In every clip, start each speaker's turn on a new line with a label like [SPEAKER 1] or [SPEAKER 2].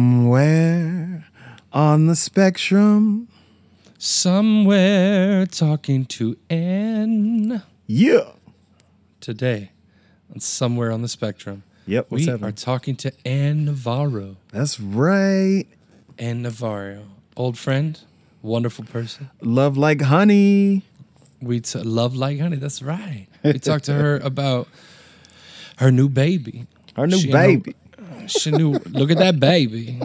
[SPEAKER 1] Somewhere on the spectrum.
[SPEAKER 2] Somewhere talking to Anne
[SPEAKER 1] Yeah.
[SPEAKER 2] today, on somewhere on the spectrum.
[SPEAKER 1] Yep. What's
[SPEAKER 2] we
[SPEAKER 1] happening?
[SPEAKER 2] are talking to Anne Navarro.
[SPEAKER 1] That's right.
[SPEAKER 2] Anne Navarro, old friend, wonderful person.
[SPEAKER 1] Love like honey.
[SPEAKER 2] We t- love like honey. That's right. We talked to her about her new baby.
[SPEAKER 1] Our new
[SPEAKER 2] She and her-
[SPEAKER 1] baby.
[SPEAKER 2] She knew. look at that baby.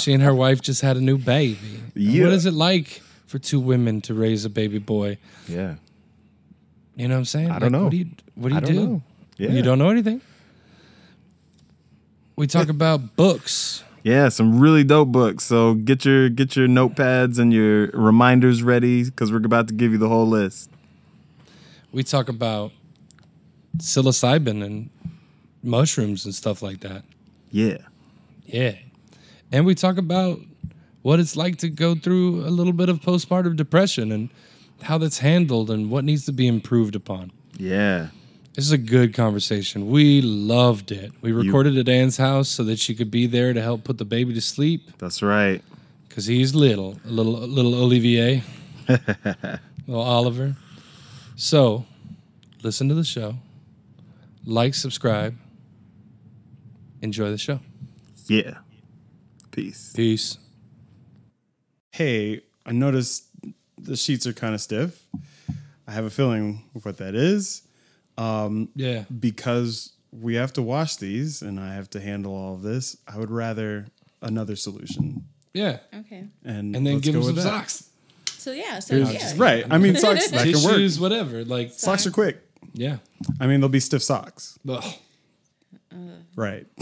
[SPEAKER 2] She and her wife just had a new baby. And
[SPEAKER 1] Yeah.
[SPEAKER 2] What is it like for two women to raise a baby boy?
[SPEAKER 1] yeah.
[SPEAKER 2] You know what I'm saying?
[SPEAKER 1] I don't know.
[SPEAKER 2] What do you What do
[SPEAKER 1] I
[SPEAKER 2] you
[SPEAKER 1] don't
[SPEAKER 2] do?
[SPEAKER 1] know. Yeah.
[SPEAKER 2] You don't know anything. We talk about books.
[SPEAKER 1] Yeah, some really dope books. So get your get your notepads and your reminders ready because we're about to give you the whole list.
[SPEAKER 2] We talk about psilocybin and mushrooms and stuff like that.
[SPEAKER 1] Yeah.
[SPEAKER 2] Yeah. And we talk about what it's like to go through a little bit of postpartum depression and how that's handled and what needs to be improved upon.
[SPEAKER 1] Yeah.
[SPEAKER 2] This is a good conversation. We loved it. We recorded at Anne's house so that she could be there to help put the baby to sleep
[SPEAKER 1] That's right.
[SPEAKER 2] because he's little, a little, a little Olivier, little Oliver. So, listen to the show, like, subscribe, enjoy the show.
[SPEAKER 1] Yeah. Peace.
[SPEAKER 2] Peace.
[SPEAKER 3] hey, I noticed the sheets are kind of stiff. I have a feeling of what that is
[SPEAKER 2] Yeah.
[SPEAKER 3] because we have to wash these and I have to handle all of this. I would rather another solution.
[SPEAKER 2] Yeah.
[SPEAKER 4] Okay.
[SPEAKER 3] And,
[SPEAKER 2] And then
[SPEAKER 3] let's
[SPEAKER 2] give
[SPEAKER 3] go
[SPEAKER 2] him some
[SPEAKER 3] with that.
[SPEAKER 2] socks.
[SPEAKER 4] So yeah. So yeah.
[SPEAKER 3] Right. I mean, socks that can work.
[SPEAKER 2] Tissues, whatever. Like,
[SPEAKER 3] Socks are quick.
[SPEAKER 2] yeah.
[SPEAKER 3] I mean, they'll be stiff socks.
[SPEAKER 2] Ugh.
[SPEAKER 3] Right.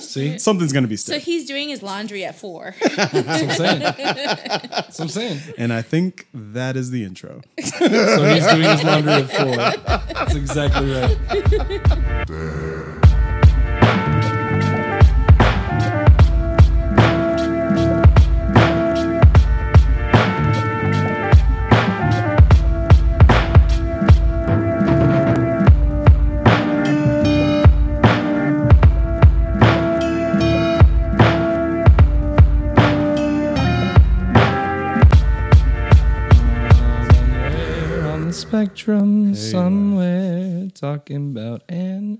[SPEAKER 2] See, that's
[SPEAKER 3] Something's going to be
[SPEAKER 4] So
[SPEAKER 3] stiff.
[SPEAKER 4] he's doing his laundry at four.
[SPEAKER 2] what I'm saying. That's what I'm saying.
[SPEAKER 3] and I think that is the intro.
[SPEAKER 2] So he's doing his laundry at four. That's exactly right. Somewhere on the spectrum, somewhere talking about Anne.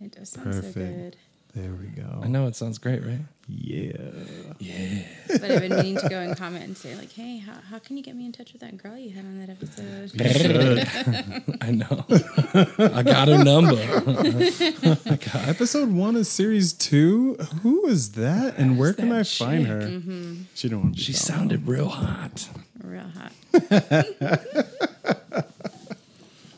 [SPEAKER 4] It does sound so good.
[SPEAKER 3] Perfect. There we
[SPEAKER 2] I
[SPEAKER 3] go.
[SPEAKER 2] know it sounds great, right?
[SPEAKER 3] Yeah.
[SPEAKER 4] But I've been meaning to go and comment and say like, hey, how, how can you get me in touch with that girl you had on that episode?
[SPEAKER 2] I know. I got her number.
[SPEAKER 3] Episode one is series two. Who is that, and where can I
[SPEAKER 2] that
[SPEAKER 3] find her? She don't want to. Be
[SPEAKER 2] She
[SPEAKER 3] found.
[SPEAKER 2] sounded real hot.
[SPEAKER 4] Real hot.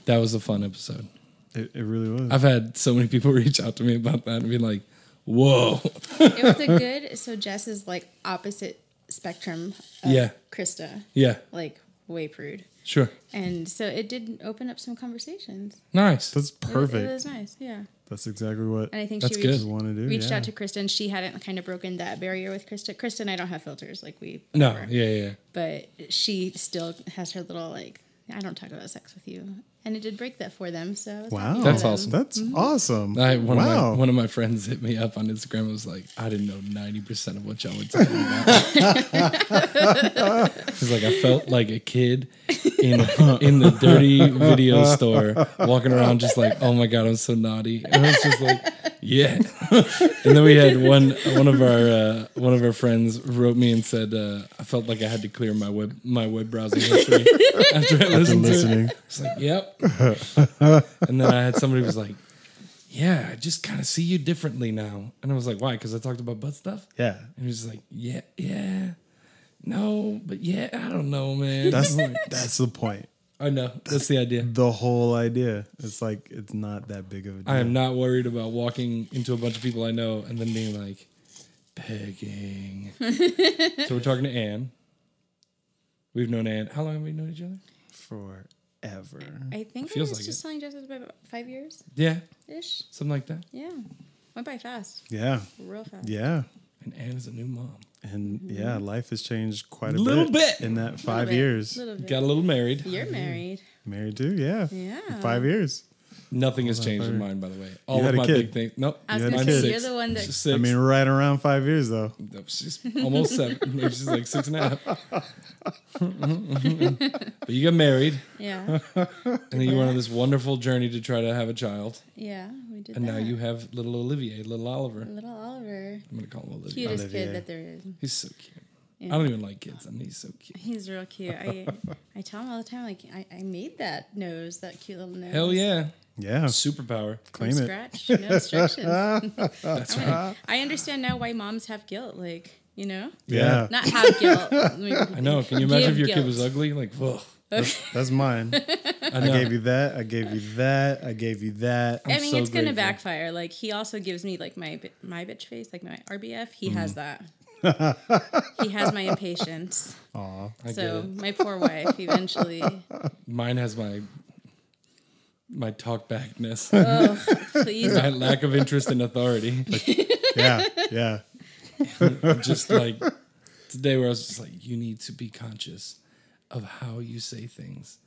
[SPEAKER 2] That was a fun episode.
[SPEAKER 3] It, it really was.
[SPEAKER 2] I've had so many people reach out to me about that and be like, whoa.
[SPEAKER 4] It was a good. So Jess is like opposite spectrum. Of
[SPEAKER 2] Yeah.
[SPEAKER 4] Krista,
[SPEAKER 2] Yeah,
[SPEAKER 4] like way prude,
[SPEAKER 2] sure.
[SPEAKER 4] and so it did open up some conversations.
[SPEAKER 2] Nice.
[SPEAKER 3] That's
[SPEAKER 4] It was- It,
[SPEAKER 3] perfect.
[SPEAKER 4] was nice. Yeah.
[SPEAKER 3] That's exactly what
[SPEAKER 4] And I think
[SPEAKER 2] That's
[SPEAKER 4] she
[SPEAKER 2] good.
[SPEAKER 4] reached,
[SPEAKER 3] I want to do.
[SPEAKER 4] reached
[SPEAKER 3] yeah.
[SPEAKER 4] out to Krista, and she hadn't kind of broken that barrier with Krista. Krista and I don't have filters like we.
[SPEAKER 2] No,
[SPEAKER 4] whatever.
[SPEAKER 2] yeah, yeah. yeah.
[SPEAKER 4] but she still has her little like I don't talk about sex with you, and it did break that for them. So I was "Oh, happy
[SPEAKER 3] Wow,
[SPEAKER 4] for
[SPEAKER 2] That's
[SPEAKER 4] them.
[SPEAKER 2] awesome.
[SPEAKER 3] That's
[SPEAKER 4] Mm-hmm.
[SPEAKER 3] awesome.
[SPEAKER 2] I, one, of
[SPEAKER 3] wow.
[SPEAKER 2] my, one of my friends hit me up on Instagram and was like, I didn't know 90% of what y'all were talking about. He's like, I felt like a kid in, in the dirty video store walking around just like, oh my God, I'm so naughty. And I was just like, yeah. And then we had one one of our uh, one of our friends wrote me and said uh, I felt like I had to clear my web my web browsing history after I listened to
[SPEAKER 3] listening.
[SPEAKER 2] it. I was like, yep. and then I had somebody who was like, yeah, I just kind of see you differently now. And I was like, why? Because I talked about butt stuff.
[SPEAKER 3] yeah,
[SPEAKER 2] And he was like, yeah, yeah, no, but yeah, I don't know, man.
[SPEAKER 3] that's that's the point.
[SPEAKER 2] I know that's the idea.
[SPEAKER 3] The whole idea. It's like it's not that big of a deal.
[SPEAKER 2] I am not worried about walking into a bunch of people I know and then being like, pegging. so we're talking to Anne. We've known Anne. How long have we known each other?
[SPEAKER 3] forever.
[SPEAKER 4] I think
[SPEAKER 2] Feels
[SPEAKER 4] I was
[SPEAKER 2] like
[SPEAKER 4] just
[SPEAKER 2] it.
[SPEAKER 4] telling Jess it was about five years
[SPEAKER 2] Yeah,
[SPEAKER 4] ish.
[SPEAKER 2] something like that.
[SPEAKER 4] Yeah, went by fast,
[SPEAKER 3] Yeah,
[SPEAKER 4] real fast.
[SPEAKER 3] yeah,
[SPEAKER 2] And Anne is a new mom.
[SPEAKER 3] and yeah. Life has changed quite a
[SPEAKER 2] Little bit.
[SPEAKER 3] in that
[SPEAKER 4] Mm-hmm. Little
[SPEAKER 3] five
[SPEAKER 4] bit,
[SPEAKER 3] years.
[SPEAKER 4] little bit.
[SPEAKER 2] Got a little married.
[SPEAKER 4] You're married.
[SPEAKER 3] Married too. Yeah,
[SPEAKER 4] Yeah.
[SPEAKER 3] five years.
[SPEAKER 2] Nothing has changed in mine, by the way. All of
[SPEAKER 3] had a
[SPEAKER 2] my
[SPEAKER 3] kid.
[SPEAKER 2] big things. Nope.
[SPEAKER 4] I was
[SPEAKER 3] You had
[SPEAKER 4] gonna
[SPEAKER 2] mine's
[SPEAKER 4] say
[SPEAKER 3] kids.
[SPEAKER 4] you're the one that
[SPEAKER 2] Six.
[SPEAKER 3] I mean, right around five years though.
[SPEAKER 2] No, she's almost seven. Maybe she's like six and a half. but you got married,
[SPEAKER 4] yeah
[SPEAKER 2] and then you went on this wonderful journey to try to have a child,
[SPEAKER 4] yeah we did
[SPEAKER 2] and
[SPEAKER 4] that.
[SPEAKER 2] now you have little Olivier, little Oliver. I'm
[SPEAKER 4] little Oliver
[SPEAKER 2] gonna call him Olivier.
[SPEAKER 4] cutest
[SPEAKER 3] Olivier.
[SPEAKER 4] kid that there is
[SPEAKER 2] He's so cute.
[SPEAKER 4] Yeah.
[SPEAKER 2] I don't even like kids, and he's so cute.
[SPEAKER 4] he's real cute I I tell him all the time like I, I made that nose that cute little nose
[SPEAKER 2] Hell yeah,
[SPEAKER 3] Yeah,
[SPEAKER 2] superpower.
[SPEAKER 4] from
[SPEAKER 3] claim it.
[SPEAKER 4] scratch no instructions I, mean, I understand now why moms have guilt like you know
[SPEAKER 3] Yeah,
[SPEAKER 4] not have guilt I
[SPEAKER 2] I
[SPEAKER 4] mean,
[SPEAKER 2] know. Can you imagine if your
[SPEAKER 4] Give
[SPEAKER 2] kid was
[SPEAKER 4] guilt.
[SPEAKER 2] ugly? Like, whoa.
[SPEAKER 3] that's mine.
[SPEAKER 2] I
[SPEAKER 3] I
[SPEAKER 2] know.
[SPEAKER 3] gave you that. I gave you that. I gave you that.
[SPEAKER 4] I mean,
[SPEAKER 2] so
[SPEAKER 4] it's gonna
[SPEAKER 2] grateful.
[SPEAKER 4] backfire. Like he also gives me like my bi- my bitch face, like my RBF. He has
[SPEAKER 2] Mm-hmm.
[SPEAKER 4] that. he has my impatience.
[SPEAKER 2] I get
[SPEAKER 4] so
[SPEAKER 2] it.
[SPEAKER 4] my poor wife eventually.
[SPEAKER 2] Mine has my my talk backness,
[SPEAKER 4] Oh, please.
[SPEAKER 2] my lack of interest and authority.
[SPEAKER 3] Yeah, yeah.
[SPEAKER 2] just like today where I was just like, you need to be conscious of how you say things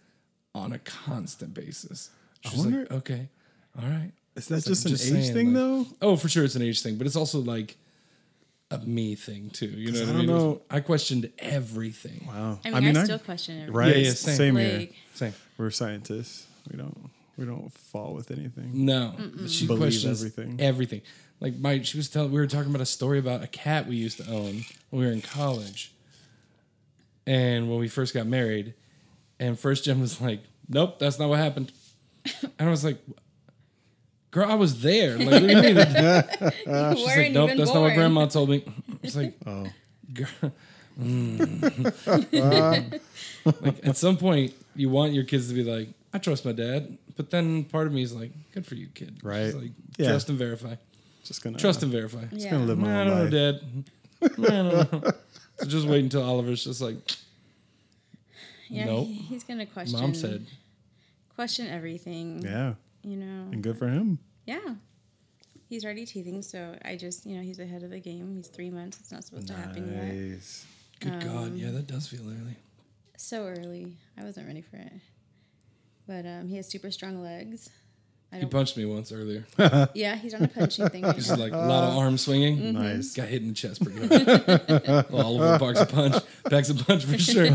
[SPEAKER 2] on a constant basis. She's like,
[SPEAKER 3] wonder-
[SPEAKER 2] okay, all right.
[SPEAKER 3] Is that
[SPEAKER 2] So I'm
[SPEAKER 3] just an
[SPEAKER 2] just
[SPEAKER 3] age
[SPEAKER 2] saying,
[SPEAKER 3] thing
[SPEAKER 2] like,
[SPEAKER 3] though?
[SPEAKER 2] Oh, for sure it's an age thing, but it's also like a me thing too. You know what I,
[SPEAKER 3] I
[SPEAKER 2] mean?
[SPEAKER 3] don't
[SPEAKER 2] It was-
[SPEAKER 3] know.
[SPEAKER 2] I questioned everything.
[SPEAKER 3] Wow.
[SPEAKER 4] I mean, I, still question it.
[SPEAKER 3] right.
[SPEAKER 2] Yeah, yeah,
[SPEAKER 3] same,
[SPEAKER 2] same.
[SPEAKER 3] here.
[SPEAKER 4] Like,
[SPEAKER 2] Same.
[SPEAKER 3] We're scientists. We don't. We don't fall with anything.
[SPEAKER 2] No, but she
[SPEAKER 3] Believe
[SPEAKER 2] questions
[SPEAKER 3] everything.
[SPEAKER 2] everything. Everything. Like my, she was telling. We were talking about a story about a cat we used to own when we were in college, and when we first got married, and first Jen was like, "Nope, that's not what happened," and I was like, "Girl, I was there." Like, what do you mean? She's
[SPEAKER 4] you weren't
[SPEAKER 2] like, "Nope,
[SPEAKER 4] even
[SPEAKER 2] that's not
[SPEAKER 4] born.
[SPEAKER 2] what Grandma told me." It's like, oh, girl. Mm. like at some point, you want your kids to be like, "I trust my dad," but then part of me is like, "Good for you, kid."
[SPEAKER 3] Right.
[SPEAKER 2] She's like,
[SPEAKER 3] Yeah.
[SPEAKER 2] Trust and verify.
[SPEAKER 3] Just gonna
[SPEAKER 2] Trust and verify.
[SPEAKER 4] Yeah.
[SPEAKER 3] Gonna live
[SPEAKER 2] Nah, I
[SPEAKER 3] my
[SPEAKER 2] don't
[SPEAKER 3] own
[SPEAKER 2] know,
[SPEAKER 3] life.
[SPEAKER 2] Dad. Nah, I don't know. So just wait until Oliver's just like,
[SPEAKER 4] Yeah,
[SPEAKER 2] Nope.
[SPEAKER 4] he- he's gonna question.
[SPEAKER 2] Mom said.
[SPEAKER 4] Question everything.
[SPEAKER 3] Yeah,
[SPEAKER 4] You know.
[SPEAKER 3] and good for him.
[SPEAKER 4] Yeah. He's already teething, so I just, you know, he's ahead of the game. He's three months. It's not supposed to happen yet.
[SPEAKER 3] Nice.
[SPEAKER 2] Good
[SPEAKER 4] Um,
[SPEAKER 2] God, yeah, that does feel early.
[SPEAKER 4] so early. I wasn't ready for it. But um, he has super strong legs. I
[SPEAKER 2] He
[SPEAKER 4] don't.
[SPEAKER 2] punched me once earlier.
[SPEAKER 4] yeah, he's on a punching thing. Right
[SPEAKER 2] He's
[SPEAKER 4] now.
[SPEAKER 2] like a lot of
[SPEAKER 4] Uh-huh.
[SPEAKER 2] arm swinging.
[SPEAKER 4] Mm-hmm.
[SPEAKER 3] Nice.
[SPEAKER 2] Got hit in the chest pretty hard. well, Oliver barks a punch, backs a punch for sure.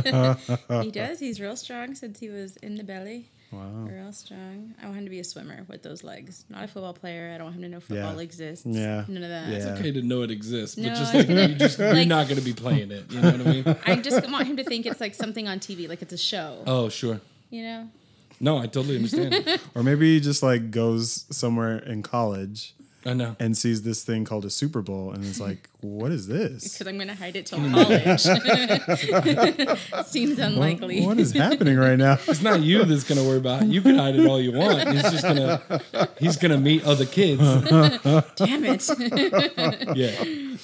[SPEAKER 4] he does. He's real strong since he was in the belly.
[SPEAKER 3] Wow.
[SPEAKER 4] Real strong. I want him to be a swimmer with those legs. Not a football player. I don't want him to know football
[SPEAKER 3] Yeah.
[SPEAKER 4] exists.
[SPEAKER 3] Yeah.
[SPEAKER 4] None of that.
[SPEAKER 3] Yeah.
[SPEAKER 2] It's okay to know it exists, but
[SPEAKER 4] No,
[SPEAKER 2] just
[SPEAKER 4] I
[SPEAKER 2] like
[SPEAKER 4] didn't.
[SPEAKER 2] you just, you're
[SPEAKER 4] Like-
[SPEAKER 2] not going to be playing it. You know what I mean?
[SPEAKER 4] I just want him to think it's like something on TV, like it's a show.
[SPEAKER 2] Oh, sure.
[SPEAKER 4] You know?
[SPEAKER 2] No, I totally understand.
[SPEAKER 3] Or maybe he just like goes somewhere in college
[SPEAKER 2] I know.
[SPEAKER 3] and sees this thing called a Super Bowl and is like, "What is this?
[SPEAKER 4] Because I'm going to hide it till
[SPEAKER 2] Hmm.
[SPEAKER 4] college. Seems
[SPEAKER 3] What,
[SPEAKER 4] unlikely.
[SPEAKER 3] what is happening right now?"
[SPEAKER 2] It's not you that's gonna worry about. it. You can hide it all you want. He's just gonna he's gonna meet other kids.
[SPEAKER 4] Damn it.
[SPEAKER 2] Yeah.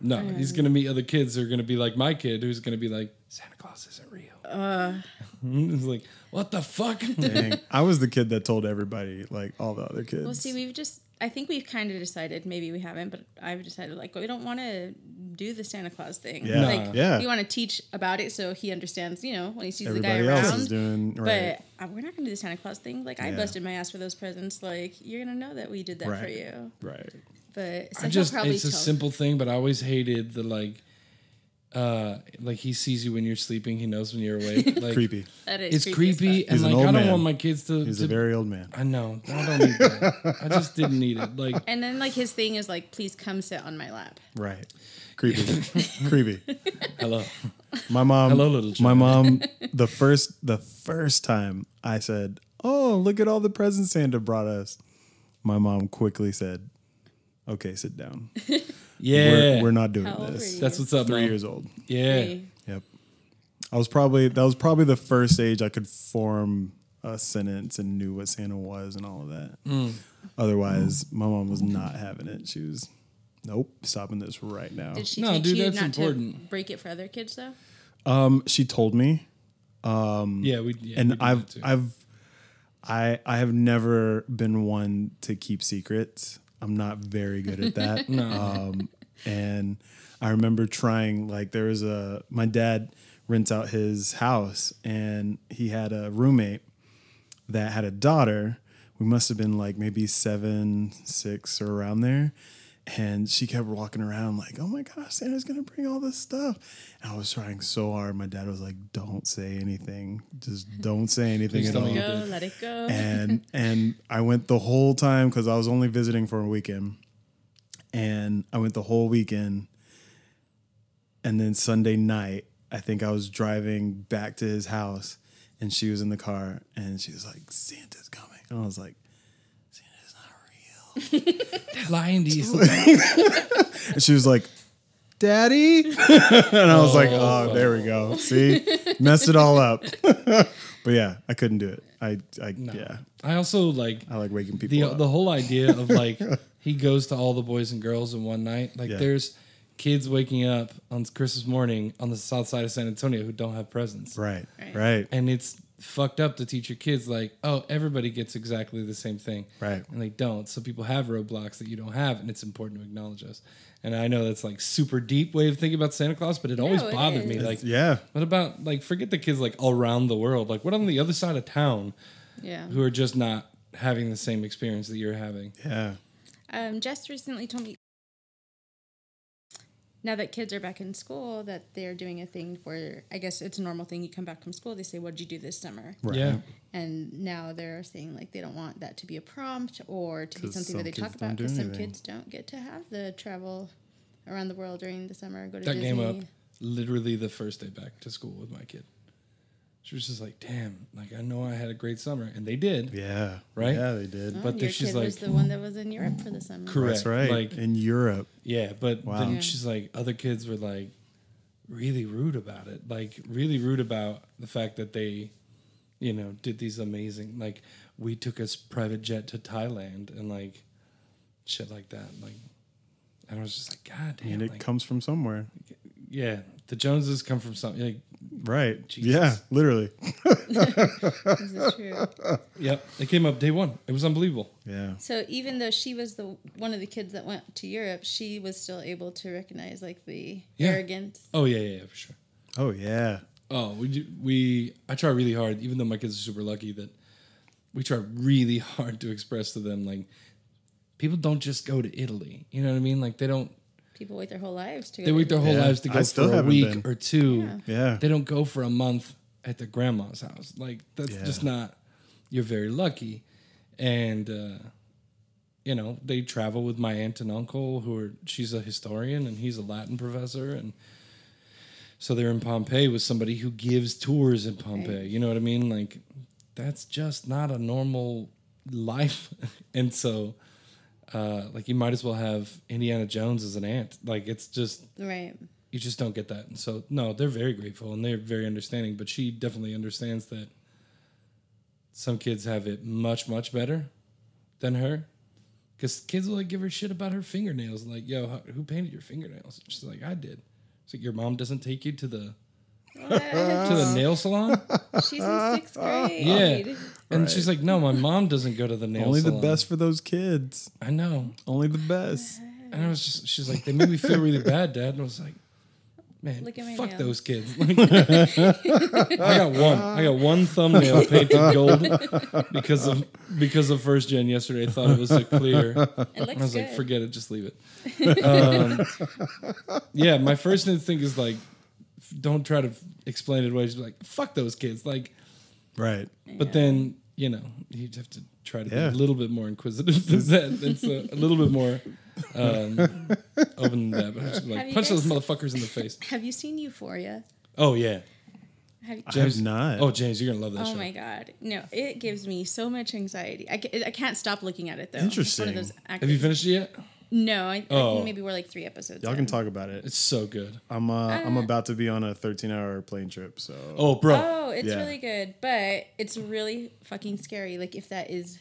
[SPEAKER 2] No, he's gonna meet other kids who are gonna be like my kid, who's gonna be like Santa Claus isn't real.
[SPEAKER 4] Uh.
[SPEAKER 2] it's like what the fuck?
[SPEAKER 3] Dang. I was the kid that told everybody, like all the other kids.
[SPEAKER 4] Well, see, we've just, I think we've kind of decided, maybe we haven't, but I've decided, like, we don't want to do the Santa Claus thing.
[SPEAKER 3] Yeah.
[SPEAKER 4] Like,
[SPEAKER 3] Yeah.
[SPEAKER 4] we want to teach about it so he understands, you know, when he sees
[SPEAKER 3] everybody
[SPEAKER 4] the guy
[SPEAKER 3] else
[SPEAKER 4] around.
[SPEAKER 3] is doing right.
[SPEAKER 4] But uh, we're not going to do the Santa Claus thing. Like, I
[SPEAKER 3] Yeah.
[SPEAKER 4] busted my ass for those presents. Like, you're going to know that we did that for
[SPEAKER 3] Right.
[SPEAKER 4] you.
[SPEAKER 3] right.
[SPEAKER 4] But
[SPEAKER 2] I
[SPEAKER 4] so he'll
[SPEAKER 2] just
[SPEAKER 4] probably
[SPEAKER 2] it's a
[SPEAKER 4] tell-
[SPEAKER 2] simple thing, but I always hated the like uh like he sees you when you're sleeping, he knows when you're awake. Like
[SPEAKER 3] Creepy.
[SPEAKER 4] That is
[SPEAKER 2] It's
[SPEAKER 4] creepy. as
[SPEAKER 2] creepy,
[SPEAKER 3] He's
[SPEAKER 2] and
[SPEAKER 3] an
[SPEAKER 2] like
[SPEAKER 3] old
[SPEAKER 2] I don't
[SPEAKER 3] man.
[SPEAKER 2] want my kids to,
[SPEAKER 3] He's
[SPEAKER 2] to
[SPEAKER 3] a very old man.
[SPEAKER 2] I know. I don't need that. I just didn't need it. Like
[SPEAKER 4] And then like his thing is like, please come sit on my lap.
[SPEAKER 3] Right. Creepy. Creepy.
[SPEAKER 2] hello.
[SPEAKER 3] My mom.
[SPEAKER 2] Hello, little
[SPEAKER 3] My
[SPEAKER 2] John.
[SPEAKER 3] mom. The first. The first time I said, "Oh, look at all the presents Santa brought us," my mom quickly said, "Okay, sit down.
[SPEAKER 2] Yeah.
[SPEAKER 3] We're, we're not doing
[SPEAKER 4] How old
[SPEAKER 3] this."
[SPEAKER 4] were
[SPEAKER 2] That's what's up,
[SPEAKER 3] Three
[SPEAKER 2] Mom.
[SPEAKER 3] years old.
[SPEAKER 2] Yeah.
[SPEAKER 4] Hey,
[SPEAKER 3] Yep. I was probably that was probably the first age I could form a sentence and knew what Santa was and all of that.
[SPEAKER 2] Mm.
[SPEAKER 3] Otherwise, my mom was not having it. She was, nope, stopping this right now.
[SPEAKER 4] Did she
[SPEAKER 2] Oh, No,
[SPEAKER 4] teach
[SPEAKER 2] dude,
[SPEAKER 4] you
[SPEAKER 2] that's
[SPEAKER 4] not to
[SPEAKER 2] important.
[SPEAKER 4] break it for other kids though?
[SPEAKER 3] Um, she told me,
[SPEAKER 2] Yeah, we yeah, we
[SPEAKER 3] and
[SPEAKER 2] do
[SPEAKER 3] I've
[SPEAKER 2] that too.
[SPEAKER 3] I've I I have never been one to keep secrets. I'm not very good at that. Um and I remember trying like there was a my dad rents out his house and he had a roommate that had a daughter. we must have been like maybe seven, six, or around there. And she kept walking around like, oh my gosh, Santa's gonna bring all this stuff. And I was trying so hard. My dad was like, don't say anything. Just don't say anything
[SPEAKER 2] Please
[SPEAKER 3] at
[SPEAKER 2] don't
[SPEAKER 3] all
[SPEAKER 2] make
[SPEAKER 4] Go, let it go.
[SPEAKER 3] and and I went the whole time because I was only visiting for a weekend, and I went the whole weekend, and then Sunday night I think I was driving back to his house, and she was in the car, and she was like, "Santa's coming," and I was like, "Santa's not real,"
[SPEAKER 2] Lying to you.
[SPEAKER 3] and she was like. Daddy, and I was like, "Oh, there we go. See, messed it all up." but yeah, I couldn't do it. I, I, yeah,
[SPEAKER 2] I also like
[SPEAKER 3] I like waking people
[SPEAKER 2] the
[SPEAKER 3] up.
[SPEAKER 2] the whole idea of like he goes to all the boys and girls in one night. Like
[SPEAKER 3] Yeah.
[SPEAKER 2] there's kids waking up on Christmas morning on the south side of San Antonio who don't have presents.
[SPEAKER 3] right,
[SPEAKER 4] Right.
[SPEAKER 3] right.
[SPEAKER 2] And it's fucked up to teach your kids like, oh, everybody gets exactly the same thing.
[SPEAKER 3] Right.
[SPEAKER 2] And they don't. So people have roadblocks that you don't have, and it's important to acknowledge us. And I know that's like super deep way of thinking about Santa Claus, but it always
[SPEAKER 4] it
[SPEAKER 2] bothered me.
[SPEAKER 4] is.
[SPEAKER 2] Like
[SPEAKER 3] Yeah.
[SPEAKER 2] what about like forget the kids like all around the world? Like what on the other side of town
[SPEAKER 4] yeah.
[SPEAKER 2] who are just not having the same experience that you're having?
[SPEAKER 3] Yeah.
[SPEAKER 4] Um, Jess recently told me now that kids are back in school that they're doing a thing where I guess it's a normal thing. You come back from school, they say, "What'd you do this summer?"
[SPEAKER 3] Right.
[SPEAKER 2] Yeah.
[SPEAKER 4] And now they're saying like they don't want that to be a prompt or to be
[SPEAKER 3] 'Cause
[SPEAKER 4] something
[SPEAKER 3] some
[SPEAKER 4] that they
[SPEAKER 3] kids
[SPEAKER 4] talk
[SPEAKER 3] don't
[SPEAKER 4] about
[SPEAKER 3] do
[SPEAKER 4] because some
[SPEAKER 3] anything.
[SPEAKER 4] kids don't get to have the travel around the world during the summer. Go to
[SPEAKER 2] that
[SPEAKER 4] Disney.
[SPEAKER 2] game up literally the first day back to school with my kid. She was just like, "Damn, like I know I had a great summer," and they did.
[SPEAKER 3] Yeah.
[SPEAKER 2] Right?
[SPEAKER 3] Yeah, they did.
[SPEAKER 4] Oh,
[SPEAKER 2] But
[SPEAKER 4] your
[SPEAKER 2] then she's
[SPEAKER 4] kid was
[SPEAKER 2] like-
[SPEAKER 4] the one that was in Europe for the summer.
[SPEAKER 2] Correct.
[SPEAKER 3] That's right.
[SPEAKER 2] Like,
[SPEAKER 3] in Europe.
[SPEAKER 2] yeah, but
[SPEAKER 3] Wow.
[SPEAKER 2] then
[SPEAKER 4] Yeah.
[SPEAKER 2] she's like, other kids were like, really rude about it. Like, really rude about the fact that they, you know, did these amazing. Like, we took a s- private jet to Thailand and like, shit like that. Like, and I was just like, God damn.
[SPEAKER 3] And it
[SPEAKER 2] like,
[SPEAKER 3] comes from somewhere.
[SPEAKER 2] yeah, the Joneses come from something. Like,
[SPEAKER 3] Right.
[SPEAKER 2] Jesus.
[SPEAKER 3] Yeah, literally.
[SPEAKER 4] This is true.
[SPEAKER 2] yep, it came up day one. It was unbelievable.
[SPEAKER 3] Yeah.
[SPEAKER 4] So even though she was the one of the kids that went to Europe, she was still able to recognize like the
[SPEAKER 2] Yeah.
[SPEAKER 4] arrogance.
[SPEAKER 2] Oh yeah, yeah, yeah for sure.
[SPEAKER 3] Oh, yeah.
[SPEAKER 2] Oh, we do, we I try really hard, even though my kids are super lucky that we try really hard to express to them like people don't just go to Italy. You know what I mean? Like they don't
[SPEAKER 4] People wait their whole lives to go.
[SPEAKER 2] they
[SPEAKER 4] to
[SPEAKER 2] wait their whole
[SPEAKER 3] Yeah,
[SPEAKER 2] lives to
[SPEAKER 3] I
[SPEAKER 2] go
[SPEAKER 3] still
[SPEAKER 2] for a
[SPEAKER 3] haven't
[SPEAKER 2] week
[SPEAKER 3] been.
[SPEAKER 2] or two.
[SPEAKER 3] Yeah.
[SPEAKER 2] They don't go for a month at their grandma's house. Like that's
[SPEAKER 3] Yeah.
[SPEAKER 2] just not you're very lucky. And uh you know, they travel with my aunt and uncle who are she's a historian and he's a Latin professor and so they're in Pompeii with somebody who gives tours in Pompeii. You know what I mean? Like that's just not a normal life. and so uh like you might as well have Indiana Jones as an aunt. Like it's just
[SPEAKER 4] Right.
[SPEAKER 2] you just don't get that. And so no, they're very grateful and they're very understanding, but she definitely understands that some kids have it much much better than her. Cuz kids will like give her shit about her fingernails like, "Yo, how, who painted your fingernails?" She's like, "I did." It's like your mom doesn't take you to the to the nail salon?
[SPEAKER 4] She's in sixth grade.
[SPEAKER 2] yeah. And she's like, "No, my mom doesn't go to the nail
[SPEAKER 3] Only the
[SPEAKER 2] salon."
[SPEAKER 3] best for those kids.
[SPEAKER 2] I know.
[SPEAKER 3] Only the best.
[SPEAKER 2] And I was just, she's like, they made me feel really bad, Dad. And I was like, man,
[SPEAKER 4] Look at my
[SPEAKER 2] fuck
[SPEAKER 4] nails.
[SPEAKER 2] those kids. Like, I got one. I got one thumbnail painted gold because of because of first gen yesterday. I thought it was a clear.
[SPEAKER 4] It looks
[SPEAKER 2] I was
[SPEAKER 4] good.
[SPEAKER 2] like, forget it, just leave it. Um, yeah, my first instinct is like, f- don't try to f- explain it away. Just be like, fuck those kids. Like,
[SPEAKER 3] Right.
[SPEAKER 2] but then you know you'd have to try to
[SPEAKER 3] Yeah.
[SPEAKER 2] be a little bit more inquisitive than that. That's a, a little bit more um, open than that. But I'd just be
[SPEAKER 4] Have
[SPEAKER 2] like
[SPEAKER 4] you
[SPEAKER 2] punch those
[SPEAKER 4] guys-
[SPEAKER 2] motherfuckers in the face.
[SPEAKER 4] Have you seen Euphoria?
[SPEAKER 2] Oh yeah.
[SPEAKER 4] Have you,
[SPEAKER 3] I have not.
[SPEAKER 2] Oh James, you're gonna love that
[SPEAKER 4] oh
[SPEAKER 2] show.
[SPEAKER 4] my god, no! It gives me so much anxiety. I, ca- I can't stop looking at it though. It's one
[SPEAKER 3] Interesting.
[SPEAKER 4] of those
[SPEAKER 2] Have you finished it yet?
[SPEAKER 4] No, I, I
[SPEAKER 2] Oh.
[SPEAKER 4] think maybe we're like three episodes.
[SPEAKER 3] Y'all
[SPEAKER 4] in.
[SPEAKER 3] can talk about it.
[SPEAKER 2] It's so good.
[SPEAKER 3] I'm uh, I'm about to be on a 13 hour plane trip, so
[SPEAKER 2] Oh bro.
[SPEAKER 4] Oh, it's
[SPEAKER 3] Yeah.
[SPEAKER 4] really good, but it's really fucking scary. Like if that is,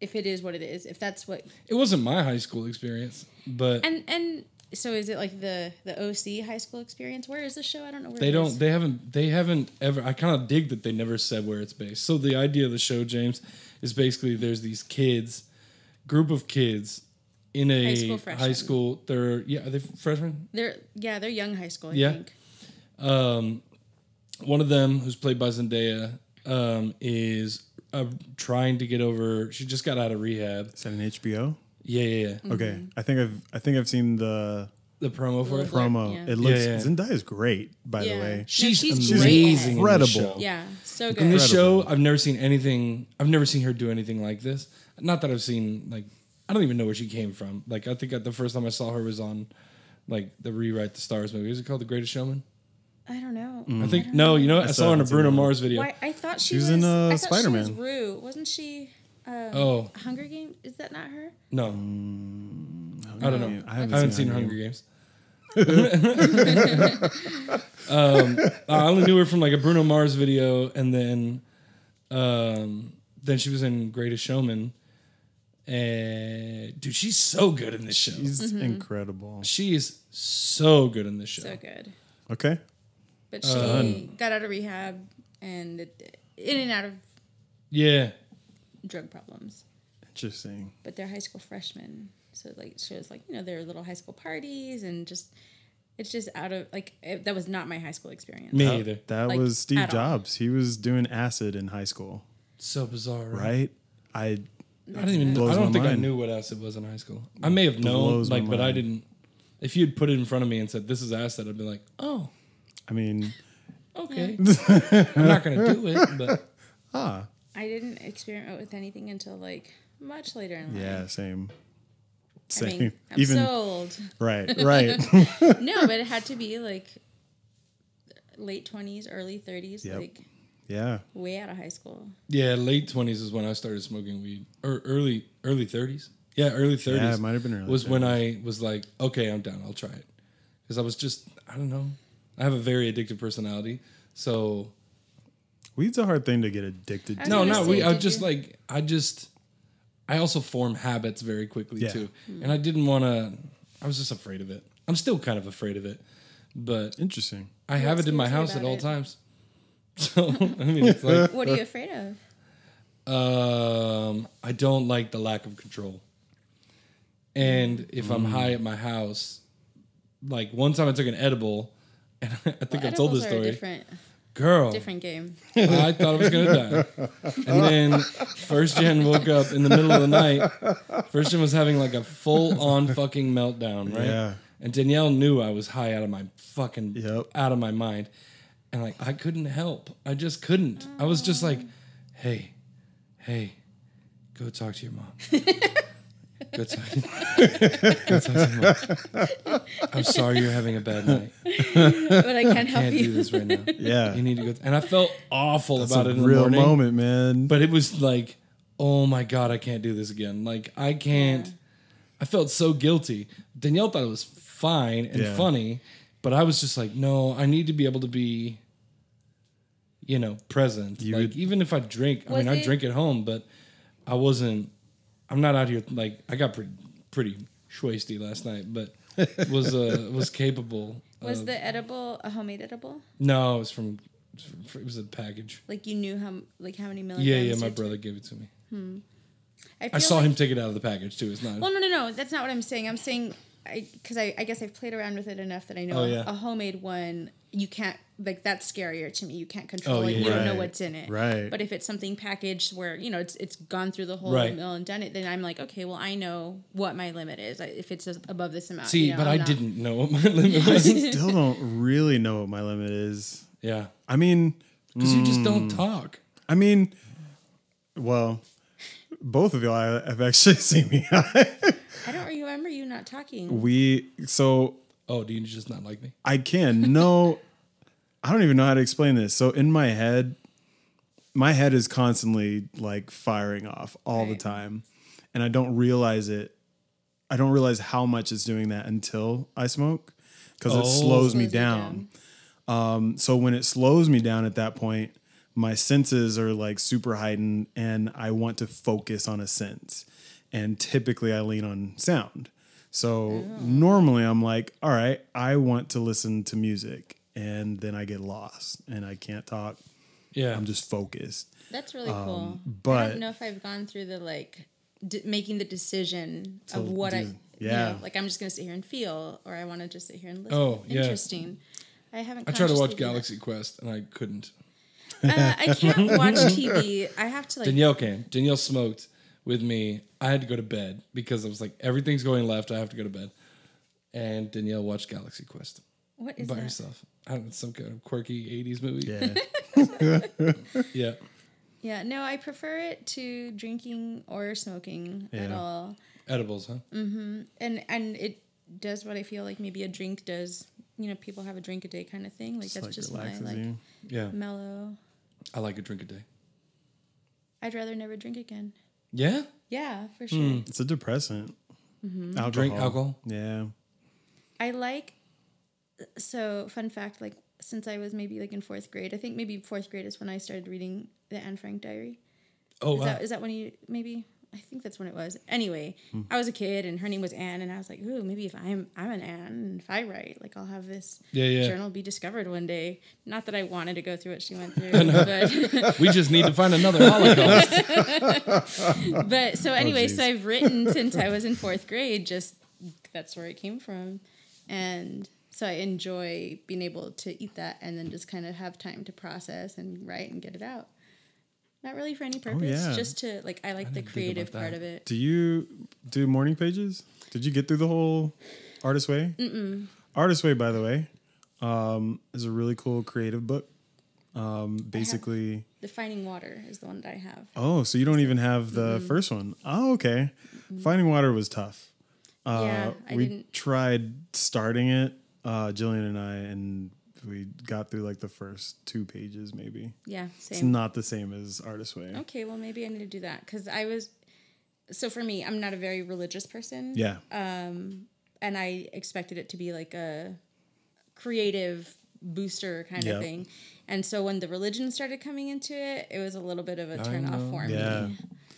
[SPEAKER 4] if it is what it is, if that's what,
[SPEAKER 2] It wasn't my high school experience, but
[SPEAKER 4] and and so is it like the the OC high school experience? Where is the show? I don't know where
[SPEAKER 2] they
[SPEAKER 4] it
[SPEAKER 2] don't
[SPEAKER 4] is.
[SPEAKER 2] they haven't they haven't ever I kind of dig that they never said where it's based. So the idea of the show, James, is basically there's these kids, group of kids in a
[SPEAKER 4] High school
[SPEAKER 2] high
[SPEAKER 4] freshmen.
[SPEAKER 2] school they're yeah, are they freshmen?
[SPEAKER 4] They're yeah, they're young high school. I
[SPEAKER 2] Yeah.
[SPEAKER 4] think.
[SPEAKER 2] one of them who's played by Zendaya um, is uh, trying to get over. She just got out of rehab.
[SPEAKER 3] Is that an HBO?
[SPEAKER 2] Yeah, yeah, yeah.
[SPEAKER 4] Mm.
[SPEAKER 3] Okay,
[SPEAKER 4] Mm-hmm.
[SPEAKER 3] I think I've I think I've seen the
[SPEAKER 2] The promo for it.
[SPEAKER 4] Pro-
[SPEAKER 3] promo.
[SPEAKER 4] Yeah.
[SPEAKER 3] It looks
[SPEAKER 2] Yeah, yeah.
[SPEAKER 3] Zendaya is great, by
[SPEAKER 4] Yeah.
[SPEAKER 3] the way.
[SPEAKER 2] She's,
[SPEAKER 4] Yeah, she's great.
[SPEAKER 2] amazing. in this
[SPEAKER 3] Incredible.
[SPEAKER 2] show.
[SPEAKER 4] Yeah, so
[SPEAKER 2] In
[SPEAKER 4] good.
[SPEAKER 2] this show, I've never seen anything. I've never seen her do anything like this. Not that I've seen like I don't even know where she came from. Like I think the first time I saw her was on like the rewrite the stars movie. Is it called The Greatest Showman?
[SPEAKER 4] I don't know.
[SPEAKER 3] Mm.
[SPEAKER 2] I think no. You know what? I, saw her in a
[SPEAKER 3] haven't seen
[SPEAKER 2] Bruno
[SPEAKER 3] that one.
[SPEAKER 2] Mars video.
[SPEAKER 4] Why I thought she
[SPEAKER 3] She was
[SPEAKER 4] was
[SPEAKER 3] in, uh,
[SPEAKER 4] I thought She
[SPEAKER 3] Spider-Man.
[SPEAKER 4] was Rue, wasn't she? Um,
[SPEAKER 2] Oh.
[SPEAKER 4] Hunger Game. Is that not her?
[SPEAKER 2] No, I don't know.
[SPEAKER 3] Games.
[SPEAKER 2] I haven't, seen, Hunger Games. um, I only knew her from like a Bruno Mars video, and then um, then she was in Greatest Showman. And dude, she's so good in this show.
[SPEAKER 3] She's
[SPEAKER 4] Mm-hmm.
[SPEAKER 3] incredible.
[SPEAKER 2] She is so good in this show.
[SPEAKER 4] So good.
[SPEAKER 3] Okay.
[SPEAKER 4] But
[SPEAKER 2] Uh,
[SPEAKER 4] she got out of rehab and it- in and out of
[SPEAKER 2] Yeah.
[SPEAKER 4] drug problems.
[SPEAKER 3] Interesting.
[SPEAKER 4] But they're high school freshmen, so like shows like you know their little high school parties and just it's just out of like it, that was not my high school experience.
[SPEAKER 2] Me either.
[SPEAKER 3] That
[SPEAKER 4] Like,
[SPEAKER 3] was Steve
[SPEAKER 4] at all.
[SPEAKER 3] Jobs. He was doing acid in high school,
[SPEAKER 2] So bizarre, right?
[SPEAKER 3] right? I
[SPEAKER 2] I didn't even know.
[SPEAKER 3] Blows
[SPEAKER 2] I don't
[SPEAKER 3] my
[SPEAKER 2] think I
[SPEAKER 3] mind.
[SPEAKER 2] knew what acid was in high school. I may have known,
[SPEAKER 3] Blows my
[SPEAKER 2] like, but I
[SPEAKER 3] mind.
[SPEAKER 2] didn't. If you had put it in front of me and said, this is acid, I'd be like, oh,
[SPEAKER 3] I mean,
[SPEAKER 2] okay. I'm not going to do it, but
[SPEAKER 4] I didn't experiment with anything until like much later in life.
[SPEAKER 3] yeah, same.
[SPEAKER 4] I
[SPEAKER 3] Same.
[SPEAKER 4] mean, I'm
[SPEAKER 3] Even
[SPEAKER 4] so old.
[SPEAKER 3] right, right.
[SPEAKER 4] No, but it had to be like late twenties, early thirties,
[SPEAKER 3] Yep.
[SPEAKER 4] like
[SPEAKER 3] yeah.
[SPEAKER 4] way out of high school.
[SPEAKER 2] yeah, late 20s is when I started smoking weed. Or early, early 30s. Yeah, early 30s.
[SPEAKER 3] Yeah, it might have been early
[SPEAKER 2] Was when I was like, okay, I'm down. I'll try it. Because I was just, I don't know. I have a very addictive personality. So
[SPEAKER 3] Weed's a hard thing to get addicted to.
[SPEAKER 4] I
[SPEAKER 2] No,
[SPEAKER 4] was
[SPEAKER 2] no,
[SPEAKER 4] gonna
[SPEAKER 2] we.
[SPEAKER 4] say,
[SPEAKER 2] I
[SPEAKER 4] did
[SPEAKER 2] just
[SPEAKER 4] you-
[SPEAKER 2] like I just I also form habits very quickly
[SPEAKER 3] Yeah.
[SPEAKER 2] too, and I didn't want to. I was just afraid of it. I'm still kind of afraid of it, but
[SPEAKER 3] Interesting.
[SPEAKER 2] I have it in my
[SPEAKER 4] scares you
[SPEAKER 2] house at
[SPEAKER 4] about
[SPEAKER 2] all
[SPEAKER 4] it?
[SPEAKER 2] times. So I mean, it's like
[SPEAKER 4] What are you afraid of?
[SPEAKER 2] um, I don't like the lack of control. And if
[SPEAKER 4] Mm.
[SPEAKER 2] I'm high at my house, like one time I took an edible, and I think I've told
[SPEAKER 4] Edibles
[SPEAKER 2] this
[SPEAKER 4] are a
[SPEAKER 2] story,
[SPEAKER 4] different,
[SPEAKER 2] girl.
[SPEAKER 4] different game.
[SPEAKER 2] I thought I was gonna die. And then first gen woke up in the middle of the night. First gen was having like a full on fucking meltdown, right?
[SPEAKER 3] Yeah.
[SPEAKER 2] And Danielle knew I was high out of my fucking
[SPEAKER 3] Yep.
[SPEAKER 2] out of my mind. And like I couldn't help. I just couldn't. I was just like, hey, hey, go talk to your mom. go talk to, go talk to your mom. I'm sorry you're having a bad night.
[SPEAKER 4] But I can't help
[SPEAKER 2] Can't do
[SPEAKER 4] you.
[SPEAKER 2] this right now.
[SPEAKER 3] Yeah.
[SPEAKER 2] You need to go. and I felt awful
[SPEAKER 3] It's
[SPEAKER 2] about
[SPEAKER 3] a
[SPEAKER 2] it in the
[SPEAKER 3] real
[SPEAKER 2] morning
[SPEAKER 3] moment, man.
[SPEAKER 2] but it was like oh my god i can't do this again like i can't i felt so guilty danielle thought it was fine and
[SPEAKER 3] Yeah.
[SPEAKER 2] funny but i was just like no i need to be able to be you know present like even if i drink i
[SPEAKER 4] Was
[SPEAKER 2] mean i
[SPEAKER 4] it-
[SPEAKER 2] drink at home but i wasn't i'm not out here like i got pretty pretty schwasty last night but was uh was capable
[SPEAKER 4] Was
[SPEAKER 2] of-
[SPEAKER 4] the edible a homemade edible?
[SPEAKER 2] no it was from it was a package
[SPEAKER 4] Like you knew how like how many milligrams?
[SPEAKER 2] yeah yeah my
[SPEAKER 4] you took?
[SPEAKER 2] brother gave it to me
[SPEAKER 4] I,
[SPEAKER 2] I
[SPEAKER 4] feel
[SPEAKER 2] saw
[SPEAKER 4] like-
[SPEAKER 2] him take it out of the package too. It's not.
[SPEAKER 4] Well, no, no, no. That's not what I'm saying. I'm saying I because I, I guess I've played around with it enough that I know
[SPEAKER 2] Oh, yeah.
[SPEAKER 4] a homemade one you can't like that's scarier to me. You can't control
[SPEAKER 2] Oh,
[SPEAKER 4] it.
[SPEAKER 2] yeah,
[SPEAKER 4] You don't know
[SPEAKER 3] right,
[SPEAKER 4] what's in it.
[SPEAKER 3] right.
[SPEAKER 4] But if it's something packaged where you know it's it's gone through the whole
[SPEAKER 2] Right.
[SPEAKER 4] mill and done it, then I'm like, okay, well I know what my limit is. I- If it's above this amount.
[SPEAKER 2] See,
[SPEAKER 4] you know,
[SPEAKER 2] but
[SPEAKER 4] I'm
[SPEAKER 2] I
[SPEAKER 4] not-
[SPEAKER 2] didn't know what my limit
[SPEAKER 3] I
[SPEAKER 2] was.
[SPEAKER 3] still don't really know what my limit is.
[SPEAKER 2] yeah,
[SPEAKER 3] I mean,
[SPEAKER 2] because you just don't
[SPEAKER 3] Hmm.
[SPEAKER 2] talk.
[SPEAKER 3] I mean, well, both of y'all I- have actually seen me.
[SPEAKER 4] I don't remember you not talking.
[SPEAKER 3] we so
[SPEAKER 2] Oh, do you just not like me?
[SPEAKER 3] I can. No, I don't even know how to explain this. So in my head, my head is constantly like firing off all the
[SPEAKER 4] Right.
[SPEAKER 3] time, and I don't realize it. I don't realize how much it's doing that until I smoke because it
[SPEAKER 2] Oh.
[SPEAKER 3] slows
[SPEAKER 4] Slows
[SPEAKER 3] me
[SPEAKER 4] you
[SPEAKER 3] down. Um, so when it slows me down at that point, my senses are like super heightened, and I want to focus on a sense. And typically, I lean on sound. So normally, I'm like, all right, I want to listen to music, and then I get lost and I can't talk.
[SPEAKER 2] Yeah,
[SPEAKER 3] I'm just focused.
[SPEAKER 4] That's really cool. I
[SPEAKER 3] but-
[SPEAKER 4] don't know if I've gone through the like d- making the decision of what I,
[SPEAKER 3] do-
[SPEAKER 4] you
[SPEAKER 3] yeah.
[SPEAKER 4] know, like I'm just gonna sit here and feel, or I want to just sit here and listen.
[SPEAKER 2] Oh, yeah.
[SPEAKER 4] interesting. I haven't.
[SPEAKER 2] I tried to watch
[SPEAKER 4] consciously done that.
[SPEAKER 2] Galaxy Quest and I couldn't.
[SPEAKER 4] Uh, I can't watch TV. I have to like.
[SPEAKER 2] Danielle came. Danielle smoked with me. I had to go to bed because I was like, everything's going left. I have to go to bed. And Danielle watched Galaxy Quest
[SPEAKER 4] what is
[SPEAKER 2] by
[SPEAKER 4] that?
[SPEAKER 2] herself. I don't know, some kind of quirky 80s movie.
[SPEAKER 3] Yeah.
[SPEAKER 2] yeah.
[SPEAKER 4] Yeah, no, I prefer it to drinking or smoking at
[SPEAKER 3] Yeah.
[SPEAKER 4] all.
[SPEAKER 2] Edibles, huh?
[SPEAKER 3] Mm-hmm.
[SPEAKER 4] And and it does what I feel like maybe a drink does. You know, people have a drink a day kind of thing. Like that's
[SPEAKER 3] like,
[SPEAKER 4] just my
[SPEAKER 3] relaxes
[SPEAKER 4] like
[SPEAKER 3] you.
[SPEAKER 2] Yeah.
[SPEAKER 4] mellow.
[SPEAKER 2] I like a drink a day.
[SPEAKER 4] I'd rather never drink again.
[SPEAKER 2] Yeah.
[SPEAKER 4] Yeah, for sure.
[SPEAKER 3] It's a depressant. Alcohol.
[SPEAKER 2] Drink alcohol?
[SPEAKER 3] Yeah.
[SPEAKER 4] I like so fun fact like since I was maybe like in fourth grade, I think maybe fourth grade is when I started reading the Anne Frank diary.
[SPEAKER 2] Oh,
[SPEAKER 4] Is
[SPEAKER 2] wow.
[SPEAKER 4] that is that when you maybe I think that's when it was. Anyway,
[SPEAKER 2] Hmm.
[SPEAKER 4] I was a kid and her name was Anne and I was like, ooh, maybe if I'm I'm an Anne and if I write, like I'll have this
[SPEAKER 2] Yeah, yeah.
[SPEAKER 4] journal be discovered one day. Not that I wanted to go through what she went through, but
[SPEAKER 2] we just need to find another Holocaust.
[SPEAKER 4] but so anyway, so
[SPEAKER 3] Oh, jeez.
[SPEAKER 4] I've written since I was in fourth grade, just that's where it came from. And so I enjoy being able to eat that and then just kind of have time to process and write and get it out. Not really for any purpose,
[SPEAKER 3] Oh, yeah.
[SPEAKER 4] just to like I like the
[SPEAKER 2] about
[SPEAKER 4] creative part
[SPEAKER 2] that.
[SPEAKER 4] of it.
[SPEAKER 3] Do you do morning pages? Did you get through the whole Artist Way? Mm-mm. Artist Way, by the way, um, is a really cool creative book. Um, basically,
[SPEAKER 4] Defining water is the one that I have.
[SPEAKER 3] oh, so you don't even have the first one. Oh, okay. Finding Water was tough. Uh,
[SPEAKER 4] yeah, I
[SPEAKER 3] we
[SPEAKER 4] didn't.
[SPEAKER 3] tried starting it, uh, Jillian and I, and we got through like the first two pages, maybe.
[SPEAKER 4] Yeah, same.
[SPEAKER 3] It's not the same as Artist Way.
[SPEAKER 4] Okay, well maybe I need to do that because I was. So for me, I'm not a very religious person.
[SPEAKER 3] Yeah.
[SPEAKER 4] and I expected it to be like a creative booster kind
[SPEAKER 3] Yeah.
[SPEAKER 4] of thing. And so when the religion started coming into it, it was a little bit of a turn off for
[SPEAKER 3] yeah.
[SPEAKER 4] me.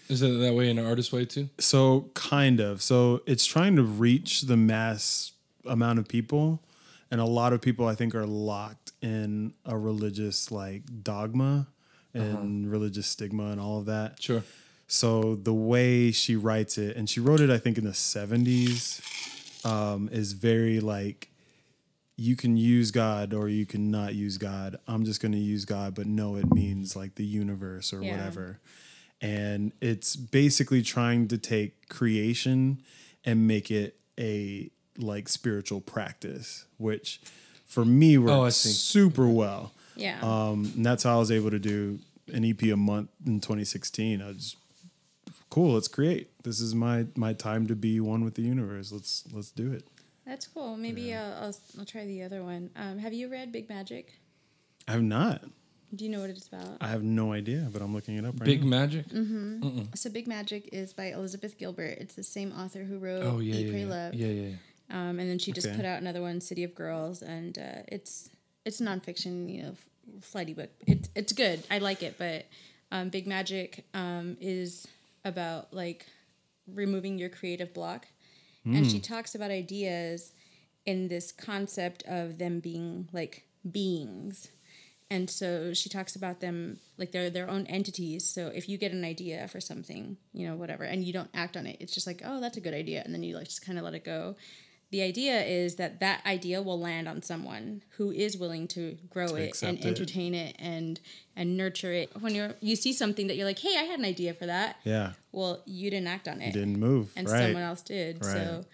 [SPEAKER 2] Is it that way in an artist way too?
[SPEAKER 3] So kind of. So it's trying to reach the mass amount of people, and a lot of people I think are locked in a religious like dogma and religious stigma and all of that.
[SPEAKER 2] Sure.
[SPEAKER 3] So the way she writes it, and she wrote it I think in the seventies, um, is very like you can use God or you can not use God. I'm just going to use God, but no, it means like the universe or
[SPEAKER 4] Yeah.
[SPEAKER 3] whatever. And it's basically trying to take creation and make it a like spiritual practice, which for me works
[SPEAKER 2] Oh, I see.
[SPEAKER 3] super well.
[SPEAKER 4] Yeah.
[SPEAKER 2] Uh,
[SPEAKER 3] Um, and that's how I was able to do an EP a month in 2016. I was cool. Let's create. This is my my time to be one with the universe. Let's let's do it.
[SPEAKER 4] That's cool. Maybe I'll, I'll I'll try the other one. Um, have you read Big Magic?
[SPEAKER 3] I have not.
[SPEAKER 4] Do you know what it's about?
[SPEAKER 3] I have no idea, but I'm looking it up right
[SPEAKER 2] Big
[SPEAKER 3] now.
[SPEAKER 2] magic?
[SPEAKER 4] So Big Magic is by Elizabeth Gilbert. It's the same author who wrote
[SPEAKER 2] Oh, yeah.
[SPEAKER 4] Eat,
[SPEAKER 2] Yeah,
[SPEAKER 4] Pray,
[SPEAKER 2] yeah.
[SPEAKER 4] Love.
[SPEAKER 2] yeah, yeah. yeah.
[SPEAKER 4] Um, and then she just
[SPEAKER 3] Okay.
[SPEAKER 4] put out another one, City of Girls, and uh, it's it's nonfiction, you know, f- flighty book. It's it's good. I like it, but um, Big Magic um, is about like removing your creative block, and
[SPEAKER 3] Hmm.
[SPEAKER 4] she talks about ideas in this concept of them being like beings. And so she talks about them like they're their own entities. So if you get an idea for something, you know, whatever, and you don't act on it, it's just like, oh, that's a good idea. And then you like just kind of let it go. The idea is that that idea will land on someone who is willing to grow it
[SPEAKER 3] accept
[SPEAKER 4] and
[SPEAKER 3] it.
[SPEAKER 4] entertain it and and nurture it. When you're you see something that you're like, hey, I had an idea for that.
[SPEAKER 3] Yeah,
[SPEAKER 4] Well, you didn't act on it
[SPEAKER 3] didn't move.
[SPEAKER 4] and
[SPEAKER 3] right.
[SPEAKER 4] someone else did. So,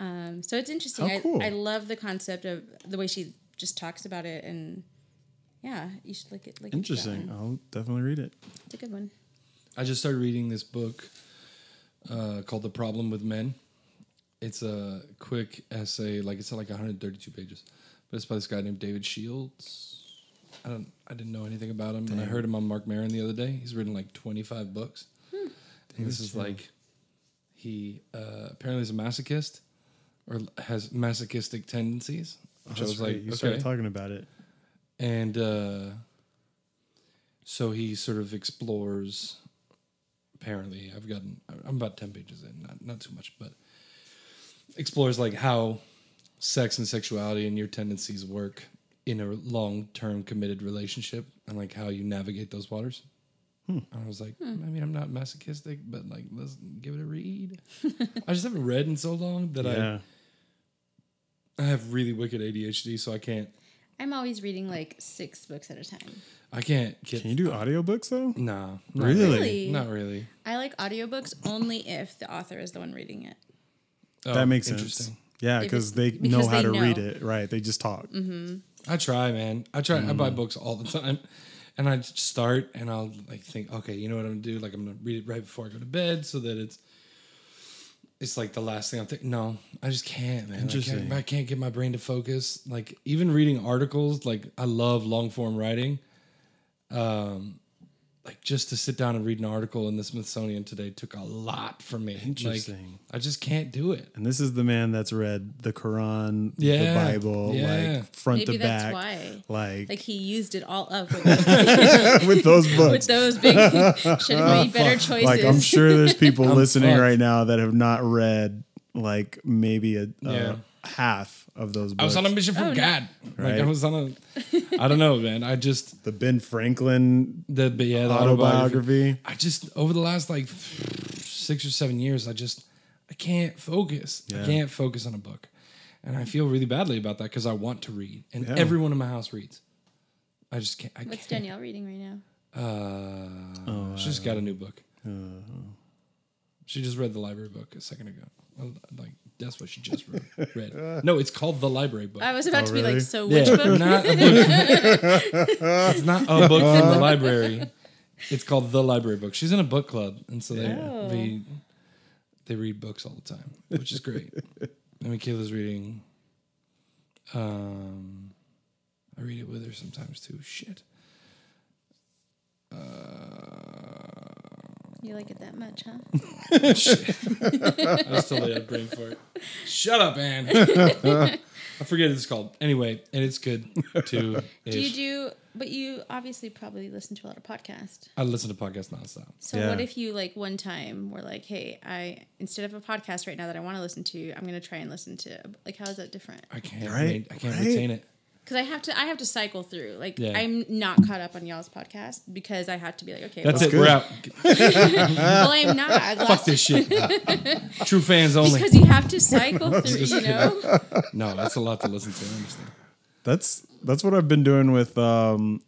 [SPEAKER 4] um, so it's interesting.
[SPEAKER 3] How
[SPEAKER 4] I,
[SPEAKER 3] cool.
[SPEAKER 4] I love the concept of the way she just talks about it, and yeah, you should look at like
[SPEAKER 3] Interesting. I'll definitely read it.
[SPEAKER 4] It's a good one.
[SPEAKER 2] I just started reading this book uh, called The Problem with Men. It's a quick essay, like it's like 132 pages, but it's by this guy named David Shields. I don't, I didn't know anything about him, and I heard him on Mark Maron the other day. He's written like 25 books, and this is like he uh, apparently is a masochist or has masochistic tendencies. Which I
[SPEAKER 3] That's
[SPEAKER 2] was
[SPEAKER 3] right.
[SPEAKER 2] like,
[SPEAKER 3] you
[SPEAKER 2] okay
[SPEAKER 3] started talking about it.
[SPEAKER 2] and uh, so he sort of explores. Apparently, I've gotten I'm about ten pages in, not not too much, but explores like how sex and sexuality and your tendencies work in a long term committed relationship and like how you navigate those waters.
[SPEAKER 3] Hmm.
[SPEAKER 2] And I was like, I mean, I'm not masochistic, but like, let's give it a read. I just haven't read in so long that
[SPEAKER 3] Yeah.
[SPEAKER 2] I I have really wicked ADHD, so I can't
[SPEAKER 4] I'm always reading like six books at a time.
[SPEAKER 2] I can't get.
[SPEAKER 3] Can you do audiobooks though?
[SPEAKER 2] Nah, not
[SPEAKER 3] Really?
[SPEAKER 4] Really?
[SPEAKER 2] Not really.
[SPEAKER 4] I like audiobooks only if the author is the one reading it.
[SPEAKER 2] Oh,
[SPEAKER 3] that makes sense.
[SPEAKER 2] interesting.
[SPEAKER 3] Yeah,
[SPEAKER 4] If
[SPEAKER 3] because
[SPEAKER 4] it's-
[SPEAKER 3] they
[SPEAKER 4] because
[SPEAKER 3] know how
[SPEAKER 4] they
[SPEAKER 3] to
[SPEAKER 4] know.
[SPEAKER 3] read it, right? They just talk.
[SPEAKER 2] I try, man. I try. I
[SPEAKER 3] Mm.
[SPEAKER 2] buy books all the time, and I just start and I'll like think, okay, you know what I'm gonna do? Like I'm gonna read it right before I go to bed, so that it's it's like the last thing I'm thinking. No, I just can't, man. I
[SPEAKER 3] Interesting.
[SPEAKER 2] can't, I can't get my brain to focus. Like even reading articles, like I love long form writing. Um, like just to sit down and read an article in the Smithsonian today took a lot from me.
[SPEAKER 3] Interesting.
[SPEAKER 2] Like I just can't do it.
[SPEAKER 3] And this is the man that's read the Quran, the
[SPEAKER 2] Yeah,
[SPEAKER 3] Bible,
[SPEAKER 2] yeah.
[SPEAKER 3] like front
[SPEAKER 4] Maybe
[SPEAKER 3] to
[SPEAKER 4] that's
[SPEAKER 3] back,
[SPEAKER 4] why.
[SPEAKER 3] like,
[SPEAKER 4] Like he used it all up with,
[SPEAKER 3] with those books.
[SPEAKER 4] with those big. Should have made better choices.
[SPEAKER 3] like I'm sure there's people listening
[SPEAKER 2] fucked.
[SPEAKER 3] right now that have not read like maybe a,
[SPEAKER 2] Yeah.
[SPEAKER 3] a half of those books.
[SPEAKER 2] I was on a mission from
[SPEAKER 4] Oh, no.
[SPEAKER 2] God. Like
[SPEAKER 3] Right.
[SPEAKER 2] I was on a. I don't know, man. I just
[SPEAKER 3] the Ben Franklin
[SPEAKER 2] The but yeah, the autobiography.
[SPEAKER 3] autobiography.
[SPEAKER 2] I just over the last like six or seven years, I just I can't focus. I
[SPEAKER 3] Yeah.
[SPEAKER 2] can't focus on a book, and I feel really badly about that because I want to read, and everyone in my house reads. I just can't. I
[SPEAKER 4] What's
[SPEAKER 2] can't.
[SPEAKER 4] Danielle reading right now?
[SPEAKER 2] Uh,
[SPEAKER 3] Oh,
[SPEAKER 2] she just got a new book.
[SPEAKER 3] uh,
[SPEAKER 2] she just read the library book a second ago. Well, Like that's what she just read. read. No, it's called the library book.
[SPEAKER 4] I was about to be
[SPEAKER 3] Oh, really?
[SPEAKER 4] like, so
[SPEAKER 2] Yeah,
[SPEAKER 4] which book?
[SPEAKER 2] not a book. it's not a book from the library. It's called the library book. She's in a book club, and so they
[SPEAKER 4] Oh.
[SPEAKER 2] they, they read books all the time, which is great. and Michaela's reading. Um, I read it with her sometimes too. Shit. Uh,
[SPEAKER 4] You like it that much, huh?
[SPEAKER 2] oh, I still laid brain for it. Shut up, Anne. I forget what it's called. Anyway, and it's good too.
[SPEAKER 4] Do you do? But you obviously probably listen to a lot of podcasts.
[SPEAKER 2] I listen to podcasts nonstop.
[SPEAKER 4] So
[SPEAKER 3] Yeah.
[SPEAKER 4] what if you like one time were like, hey, I instead of a podcast right now that I want to listen to, I'm gonna try and listen to like how is that different?
[SPEAKER 2] I can't.
[SPEAKER 3] Right,
[SPEAKER 2] read- I can't
[SPEAKER 3] right.
[SPEAKER 2] retain it.
[SPEAKER 4] Because I have to I have to cycle through. Like
[SPEAKER 2] Yeah.
[SPEAKER 4] I'm not caught up on y'all's podcast because I have to be like, okay,
[SPEAKER 2] That's
[SPEAKER 4] well,
[SPEAKER 2] it. We're out.
[SPEAKER 4] well, I'm not. I've
[SPEAKER 2] Fuck
[SPEAKER 4] lost
[SPEAKER 2] this shit. True fans only.
[SPEAKER 4] because you have to cycle through, you know?
[SPEAKER 2] No, that's a lot to listen to. I understand.
[SPEAKER 3] That's that's what I've been doing with um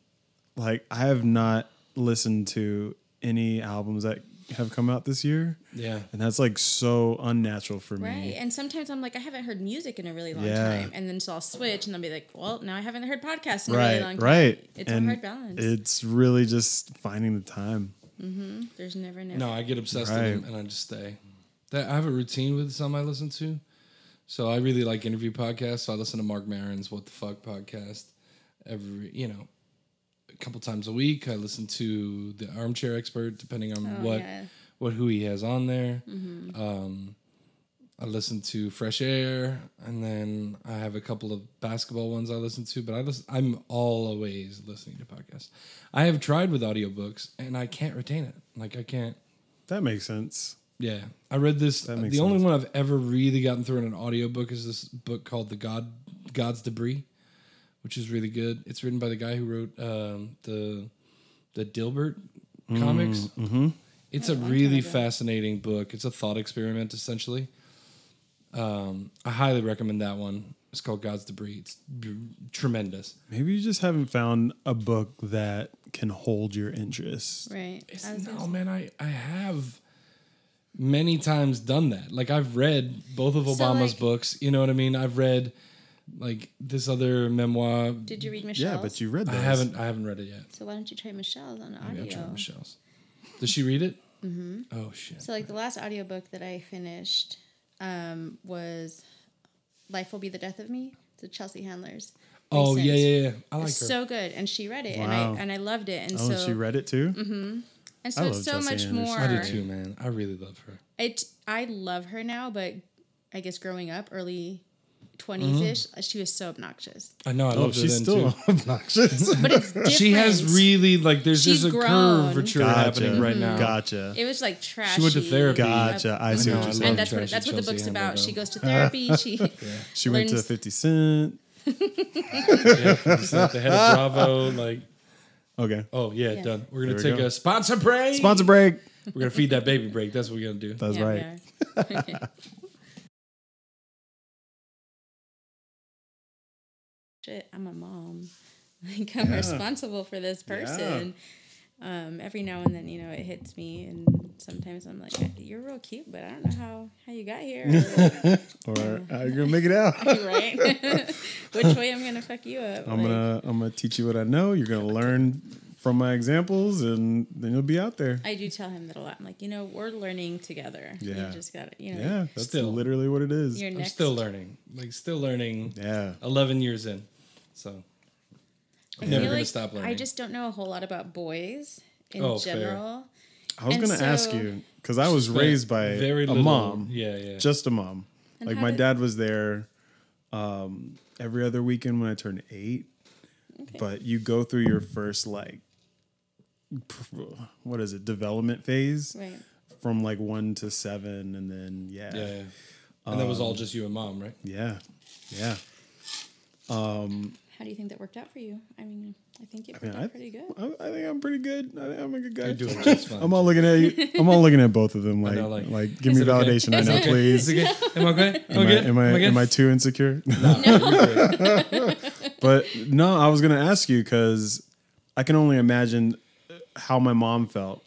[SPEAKER 3] like I have not listened to any albums that have come out this year.
[SPEAKER 2] Yeah.
[SPEAKER 3] And that's like so unnatural for me.
[SPEAKER 4] Right. And sometimes I'm like, I haven't heard music in a really long
[SPEAKER 3] Yeah.
[SPEAKER 4] time. And then so I'll switch and I'll be like, well, now I haven't heard podcasts in a really long
[SPEAKER 3] Right,
[SPEAKER 4] time.
[SPEAKER 3] right.
[SPEAKER 4] It's a hard balance.
[SPEAKER 3] It's really just finding the time.
[SPEAKER 4] There's never, never.
[SPEAKER 2] No, I get obsessed with them
[SPEAKER 3] Right.
[SPEAKER 2] and I just stay. That I have a routine with some I listen to. So I really like interview podcasts. So I listen to Mark Marin's What the Fuck podcast every, you know, a couple times a week. I listen to the Armchair Expert, depending on
[SPEAKER 4] Oh,
[SPEAKER 2] what
[SPEAKER 4] yeah. Mm-hmm.
[SPEAKER 2] what who he has on there. Um, I listen to Fresh Air, and then I have a couple of basketball ones I listen to. But I listen, I'm always listening to podcasts. I have tried with audiobooks, and I can't retain it. Like I can't.
[SPEAKER 3] That makes sense.
[SPEAKER 2] Yeah, I read this. The
[SPEAKER 3] makes
[SPEAKER 2] only one I've ever really gotten through in an audiobook is this book called "The God God's Debris," which is really good. It's written by the guy who wrote um, the the Dilbert comics. Mm-hmm. It's a really fascinating book. It's a thought experiment, essentially. Um, I highly recommend that one. It's called God's Debris. It's b- tremendous.
[SPEAKER 3] Maybe you just haven't found a book that can hold your interest.
[SPEAKER 4] Right.
[SPEAKER 2] It's-
[SPEAKER 4] I was gonna
[SPEAKER 2] no, man, I, I have many times done that. Like I've read both of Obama's
[SPEAKER 4] like-
[SPEAKER 2] books. You know what I mean? I've read like this other memoir.
[SPEAKER 4] Did you read Michelle's?
[SPEAKER 3] Yeah, but you read
[SPEAKER 2] I
[SPEAKER 3] those.
[SPEAKER 2] haven't I haven't read it yet.
[SPEAKER 4] So why don't you try Michelle's on
[SPEAKER 2] Maybe I'll try
[SPEAKER 4] audio?
[SPEAKER 2] Michelle's. Did she read it? Mm-hmm. Oh shit.
[SPEAKER 4] So like the last audiobook that I finished um, was "Life Will Be the Death of Me." It's the Chelsea Handler's.
[SPEAKER 2] oh yeah,
[SPEAKER 4] recent.
[SPEAKER 2] yeah, yeah. I like her.
[SPEAKER 4] It's so good, and she read it,
[SPEAKER 3] Wow.
[SPEAKER 4] and I and I loved it, and
[SPEAKER 3] Oh,
[SPEAKER 4] so Mm-hmm.
[SPEAKER 3] she read it too.
[SPEAKER 4] and so
[SPEAKER 3] I
[SPEAKER 4] it's
[SPEAKER 3] love
[SPEAKER 4] so
[SPEAKER 3] Chelsea
[SPEAKER 4] much
[SPEAKER 3] Handler's.
[SPEAKER 4] more.
[SPEAKER 2] I do too, man. I really love her.
[SPEAKER 4] It I love her now, but I guess growing up, early
[SPEAKER 2] Mm-hmm.
[SPEAKER 4] twenties ish, she was so obnoxious.
[SPEAKER 2] I know I
[SPEAKER 3] Oh,
[SPEAKER 2] love her
[SPEAKER 3] she's
[SPEAKER 2] then
[SPEAKER 3] still
[SPEAKER 2] too.
[SPEAKER 3] obnoxious.
[SPEAKER 4] But it's different.
[SPEAKER 2] She has really like there's
[SPEAKER 4] She's
[SPEAKER 2] just a
[SPEAKER 4] grown.
[SPEAKER 2] curvature happening right now.
[SPEAKER 3] Gotcha.
[SPEAKER 4] It was like trash.
[SPEAKER 2] She went to therapy.
[SPEAKER 3] Gotcha. I see
[SPEAKER 2] I
[SPEAKER 3] what you're
[SPEAKER 2] know,
[SPEAKER 3] saying.
[SPEAKER 4] And that's what
[SPEAKER 2] Trashy
[SPEAKER 4] that's what the
[SPEAKER 2] Chelsea
[SPEAKER 4] book's
[SPEAKER 2] Handler,
[SPEAKER 4] about.
[SPEAKER 2] though.
[SPEAKER 4] She goes to therapy. She
[SPEAKER 3] She went to
[SPEAKER 4] learns-
[SPEAKER 3] 50 Cent.
[SPEAKER 2] She's like the head of Bravo, like
[SPEAKER 3] Okay.
[SPEAKER 2] Oh yeah, done. We're gonna
[SPEAKER 3] There we
[SPEAKER 2] take
[SPEAKER 3] go.
[SPEAKER 2] a sponsor break.
[SPEAKER 3] Sponsor break.
[SPEAKER 2] We're gonna feed that baby break. That's what we're gonna do.
[SPEAKER 3] That's
[SPEAKER 4] Yeah, we
[SPEAKER 3] right.
[SPEAKER 4] are. shit, I'm a mom. Like I'm responsible for this person. Um, every now and then, you know, it hits me, and sometimes I'm like, "You're real cute, but I don't know how how you got here, or-
[SPEAKER 3] Or how you gonna make it out?
[SPEAKER 4] right? Which way I'm gonna fuck you up?
[SPEAKER 3] I'm
[SPEAKER 4] Like,
[SPEAKER 3] gonna I'm gonna teach you what I know. You're gonna learn from my examples, and then you'll be out there.
[SPEAKER 4] I do tell him that a lot. I'm like, you know, we're learning together.
[SPEAKER 3] Yeah.
[SPEAKER 4] You just got to, you know,
[SPEAKER 3] Yeah, that's
[SPEAKER 2] Still.
[SPEAKER 3] literally what it is.
[SPEAKER 4] you're
[SPEAKER 2] I'm
[SPEAKER 4] next.
[SPEAKER 2] still learning. Like still learning.
[SPEAKER 3] Yeah,
[SPEAKER 2] 11 years in. So
[SPEAKER 4] I
[SPEAKER 2] never
[SPEAKER 4] feel
[SPEAKER 2] gonna
[SPEAKER 4] like
[SPEAKER 2] stop
[SPEAKER 4] I
[SPEAKER 2] learning.
[SPEAKER 4] just don't know a whole lot about boys in
[SPEAKER 2] Oh, fair.
[SPEAKER 4] general.
[SPEAKER 3] I was
[SPEAKER 4] And
[SPEAKER 3] gonna ask
[SPEAKER 4] so-
[SPEAKER 3] you because I was raised by
[SPEAKER 2] Very
[SPEAKER 3] a
[SPEAKER 2] little-
[SPEAKER 3] mom.
[SPEAKER 2] Yeah, yeah.
[SPEAKER 3] just a mom.
[SPEAKER 4] And
[SPEAKER 3] like
[SPEAKER 4] how
[SPEAKER 3] my
[SPEAKER 4] did-
[SPEAKER 3] dad was there um, every other weekend when I turned eight. But you go through your first like pr- what is it development phase
[SPEAKER 4] Right.
[SPEAKER 3] from like one to seven, and then yeah,
[SPEAKER 2] yeah, yeah. And that
[SPEAKER 3] Um,
[SPEAKER 2] was all just you and mom, right?
[SPEAKER 3] yeah, yeah.
[SPEAKER 4] How do you think that worked out for you? I mean, I think it worked
[SPEAKER 3] mean,
[SPEAKER 4] out
[SPEAKER 3] I-
[SPEAKER 4] pretty good.
[SPEAKER 3] I, I think I'm pretty good. I think I'm a good guy.
[SPEAKER 2] You're doing just fine.
[SPEAKER 3] I'm all looking at you. I'm all looking at both of them like
[SPEAKER 2] know,
[SPEAKER 3] like,
[SPEAKER 2] like,
[SPEAKER 3] give me
[SPEAKER 2] it okay?
[SPEAKER 3] validation right
[SPEAKER 2] Is
[SPEAKER 3] now,
[SPEAKER 2] it okay?
[SPEAKER 3] please.
[SPEAKER 2] Is it good? Am I okay? Am,
[SPEAKER 3] Am
[SPEAKER 2] good?
[SPEAKER 3] I, am, I,
[SPEAKER 2] good?
[SPEAKER 3] am I too insecure? but no, I was gonna ask you because I can only imagine how my mom felt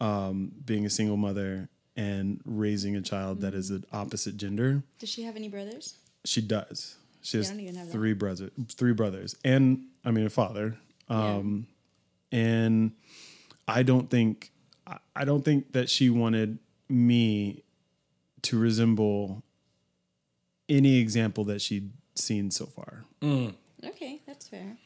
[SPEAKER 3] um, being a single mother and raising a child that is an opposite gender.
[SPEAKER 4] Does she have any brothers?
[SPEAKER 3] She does. She
[SPEAKER 4] Yeah, I
[SPEAKER 3] has
[SPEAKER 4] don't even have that.
[SPEAKER 3] three brothers, three brothers, and I mean a father. Um, And I don't think I- I don't think that she wanted me to resemble any example that she'd seen so far.
[SPEAKER 4] Okay, that's fair.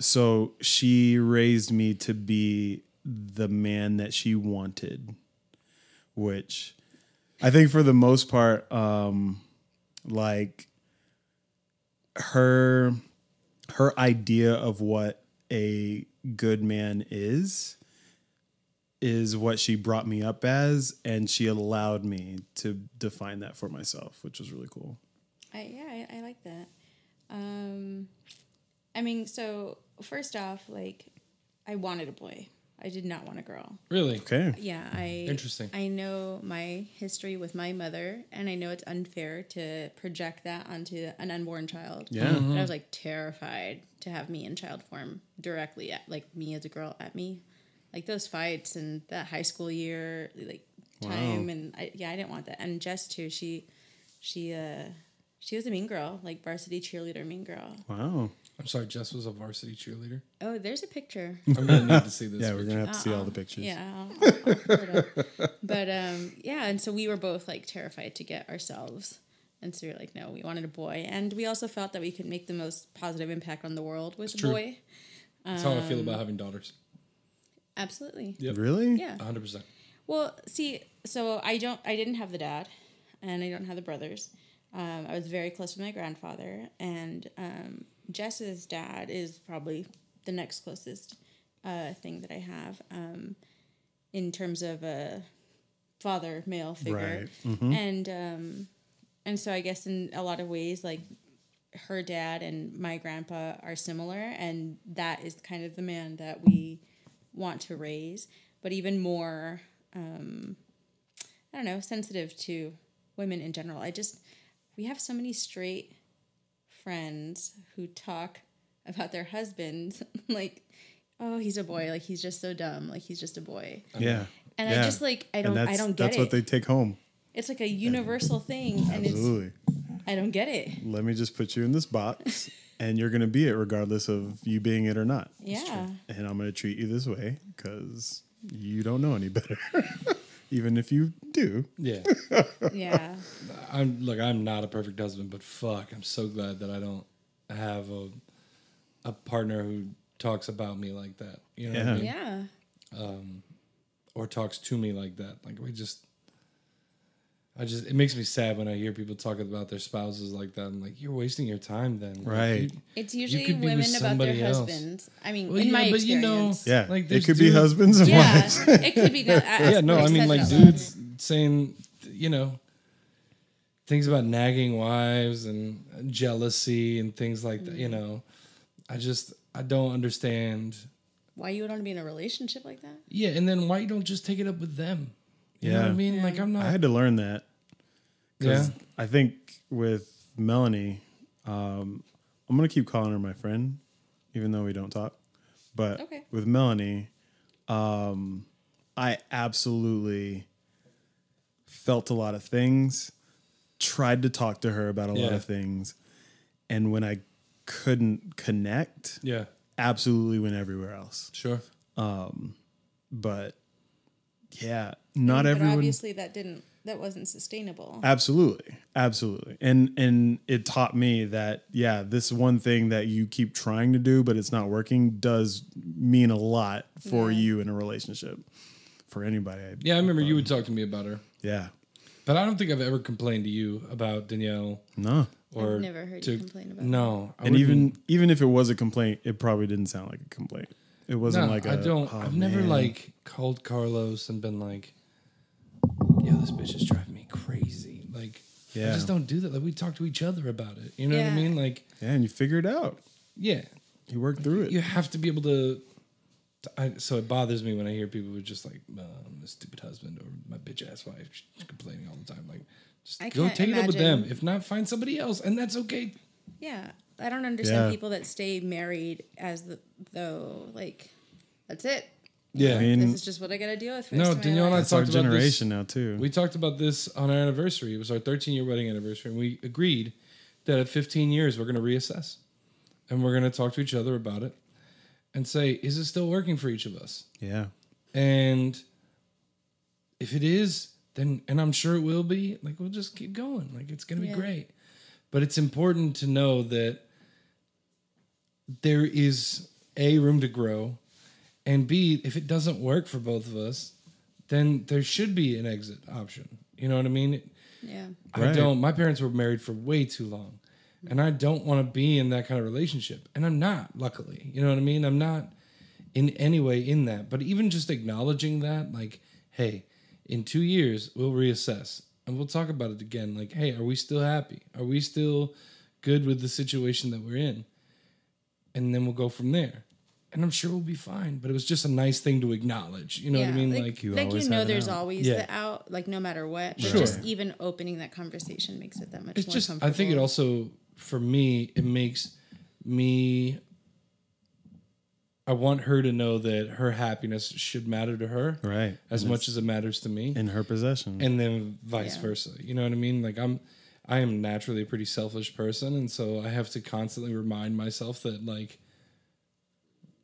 [SPEAKER 3] So she raised me to be the man that she wanted, which I think for the most part, um, like her her idea of what a good man is is what she brought me up as and she allowed me to define that for myself which was really cool
[SPEAKER 4] I yeah, I, I like that. Um, I mean, so first off, like, I wanted a boy. I did not want a girl.
[SPEAKER 2] Really?
[SPEAKER 3] okay
[SPEAKER 4] Yeah, I
[SPEAKER 2] Interesting.
[SPEAKER 4] I know my history with my mother, and I know it's unfair to project that onto an unborn child.
[SPEAKER 3] Yeah.
[SPEAKER 4] but I was like terrified to have me in child form directly at like me as a girl at me, like those fights and that high school year like time and I, yeah, I didn't want that. And Jess too, she she uh she was a mean girl, like varsity cheerleader mean girl.
[SPEAKER 3] wow
[SPEAKER 2] I'm sorry, Jess was a varsity cheerleader.
[SPEAKER 4] Oh, there's a picture.
[SPEAKER 2] I'm gonna need to see this.
[SPEAKER 3] yeah we're
[SPEAKER 2] picture.
[SPEAKER 3] gonna have to see all the
[SPEAKER 4] Uh-uh.
[SPEAKER 3] pictures
[SPEAKER 4] Yeah. I'll- I'll put it up. but um, yeah, and so we were both like terrified to get ourselves. And so we were like, no, we wanted a boy. And we also felt that we could make the most positive impact on the world with a
[SPEAKER 2] true.
[SPEAKER 4] boy.
[SPEAKER 2] That's how I feel about having daughters.
[SPEAKER 4] Absolutely.
[SPEAKER 2] Yep.
[SPEAKER 3] really
[SPEAKER 4] Yeah.
[SPEAKER 2] 100. percent
[SPEAKER 4] Well, see, so I don't, I didn't have the dad, and I don't have the brothers. Um, I was very close with my grandfather, and um, Jess's dad is probably the next closest uh, thing that I have um, in terms of a father male figure, and um, and so I guess in a lot of ways, like her dad and my grandpa are similar, and that is kind of the man that we want to raise, but even more, um, I don't know, sensitive to women in general. I just, we have so many straight friends who talk about their husbands like, oh, he's a boy. Like, he's just so dumb. Like, he's just a boy.
[SPEAKER 3] yeah
[SPEAKER 4] And
[SPEAKER 3] Yeah.
[SPEAKER 4] I just, like, I
[SPEAKER 3] and
[SPEAKER 4] don't,
[SPEAKER 3] that's
[SPEAKER 4] I don't get
[SPEAKER 3] that's
[SPEAKER 4] it.
[SPEAKER 3] what they take home.
[SPEAKER 4] it's like a universal thing. And it's,
[SPEAKER 3] Absolutely.
[SPEAKER 4] I don't get it.
[SPEAKER 3] Let me just put you in this box, and you're gonna be it regardless of you being it or not.
[SPEAKER 4] Yeah.
[SPEAKER 3] And I'm gonna treat you this way because you don't know any better, even if you do.
[SPEAKER 2] Yeah.
[SPEAKER 4] Yeah.
[SPEAKER 2] I'm look. I'm not a perfect husband, but fuck, I'm so glad that I don't have a a partner who talks about me like that. You know, what I
[SPEAKER 3] Yeah.
[SPEAKER 2] mean?
[SPEAKER 4] Yeah.
[SPEAKER 2] or talks to me like that. Like we just, I just it makes me sad when I hear people talking about their spouses like that. I'm like, you're wasting your time then. Like,
[SPEAKER 3] Right.
[SPEAKER 2] you-
[SPEAKER 4] It's usually
[SPEAKER 2] could be with
[SPEAKER 4] women about their
[SPEAKER 2] somebody else.
[SPEAKER 4] husbands. I mean,
[SPEAKER 2] Well,
[SPEAKER 4] in
[SPEAKER 2] yeah,
[SPEAKER 4] my
[SPEAKER 2] but you know-
[SPEAKER 4] experience.
[SPEAKER 3] Yeah.
[SPEAKER 2] Like,
[SPEAKER 3] it
[SPEAKER 2] there's
[SPEAKER 3] could be
[SPEAKER 2] dudes-
[SPEAKER 3] husbands and
[SPEAKER 4] Yeah,
[SPEAKER 3] wives.
[SPEAKER 4] it could be. No, I-
[SPEAKER 2] yeah, no,
[SPEAKER 4] I
[SPEAKER 2] I mean
[SPEAKER 4] said
[SPEAKER 2] like
[SPEAKER 4] that.
[SPEAKER 2] dudes saying, you know, things about nagging wives and jealousy and things like that. You know, I just I don't understand.
[SPEAKER 4] Why you would want to be in a relationship like that?
[SPEAKER 2] Yeah, and then why you don't just take it up with them? You know what
[SPEAKER 3] Yeah.
[SPEAKER 2] I mean? Like I'm not.
[SPEAKER 3] I had to learn that.
[SPEAKER 2] yeah,
[SPEAKER 3] I think with Melanie, um, I'm gonna keep calling her my friend, even though we don't talk. But
[SPEAKER 4] Okay.
[SPEAKER 3] with Melanie, um, I absolutely felt a lot of things, tried to talk to her about a lot
[SPEAKER 2] Yeah.
[SPEAKER 3] of things, and when I couldn't connect,
[SPEAKER 2] Yeah.
[SPEAKER 3] absolutely went everywhere else.
[SPEAKER 2] Sure.
[SPEAKER 3] But yeah, not
[SPEAKER 4] but
[SPEAKER 3] everyone.
[SPEAKER 4] obviously that didn't that wasn't sustainable.
[SPEAKER 3] Absolutely. Absolutely. And and it taught me that yeah, this one thing that you keep trying to do but it's not working does mean a lot for
[SPEAKER 4] Yeah.
[SPEAKER 3] you in a relationship. For anybody. I-
[SPEAKER 2] Yeah, I remember you would talk to me about her,
[SPEAKER 3] Yeah.
[SPEAKER 2] but I don't think I've ever complained to you about Danielle
[SPEAKER 3] No.
[SPEAKER 2] or
[SPEAKER 4] never heard you complain about
[SPEAKER 2] No, I
[SPEAKER 3] And
[SPEAKER 2] wouldn't-
[SPEAKER 3] even even if it was a complaint, it probably didn't sound like a complaint. It wasn't
[SPEAKER 2] no,
[SPEAKER 3] like "Oh,
[SPEAKER 2] I
[SPEAKER 3] I
[SPEAKER 2] I don't. I've never like called Carlos and been like, "Yo, this bitch is driving me crazy." Like, I
[SPEAKER 3] Yeah.
[SPEAKER 2] just don't do that. Like, we talk to each other about it. You know what I
[SPEAKER 4] Yeah.
[SPEAKER 2] mean? Like,
[SPEAKER 3] Yeah, and you figure it out.
[SPEAKER 2] yeah,
[SPEAKER 3] You work through it.
[SPEAKER 2] you have to be able to. to- I, so it bothers me when I hear people who are just like, uh, "My stupid husband" or "My bitch ass wife" she's complaining all the time. Like, just
[SPEAKER 4] I
[SPEAKER 2] go
[SPEAKER 4] can't
[SPEAKER 2] take it up with them.
[SPEAKER 4] imagine.
[SPEAKER 2] If not, find somebody else, and that's okay.
[SPEAKER 4] Yeah, I don't understand
[SPEAKER 3] Yeah.
[SPEAKER 4] people that stay married as the, though like that's it.
[SPEAKER 2] Yeah,
[SPEAKER 3] I
[SPEAKER 4] This
[SPEAKER 3] mean,
[SPEAKER 4] is just what I got to deal with. For
[SPEAKER 2] No,
[SPEAKER 4] no,
[SPEAKER 2] Danielle and I
[SPEAKER 4] Danielle,
[SPEAKER 3] that's our
[SPEAKER 2] talked about this-
[SPEAKER 3] generation now too.
[SPEAKER 2] We talked about this on our anniversary. It was our 13 year wedding anniversary, and we agreed that at 15 years we're going to reassess, and we're going to talk to each other about it, and say, is it still working for each of us?
[SPEAKER 3] yeah.
[SPEAKER 2] And if it is, then and I'm sure it will be. Like we'll just keep going. Like it's going to be
[SPEAKER 4] Yeah.
[SPEAKER 2] great. But it's important to know that there is a room to grow, and b if it doesn't work for both of us, then there should be an exit option. You know what I mean?
[SPEAKER 4] yeah,
[SPEAKER 2] I
[SPEAKER 3] Right.
[SPEAKER 2] don't. My parents were married for way too long, and I don't want to be in that kind of relationship. And I'm not, luckily. You know what I mean? I'm not in any way in that. But even just acknowledging that, like, hey, in two years we'll reassess and we'll talk about it again. Like, hey, are we still happy? Are we still good with the situation that we're in? And then we'll go from there. And I'm sure we'll be fine. But it was just a nice thing to acknowledge. You know
[SPEAKER 4] yeah.
[SPEAKER 2] what I mean?
[SPEAKER 4] like,
[SPEAKER 2] Like,
[SPEAKER 4] like you,
[SPEAKER 3] always
[SPEAKER 4] know,
[SPEAKER 3] have an
[SPEAKER 4] there's
[SPEAKER 3] out.
[SPEAKER 4] always
[SPEAKER 2] Yeah.
[SPEAKER 4] the out, like no matter what. But
[SPEAKER 2] Sure.
[SPEAKER 4] just even opening that conversation makes it that much
[SPEAKER 2] it's
[SPEAKER 4] more
[SPEAKER 2] just i
[SPEAKER 4] comfortable.
[SPEAKER 2] think it also for me it makes me i want her to know that her happiness should matter to her
[SPEAKER 3] Right.
[SPEAKER 2] as
[SPEAKER 3] And
[SPEAKER 2] much as it matters to me
[SPEAKER 3] it's in her possession.
[SPEAKER 2] and then vice
[SPEAKER 4] Mm-hmm. Yeah.
[SPEAKER 2] versa you know what i mean like i'm i am naturally a pretty selfish person and so i have to constantly remind myself that like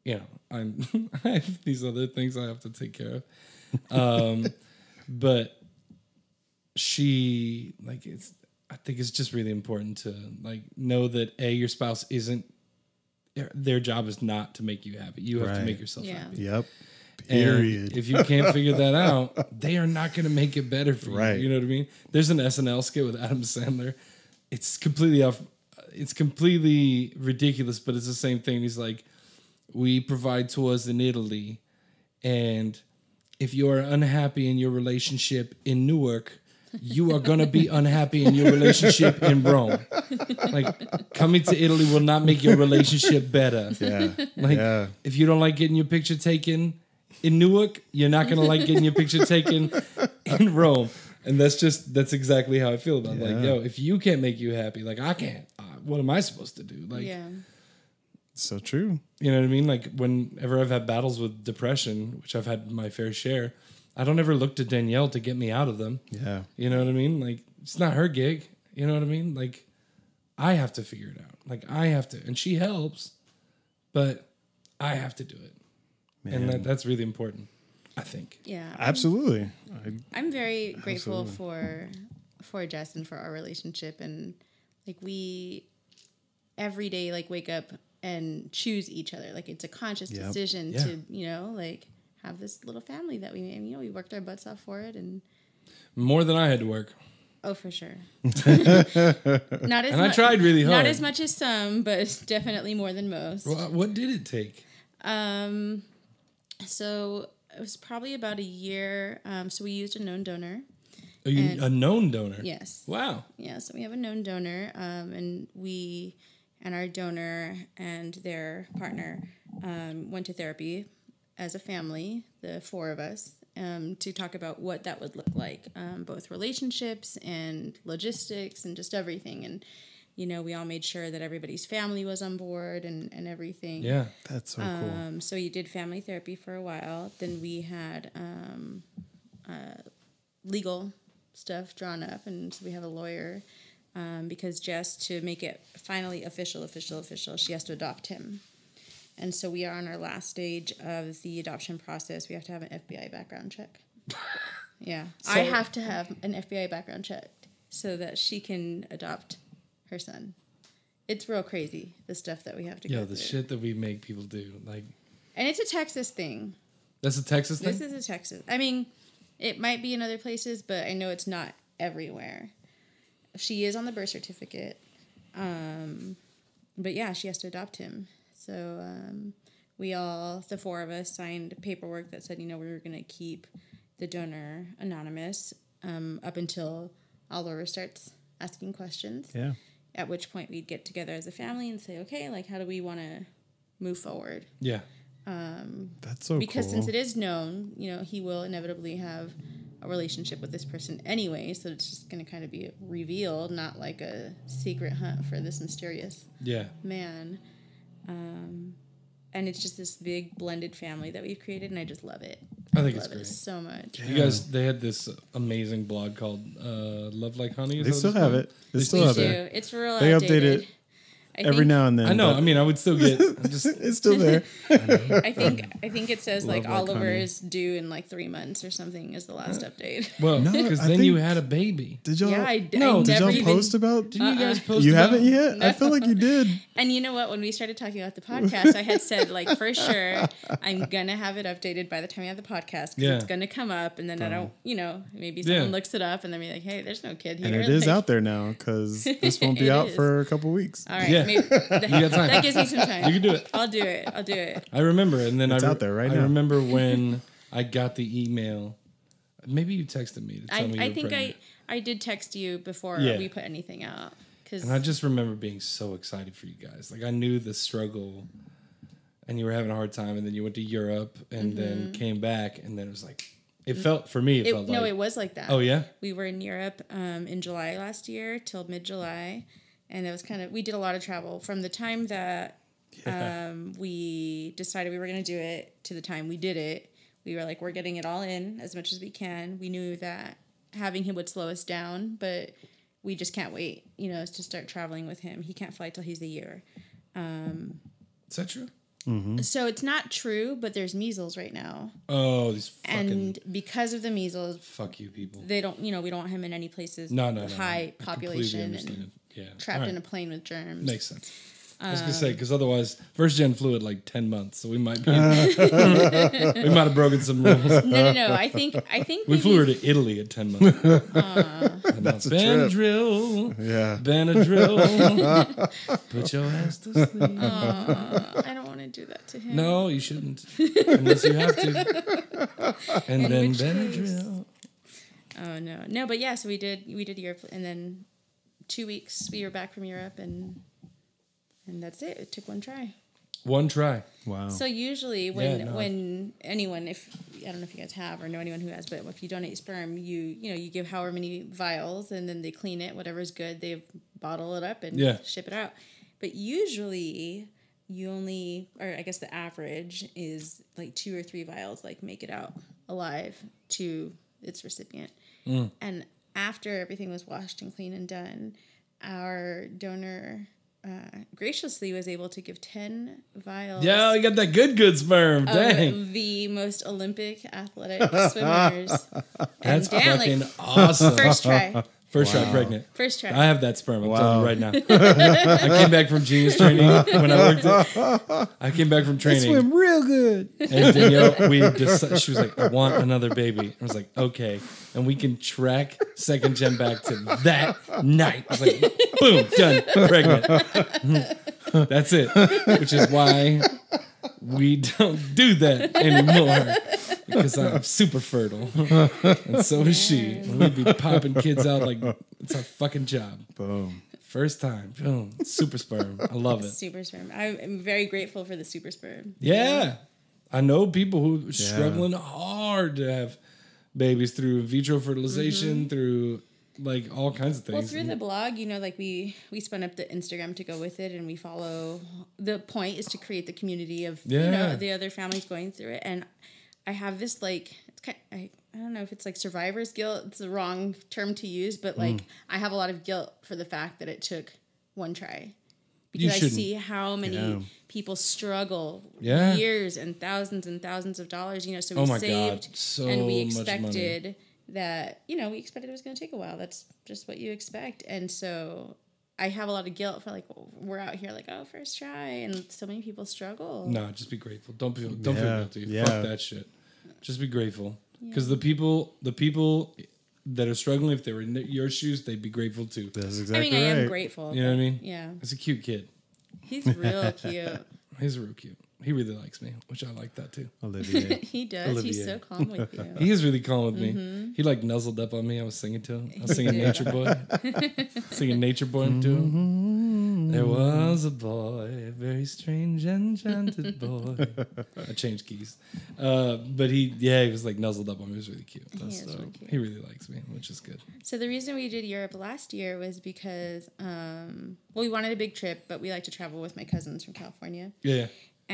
[SPEAKER 2] you know i'm i have these other things i have to take care of um but she like it's i think it's just really important to like know that a your spouse isn't their- their job is not to make you happy you have to
[SPEAKER 3] Right.
[SPEAKER 2] make yourself
[SPEAKER 4] Yeah.
[SPEAKER 2] happy
[SPEAKER 3] yep.
[SPEAKER 2] and
[SPEAKER 3] Period.
[SPEAKER 2] if you can't figure that out, they are not going to make it better for
[SPEAKER 3] Right.
[SPEAKER 2] you. You know what I mean? There's an SNL skit with Adam Sandler. It's completely off. It's completely ridiculous, but it's the same thing. He's like, we provide tours in Italy, and if you are unhappy in your relationship in Newark, you are gonna be unhappy in your relationship in Rome. Like coming to Italy will not make your relationship better.
[SPEAKER 3] yeah.
[SPEAKER 2] Like,
[SPEAKER 3] Yeah.
[SPEAKER 2] if you don't like getting your picture taken in Newark, you're not gonna like getting your picture taken in Rome. And that's just that's exactly how I feel about it. like,
[SPEAKER 3] Yeah.
[SPEAKER 2] yo, if you can't make you happy, like I can't. Uh, What am I supposed to do? Like,
[SPEAKER 4] yeah,
[SPEAKER 3] So true.
[SPEAKER 2] you know what I mean? Like, whenever I've had battles with depression, which I've had my fair share, I don't ever look to Danielle to get me out of them.
[SPEAKER 3] Yeah.
[SPEAKER 2] You know what I mean? Like it's not her gig. You know what I mean? Like I have to figure it out. Like I have to, and she helps, but I have to do it, and that, that's really important. I think.
[SPEAKER 4] yeah.
[SPEAKER 3] Absolutely. I
[SPEAKER 4] I'm very grateful for for Jess and for our relationship and like we every day like wake up and choose each other. Like it's a conscious
[SPEAKER 3] Yep.
[SPEAKER 4] decision
[SPEAKER 2] Yeah.
[SPEAKER 4] to, you know, like have this little family that we and you know, we worked our butts off for it and
[SPEAKER 2] More than I had to work.
[SPEAKER 4] oh for sure. not as
[SPEAKER 2] And I
[SPEAKER 4] mu-
[SPEAKER 2] tried really hard.
[SPEAKER 4] Not as much as some, but definitely more than most.
[SPEAKER 2] Wha- What did it take?
[SPEAKER 4] Um, so it was probably about a year. Um, so we used a known donor.
[SPEAKER 2] Are you
[SPEAKER 4] And-
[SPEAKER 2] a known donor?
[SPEAKER 4] Yes.
[SPEAKER 2] Wow.
[SPEAKER 4] Yeah, so we have a known donor, um, and we and our donor and their partner um, went to therapy as a family, the four of us, um, to talk about what that would look like, um, both relationships and logistics and just everything. And you know, we all made sure that everybody's family was on board and, and everything.
[SPEAKER 2] Yeah.
[SPEAKER 3] That's so cool.
[SPEAKER 4] Um, so you did family therapy for a while. Then we had um, uh, legal stuff drawn up, and so we have a lawyer. Um, because Jess, to make it finally official, official, official, she has to adopt him. And so we are on our last stage of the adoption process. We have to have an FBI background check. yeah, I have to have an FBI background check so that she can adopt her son. It's real crazy the stuff that we have to
[SPEAKER 2] Yo,
[SPEAKER 4] go
[SPEAKER 2] the
[SPEAKER 4] through.
[SPEAKER 2] shit that we make people do. Like,
[SPEAKER 4] And it's a Texas thing.
[SPEAKER 2] that's a Texas thing?
[SPEAKER 4] This is a Texas. I mean, it might be in other places, but I know it's not everywhere. She is on the birth certificate. Um, but yeah, she has to adopt him. So um, we all, the four of us, signed paperwork that said, you know, we were going to keep the donor anonymous um, up until Oliver starts asking questions
[SPEAKER 3] Yeah.
[SPEAKER 4] at which point we'd get together as a family and say, okay, like, how do we want to move forward?
[SPEAKER 2] yeah.
[SPEAKER 3] That's so
[SPEAKER 4] Because
[SPEAKER 3] cool.
[SPEAKER 4] since it is known, you know, he will inevitably have a relationship with this person anyway, so it's just going to kind of be revealed, not like a secret hunt for this mysterious
[SPEAKER 2] Yeah.
[SPEAKER 4] man. Um, and it's just this big blended family that we've created, and I just love it.
[SPEAKER 2] I think
[SPEAKER 4] love
[SPEAKER 2] it's
[SPEAKER 4] it
[SPEAKER 2] great.
[SPEAKER 4] so much.
[SPEAKER 2] You guys, they had this amazing blog called uh, Love Like Honey. is
[SPEAKER 3] they
[SPEAKER 2] that
[SPEAKER 3] still
[SPEAKER 2] what it's
[SPEAKER 3] have
[SPEAKER 2] called?
[SPEAKER 3] it. They
[SPEAKER 4] They
[SPEAKER 3] still have
[SPEAKER 4] do.
[SPEAKER 3] it
[SPEAKER 4] It's real.
[SPEAKER 3] They update
[SPEAKER 4] outdated.
[SPEAKER 3] it
[SPEAKER 4] I
[SPEAKER 3] every
[SPEAKER 4] think-
[SPEAKER 3] now and uh, then.
[SPEAKER 2] I know.
[SPEAKER 3] but
[SPEAKER 2] I mean, I would still get. I'm just
[SPEAKER 3] it's still there.
[SPEAKER 4] I think I think it says like
[SPEAKER 2] Love Like
[SPEAKER 4] Oliver
[SPEAKER 2] Honey.
[SPEAKER 4] is due in like three months or something is the last update.
[SPEAKER 2] well,
[SPEAKER 3] No,
[SPEAKER 2] because
[SPEAKER 3] I
[SPEAKER 2] then you
[SPEAKER 3] think-
[SPEAKER 2] had a baby.
[SPEAKER 3] Did y'all?
[SPEAKER 4] yeah, I, d-
[SPEAKER 2] No,
[SPEAKER 4] I
[SPEAKER 3] did
[SPEAKER 4] never
[SPEAKER 3] y'all
[SPEAKER 4] even.
[SPEAKER 3] post about?
[SPEAKER 2] Didn't you
[SPEAKER 4] Uh-uh.
[SPEAKER 2] guys post?
[SPEAKER 3] you
[SPEAKER 2] about-
[SPEAKER 3] haven't yet. I feel like you did.
[SPEAKER 4] And you know what? When we started talking about the podcast, I had said like for sure I'm gonna have it updated by the time we have the podcast. 'cause
[SPEAKER 2] Yeah.
[SPEAKER 4] it's gonna come up, and then I don't, you know, maybe
[SPEAKER 2] Yeah.
[SPEAKER 4] someone looks it up and then be like, hey, there's no kid here.
[SPEAKER 3] And it is
[SPEAKER 4] Like,
[SPEAKER 3] out there now because this won't be
[SPEAKER 4] It
[SPEAKER 3] out
[SPEAKER 4] is. Uh,
[SPEAKER 3] for a couple weeks.
[SPEAKER 4] All right,
[SPEAKER 2] Yeah.
[SPEAKER 4] maybe, that,
[SPEAKER 2] got time.
[SPEAKER 4] that gives me some time.
[SPEAKER 2] You can do it.
[SPEAKER 4] I'll do it. I'll do it.
[SPEAKER 2] I remember, and then
[SPEAKER 3] It's
[SPEAKER 2] I re-
[SPEAKER 3] out there right
[SPEAKER 2] I
[SPEAKER 3] now.
[SPEAKER 2] remember when I got the email. Maybe you texted me to tell
[SPEAKER 4] I,
[SPEAKER 2] me. You
[SPEAKER 4] I
[SPEAKER 2] were
[SPEAKER 4] think I
[SPEAKER 2] pregnant.
[SPEAKER 4] I did text you before
[SPEAKER 2] Yeah.
[SPEAKER 4] we put anything out because
[SPEAKER 2] And I just remember being so excited for you guys. Like I knew the struggle, and you were having a hard time, and then you went to Europe, and then came back, and then it was like it felt for me. It,
[SPEAKER 4] Mm-hmm. Mm. It,
[SPEAKER 2] felt
[SPEAKER 4] no,
[SPEAKER 2] like
[SPEAKER 4] it was like that.
[SPEAKER 2] Oh, yeah?
[SPEAKER 4] We were in Europe um, in July last year till mid July, and it was kind of we did a lot of travel from the time that um, we decided we were going to do it to the time we did it. We were like, we're getting it all in as much as we can. We knew that having him would slow us down, but we just can't wait, you know, to start traveling with him. He can't fly till he's a year.
[SPEAKER 2] is that true? Mm.
[SPEAKER 4] So it's not true, but there's measles right now.
[SPEAKER 2] Oh, these fucking
[SPEAKER 4] And because of the measles,
[SPEAKER 2] fuck you people.
[SPEAKER 4] they don't you know we don't want him in any places
[SPEAKER 2] No, no, no,
[SPEAKER 4] with
[SPEAKER 2] no. I
[SPEAKER 4] high
[SPEAKER 2] completely
[SPEAKER 4] population and
[SPEAKER 2] understand. yeah,
[SPEAKER 4] trapped
[SPEAKER 2] Alright.
[SPEAKER 4] in a plane with germs
[SPEAKER 2] Makes sense. I was gonna say because otherwise, first gen flew at like ten months, so we might be we might have broken some rules.
[SPEAKER 4] no no no i think i think
[SPEAKER 2] We
[SPEAKER 4] maybe-
[SPEAKER 2] flew her to Italy at ten months.
[SPEAKER 3] That's a trip.
[SPEAKER 2] Benadryl,
[SPEAKER 3] Yeah.
[SPEAKER 2] Benadryl, put your ass to sleep.
[SPEAKER 4] i don't want to do that to him
[SPEAKER 2] No, you shouldn't unless you have to. And
[SPEAKER 4] In
[SPEAKER 2] then
[SPEAKER 4] which case-
[SPEAKER 2] Benadryl.
[SPEAKER 4] oh no no but yeah so we did we did europe and then two weeks we were back from europe and and that's it it took one try
[SPEAKER 2] One try.
[SPEAKER 3] Wow.
[SPEAKER 4] So usually when
[SPEAKER 2] Yeah, no, I-
[SPEAKER 4] when anyone if I don't know if you guys have or know anyone who has, but if you donate sperm, you you know you give however many vials and then they clean it, whatever's good, they bottle it up and
[SPEAKER 2] Yeah.
[SPEAKER 4] ship it out. But usually you only or I guess the average is like two or three vials like make it out alive to its recipient.
[SPEAKER 2] Mm.
[SPEAKER 4] And after everything was washed and clean and done, our donor uh, graciously was able to give 10 vials
[SPEAKER 2] Yeah, you got that good good sperm. Dang,
[SPEAKER 4] of the most Olympic athletic swimmers.
[SPEAKER 2] that's
[SPEAKER 4] and damn,
[SPEAKER 2] fucking
[SPEAKER 4] like,
[SPEAKER 2] awesome.
[SPEAKER 4] First try.
[SPEAKER 2] First shot pregnant.
[SPEAKER 4] First try.
[SPEAKER 2] I have that sperm. I'm telling you right now. I came back from genius training when I worked. At, I came back from
[SPEAKER 3] They
[SPEAKER 2] training.
[SPEAKER 3] swim real good.
[SPEAKER 2] And Danielle, we decided, she was like, I want another baby. I was like, okay. And we can track second gen back to that night. I was like, boom, done, pregnant. That's it. Which is why we don't do that anymore because I'm super fertile. And so is she. And we'd be popping kids out like it's our fucking job.
[SPEAKER 3] Boom.
[SPEAKER 2] First time, boom, super sperm. I love it.
[SPEAKER 4] Super sperm. I'm I'm very grateful for the super sperm.
[SPEAKER 2] Yeah. I know people who are struggling hard to have babies through in vitro fertilization, through like all kinds of
[SPEAKER 4] Mm-hmm. Well,
[SPEAKER 2] things.
[SPEAKER 4] through the blog, you know, like we we spun up the Instagram to go with it, and we follow. The point is to create the community of you
[SPEAKER 2] Yeah.
[SPEAKER 4] know the other families going through it, and I have this like it's kind I, I don't know if it's like survivor's guilt. It's the wrong term to use,
[SPEAKER 2] Mm.
[SPEAKER 4] but like I have a lot of guilt for the fact that it took one try
[SPEAKER 2] You
[SPEAKER 4] because I
[SPEAKER 2] shouldn't.
[SPEAKER 4] see how many
[SPEAKER 3] Yeah.
[SPEAKER 4] people struggle
[SPEAKER 2] Yeah.
[SPEAKER 4] years and thousands and thousands of dollars. You know, so we
[SPEAKER 2] Oh my God,
[SPEAKER 4] saved
[SPEAKER 2] so
[SPEAKER 4] and we
[SPEAKER 2] much money.
[SPEAKER 4] expected that you know we expected it was going to take a while that's just what you expect and so i have a lot of guilt for like we're out here like oh first try and so many people struggle
[SPEAKER 2] No, just be grateful. Don't feel don't
[SPEAKER 3] Yeah,
[SPEAKER 2] feel guilty.
[SPEAKER 3] yeah.
[SPEAKER 2] Fuck that shit. Just be grateful because the people the people that are struggling if they were in your shoes, they'd be grateful too.
[SPEAKER 3] That's
[SPEAKER 4] i
[SPEAKER 3] exactly
[SPEAKER 4] mean i am
[SPEAKER 3] right.
[SPEAKER 4] grateful
[SPEAKER 2] You know what I mean?
[SPEAKER 4] yeah
[SPEAKER 2] It's a cute kid.
[SPEAKER 4] he's real cute
[SPEAKER 2] He's real cute. He really likes me, which I like that too.
[SPEAKER 3] Olivia.
[SPEAKER 4] he does he's so
[SPEAKER 2] Olivier.
[SPEAKER 4] calm with you
[SPEAKER 2] He is really calm with me.
[SPEAKER 4] mm-hmm.
[SPEAKER 2] He like nuzzled up on me. I was singing to him. I was singing Nature Boy. singing Nature Boy to
[SPEAKER 4] Mm-hmm.
[SPEAKER 2] him.
[SPEAKER 3] Mm,
[SPEAKER 2] There was a boy, a very strange enchanted boy. I changed keys. Uh, but he, yeah, he was like nuzzled up on me. It was really cute.
[SPEAKER 4] He is really cute.
[SPEAKER 2] He really likes me, which is good.
[SPEAKER 4] So the reason we did Europe last year was because, um, well, we wanted a big trip, but we like to travel with my cousins from California,
[SPEAKER 2] Yeah.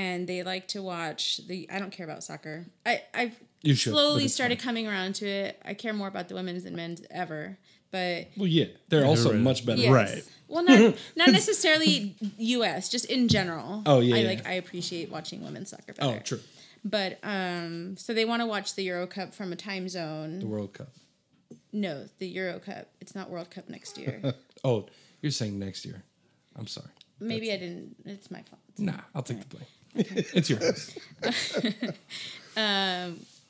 [SPEAKER 4] and they like to watch the. I don't care about soccer. I I've
[SPEAKER 2] You should, but
[SPEAKER 4] slowly
[SPEAKER 2] it's
[SPEAKER 4] started coming around to it. I care more about the women's than men's ever, but
[SPEAKER 2] Well, yeah, they're also
[SPEAKER 3] right.
[SPEAKER 2] much better.
[SPEAKER 4] yes.
[SPEAKER 3] Right.
[SPEAKER 4] Well, not not necessarily U.S. Just in general.
[SPEAKER 2] Oh, yeah,
[SPEAKER 4] I
[SPEAKER 2] yeah.
[SPEAKER 4] like I appreciate watching women's soccer better.
[SPEAKER 2] Oh, true.
[SPEAKER 4] But um, so they want to watch the Euro Cup from a time
[SPEAKER 2] The
[SPEAKER 4] zone.
[SPEAKER 2] World Cup.
[SPEAKER 4] No, the Euro Cup. It's not World Cup next year.
[SPEAKER 2] Oh, you're saying next year. I'm sorry.
[SPEAKER 4] Maybe I didn't. It's my fault.
[SPEAKER 2] Nah, I'll take the blame. It's your house.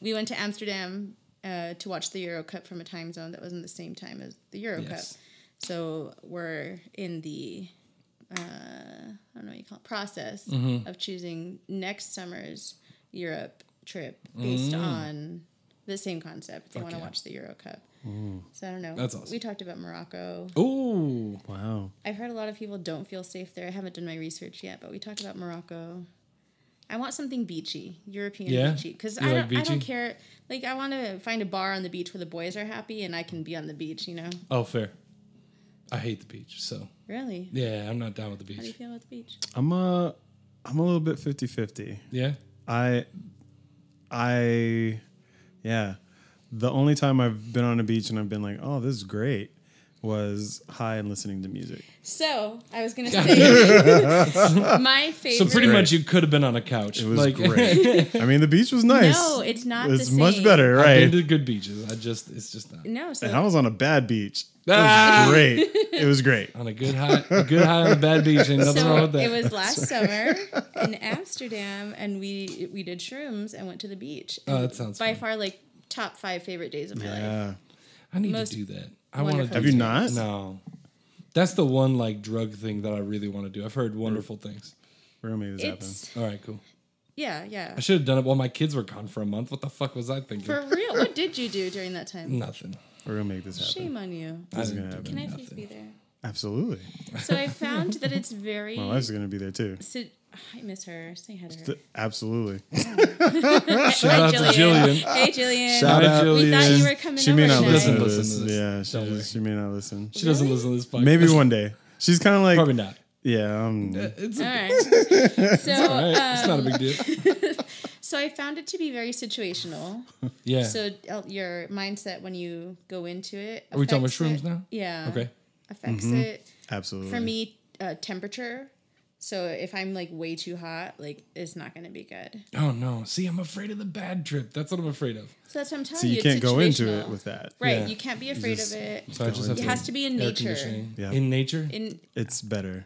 [SPEAKER 4] We went to Amsterdam uh, to watch the Euro Cup from a time zone that wasn't the same time as the Euro
[SPEAKER 2] Yes.
[SPEAKER 4] Cup. So we're in the uh, I don't know what you call it process
[SPEAKER 2] Mm-hmm.
[SPEAKER 4] of choosing next summer's Europe trip based on the same concept. They want to
[SPEAKER 2] Mm. Okay.
[SPEAKER 4] watch the Euro Cup. So I don't know.
[SPEAKER 2] That's awesome.
[SPEAKER 4] We talked about Morocco.
[SPEAKER 2] Oh,
[SPEAKER 3] Wow.
[SPEAKER 4] I've heard a lot of people don't feel safe there. I haven't done my research yet, but we talked about Morocco. I want something beachy, European
[SPEAKER 2] Yeah?
[SPEAKER 4] beachy, because
[SPEAKER 2] You
[SPEAKER 4] I
[SPEAKER 2] like
[SPEAKER 4] don't, I don't
[SPEAKER 2] beachy?
[SPEAKER 4] care. Like I want to find a bar on the beach where the boys are happy and I can be on the beach. You know,
[SPEAKER 2] oh, fair. I hate the beach, so
[SPEAKER 4] really.
[SPEAKER 2] yeah, I'm not down with the
[SPEAKER 4] How do you
[SPEAKER 2] beach.
[SPEAKER 4] feel about the beach?
[SPEAKER 3] I'm a I'm a little bit 50-50.
[SPEAKER 2] Yeah,
[SPEAKER 3] I I yeah. The only time I've been on a beach and I've been like, "Oh, this is great." was high and listening to music.
[SPEAKER 4] So I was gonna say my
[SPEAKER 2] so
[SPEAKER 4] favorite.
[SPEAKER 2] pretty much you could have been on a couch.
[SPEAKER 3] It was
[SPEAKER 2] like,
[SPEAKER 3] great. I mean, the beach was nice.
[SPEAKER 4] No, it's not
[SPEAKER 3] It's
[SPEAKER 4] the
[SPEAKER 3] much
[SPEAKER 4] same.
[SPEAKER 3] better,
[SPEAKER 2] I've been
[SPEAKER 3] right?
[SPEAKER 2] to good beaches. I just, it's just not
[SPEAKER 4] no,
[SPEAKER 3] And I
[SPEAKER 4] so
[SPEAKER 3] was on a bad beach. It
[SPEAKER 2] Ah!
[SPEAKER 3] was great. It was great.
[SPEAKER 2] on a good high, a good high on a bad beach. Ain't nothing wrong
[SPEAKER 4] so
[SPEAKER 2] with that.
[SPEAKER 4] it was last summer in Amsterdam, and we we did shrooms and went to the beach.
[SPEAKER 2] Oh, that sounds
[SPEAKER 4] by
[SPEAKER 2] fun.
[SPEAKER 4] far like top five favorite days of my life.
[SPEAKER 3] Yeah.
[SPEAKER 2] I need
[SPEAKER 4] most
[SPEAKER 2] to do that. I want to.
[SPEAKER 4] wonderful
[SPEAKER 2] do
[SPEAKER 3] Have you
[SPEAKER 2] that.
[SPEAKER 3] not?
[SPEAKER 2] No, that's the one like drug thing that I really want to do. I've heard wonderful things.
[SPEAKER 3] We're gonna make this happen.
[SPEAKER 4] It's
[SPEAKER 2] All right, cool.
[SPEAKER 4] yeah, yeah.
[SPEAKER 2] I should have done it while my kids were gone for a month. What the fuck was I thinking?
[SPEAKER 4] For real, what did you do during that time?
[SPEAKER 2] Nothing.
[SPEAKER 3] We're gonna make this happen.
[SPEAKER 4] Shame on you.
[SPEAKER 2] I
[SPEAKER 3] gonna
[SPEAKER 2] didn't do
[SPEAKER 3] happen.
[SPEAKER 4] Can I please
[SPEAKER 2] nothing.
[SPEAKER 4] be there?
[SPEAKER 3] Absolutely.
[SPEAKER 4] So I found that it's very.
[SPEAKER 3] My wife's gonna be there too.
[SPEAKER 4] si- I miss her. Say hi to her.
[SPEAKER 3] Th- Absolutely.
[SPEAKER 2] Shout out to Jillian.
[SPEAKER 4] Hey, Jillian.
[SPEAKER 3] Shout
[SPEAKER 2] Hi,
[SPEAKER 3] out.
[SPEAKER 4] we thought you
[SPEAKER 2] Jillian.
[SPEAKER 4] were coming
[SPEAKER 3] She
[SPEAKER 4] over
[SPEAKER 3] may not
[SPEAKER 4] tonight.
[SPEAKER 3] listen to
[SPEAKER 2] Doesn't listen
[SPEAKER 3] this.
[SPEAKER 2] to this.
[SPEAKER 3] Yeah, she,
[SPEAKER 2] Don't worry.
[SPEAKER 3] she may not listen.
[SPEAKER 2] She doesn't listen to this podcast.
[SPEAKER 3] Maybe one day. She's kind of like,
[SPEAKER 2] Probably not.
[SPEAKER 3] yeah, um,
[SPEAKER 2] It's
[SPEAKER 4] All right. So,
[SPEAKER 2] All right,
[SPEAKER 4] uh,
[SPEAKER 2] it's not a big deal.
[SPEAKER 4] so I found it to be very situational.
[SPEAKER 2] Yeah.
[SPEAKER 4] So uh, your mindset when you go into it.
[SPEAKER 2] Are we talking about
[SPEAKER 4] affects
[SPEAKER 2] shrooms
[SPEAKER 4] it.
[SPEAKER 2] now?
[SPEAKER 4] Yeah.
[SPEAKER 2] okay. Mm-hmm.
[SPEAKER 4] Affects it.
[SPEAKER 3] absolutely.
[SPEAKER 4] For me, uh, temperature. So if I'm like way too hot, like it's not gonna be good.
[SPEAKER 2] Oh no. See, I'm afraid of the bad trip. That's what I'm afraid of.
[SPEAKER 4] So that's what I'm telling
[SPEAKER 3] so
[SPEAKER 4] you.
[SPEAKER 3] you
[SPEAKER 4] it's
[SPEAKER 3] can't go into
[SPEAKER 4] situational.
[SPEAKER 3] it with that.
[SPEAKER 4] Right,
[SPEAKER 2] Yeah.
[SPEAKER 4] you can't be afraid
[SPEAKER 3] just-
[SPEAKER 4] of it.
[SPEAKER 2] So I just have
[SPEAKER 4] It
[SPEAKER 2] to.
[SPEAKER 4] has to be in
[SPEAKER 2] air
[SPEAKER 4] nature,
[SPEAKER 2] conditioning.
[SPEAKER 3] Yeah.
[SPEAKER 2] In nature.
[SPEAKER 4] in
[SPEAKER 3] It's better.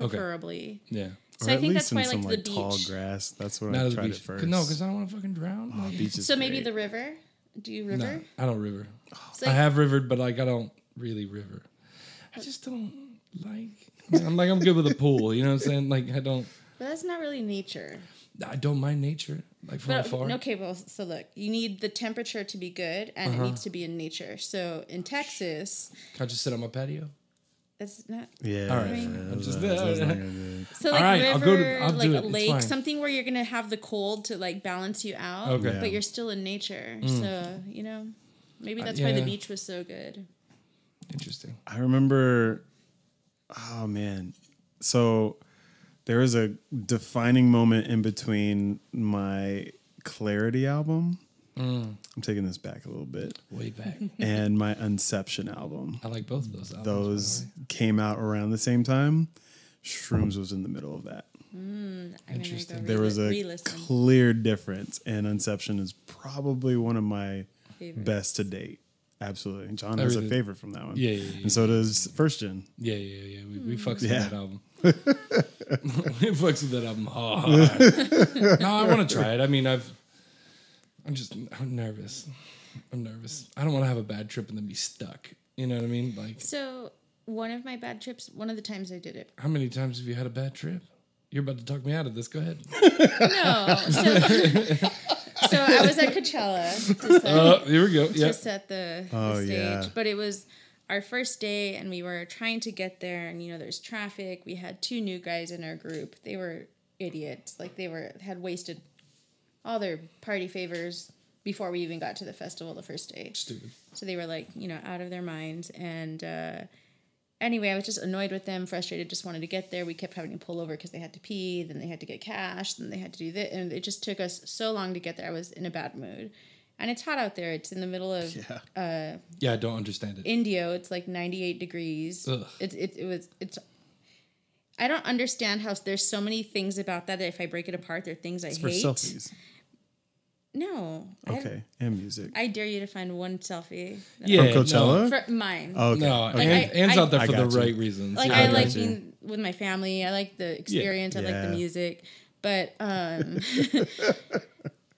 [SPEAKER 2] Okay.
[SPEAKER 4] preferably.
[SPEAKER 2] yeah.
[SPEAKER 4] So I think that's why I like the
[SPEAKER 3] tall
[SPEAKER 4] beach.
[SPEAKER 3] grass. That's what
[SPEAKER 2] Not
[SPEAKER 3] I
[SPEAKER 2] as
[SPEAKER 3] tried
[SPEAKER 2] beach.
[SPEAKER 3] at first.
[SPEAKER 2] No, because I don't want to fucking drown. Like,
[SPEAKER 3] beach is
[SPEAKER 4] So maybe
[SPEAKER 3] great.
[SPEAKER 4] the river. Do you
[SPEAKER 2] no,
[SPEAKER 4] river?
[SPEAKER 2] I don't river.
[SPEAKER 4] So
[SPEAKER 2] I have rivered, but like I don't really river. I just don't like. I'm like I'm good with a pool. You know what I'm saying? Like I don't.
[SPEAKER 4] but that's not really nature.
[SPEAKER 2] I don't mind nature. Like from
[SPEAKER 4] But
[SPEAKER 2] afar.
[SPEAKER 4] okay, well, so look, you need the temperature to be good, and
[SPEAKER 2] Uh-huh.
[SPEAKER 4] it needs to be in nature. So in Texas,
[SPEAKER 2] Can I just sit on my patio?
[SPEAKER 4] that's not
[SPEAKER 3] Yeah.
[SPEAKER 2] All right. I'm just
[SPEAKER 4] so like
[SPEAKER 2] right, I'll
[SPEAKER 4] river,
[SPEAKER 2] go to- I'll do
[SPEAKER 4] like
[SPEAKER 2] it,
[SPEAKER 4] a
[SPEAKER 2] it's
[SPEAKER 4] lake,
[SPEAKER 2] fine.
[SPEAKER 4] something where you're gonna have the cold to like balance you out.
[SPEAKER 2] Okay. Mm.
[SPEAKER 3] Yeah.
[SPEAKER 4] But you're still in nature, so you know, maybe that's why the
[SPEAKER 2] Uh, yeah.
[SPEAKER 4] beach was so good.
[SPEAKER 2] Interesting.
[SPEAKER 3] I remember, oh man. So there was a defining moment in between my Clarity album.
[SPEAKER 2] Mm.
[SPEAKER 3] I'm taking this back a little bit.
[SPEAKER 2] Way back.
[SPEAKER 3] and my Unception album.
[SPEAKER 2] I like both of those. Albums, by the
[SPEAKER 3] Those
[SPEAKER 2] way.
[SPEAKER 3] came out around the same time. Shrooms was in the middle of that.
[SPEAKER 4] I'm gonna
[SPEAKER 2] Interesting.
[SPEAKER 4] Go
[SPEAKER 3] There was a
[SPEAKER 4] re-listen.
[SPEAKER 3] clear difference, and Unception is probably one of my
[SPEAKER 4] Favorite.
[SPEAKER 3] best to date. Absolutely. John has a
[SPEAKER 2] really-
[SPEAKER 3] favorite from that one.
[SPEAKER 2] Yeah, yeah, yeah,
[SPEAKER 3] And so does First Gen.
[SPEAKER 2] Yeah, yeah, yeah. We, we fucks with
[SPEAKER 3] Hmm. Yeah.
[SPEAKER 2] that album. we fucks with that album hard. no, I want to try it. I mean, I've, I'm just, I'm nervous. I'm nervous. I don't want to have a bad trip and then be stuck. You know what I mean? Like,
[SPEAKER 4] So one of my bad trips, one of the times I did it.
[SPEAKER 2] how many times have you had a bad trip? You're about to talk me out of this. Go ahead.
[SPEAKER 4] No. So, so I was at Coachella just, like,
[SPEAKER 2] Uh, here we go. Yeah.
[SPEAKER 4] just at the, the
[SPEAKER 3] Oh,
[SPEAKER 4] stage,
[SPEAKER 3] yeah.
[SPEAKER 4] but it was our first day, and we were trying to get there, and you know, there's traffic. We had two new guys in our group. They were idiots. Like they were had wasted all their party favors before we even got to the festival the first day.
[SPEAKER 2] Stupid.
[SPEAKER 4] So they were like, you know, out of their minds. And uh, anyway, I was just annoyed with them, frustrated, just wanted to get there. We kept having to pull over because they had to pee, then they had to get cash, then they had to do this. And it just took us so long to get there. I was in a bad mood. And it's hot out there. It's in the middle of
[SPEAKER 2] Yeah, I don't understand it.
[SPEAKER 4] Indio. It's like 98 degrees.
[SPEAKER 2] Ugh.
[SPEAKER 4] It's it, it was it's I don't understand how there's so many things about that that if I break it apart, there are things I
[SPEAKER 3] It's for
[SPEAKER 4] hate.
[SPEAKER 3] selfies.
[SPEAKER 4] No. I-
[SPEAKER 3] Okay. And music.
[SPEAKER 4] I, dare you to find one selfie.
[SPEAKER 2] Yeah,
[SPEAKER 3] From Coachella?
[SPEAKER 4] For mine.
[SPEAKER 3] Oh, okay.
[SPEAKER 2] No, no
[SPEAKER 3] okay.
[SPEAKER 2] Ann-
[SPEAKER 4] I-
[SPEAKER 2] Ann's out there
[SPEAKER 3] I
[SPEAKER 2] for the
[SPEAKER 3] got you.
[SPEAKER 2] right reasons.
[SPEAKER 4] like
[SPEAKER 2] Yeah,
[SPEAKER 4] I
[SPEAKER 2] got
[SPEAKER 4] like
[SPEAKER 2] you.
[SPEAKER 4] being with my family. I like the experience. I like
[SPEAKER 3] Yeah.
[SPEAKER 4] the music. But um,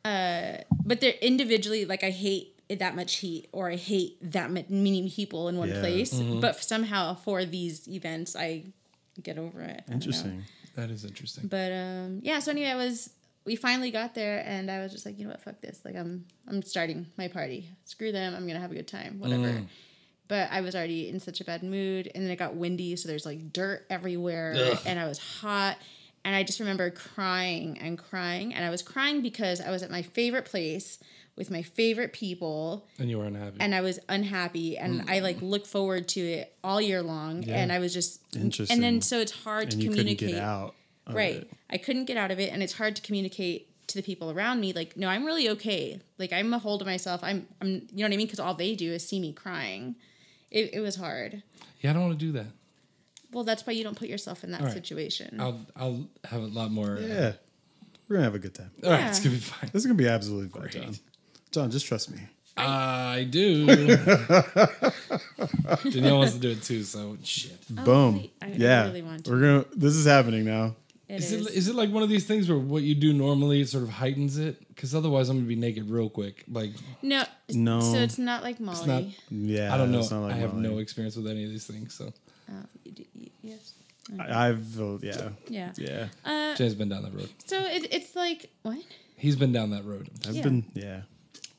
[SPEAKER 4] uh, but they're individually like I hate that much heat or I hate that mu- many people in one
[SPEAKER 3] Yeah.
[SPEAKER 4] place. But somehow for these events, I get over it. I don't know.
[SPEAKER 3] Interesting.
[SPEAKER 2] That is interesting.
[SPEAKER 4] But um, yeah. So anyway, I was we finally got there, and I was just like, you know what, fuck this. Like I'm I'm starting my party. Screw them. I'm gonna have a good time. Whatever.
[SPEAKER 3] Mm.
[SPEAKER 4] But I was already in such a bad mood, and then it got windy, so there's like dirt everywhere, and I was hot. And I just remember crying and crying, and I was crying because I was at my favorite place with my favorite people,
[SPEAKER 2] And you were unhappy.
[SPEAKER 4] and I was unhappy, and I like
[SPEAKER 3] Mm.
[SPEAKER 4] look forward to it all year long, and I was just And
[SPEAKER 3] Interesting.
[SPEAKER 4] then so it's hard
[SPEAKER 3] And
[SPEAKER 4] to
[SPEAKER 3] you couldn't
[SPEAKER 4] communicate
[SPEAKER 3] get out. of
[SPEAKER 4] right
[SPEAKER 3] it.
[SPEAKER 4] i couldn't get out of it and it's hard to communicate to the people around me like no i'm really okay like i'm a hold of myself i'm, I'm you know what i mean because all they do is see me crying it, it was hard
[SPEAKER 2] yeah, I don't want to do that.
[SPEAKER 4] well that's why you don't put yourself in that
[SPEAKER 2] All right.
[SPEAKER 4] situation
[SPEAKER 2] I'll I'll have a lot more. uh,
[SPEAKER 3] Yeah. We're going to have a good time.
[SPEAKER 2] All right,
[SPEAKER 4] Yeah.
[SPEAKER 2] it's gonna be fine.
[SPEAKER 3] This is going to be absolutely fun, John. John, just trust me.
[SPEAKER 4] Oh,
[SPEAKER 2] I do. Danielle wants to do it too, so shit.
[SPEAKER 3] Boom.
[SPEAKER 4] wait, I- I
[SPEAKER 3] yeah.
[SPEAKER 4] really want to.
[SPEAKER 3] We're going to, this is happening now.
[SPEAKER 4] It
[SPEAKER 2] Is
[SPEAKER 4] is.
[SPEAKER 2] it is it like one of these things where what you do normally sort of heightens it? Because otherwise, I'm gonna be naked real quick. Like
[SPEAKER 4] no s-
[SPEAKER 3] No.
[SPEAKER 4] so it's not like molly
[SPEAKER 2] not-
[SPEAKER 3] Yeah.
[SPEAKER 2] I don't know.
[SPEAKER 3] it's not like
[SPEAKER 2] I have
[SPEAKER 3] Molly.
[SPEAKER 2] no experience with any of these things. So
[SPEAKER 4] Oh, you do- you- yes
[SPEAKER 3] I- I've, uh, yeah.
[SPEAKER 4] yeah
[SPEAKER 3] Yeah.
[SPEAKER 4] uh,
[SPEAKER 2] Jay's been down that road.
[SPEAKER 4] so it, it's like what
[SPEAKER 2] He's been down that road.
[SPEAKER 3] I've
[SPEAKER 4] Oh, yeah.
[SPEAKER 3] been, yeah.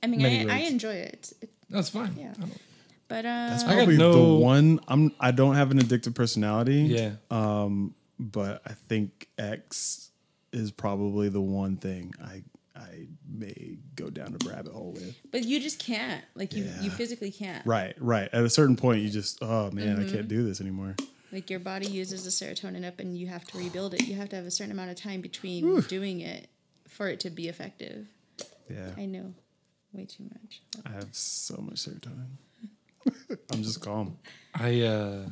[SPEAKER 4] i mean
[SPEAKER 2] Many
[SPEAKER 4] I, I
[SPEAKER 2] roads.
[SPEAKER 4] enjoy it, It-
[SPEAKER 2] That's fine.
[SPEAKER 4] Yeah.
[SPEAKER 2] I don't-
[SPEAKER 4] but uh
[SPEAKER 3] That's
[SPEAKER 2] got
[SPEAKER 3] probably
[SPEAKER 2] no-
[SPEAKER 3] the one. I'm, I don't have an addictive personality.
[SPEAKER 2] yeah.
[SPEAKER 3] But I think X is probably the one thing I, I may go down a rabbit hole with.
[SPEAKER 4] but you just can't like you you
[SPEAKER 3] Yeah.
[SPEAKER 4] physically can't
[SPEAKER 3] Right, right. At a certain point, you just, oh man, I can't do this anymore.
[SPEAKER 4] Like your body uses the serotonin up and you have to rebuild it. You have to have a certain amount of time between doing it for it to be effective.
[SPEAKER 3] Yeah,
[SPEAKER 4] I know way too much.
[SPEAKER 3] I have so much serotonin. I'm just calm.
[SPEAKER 2] I uh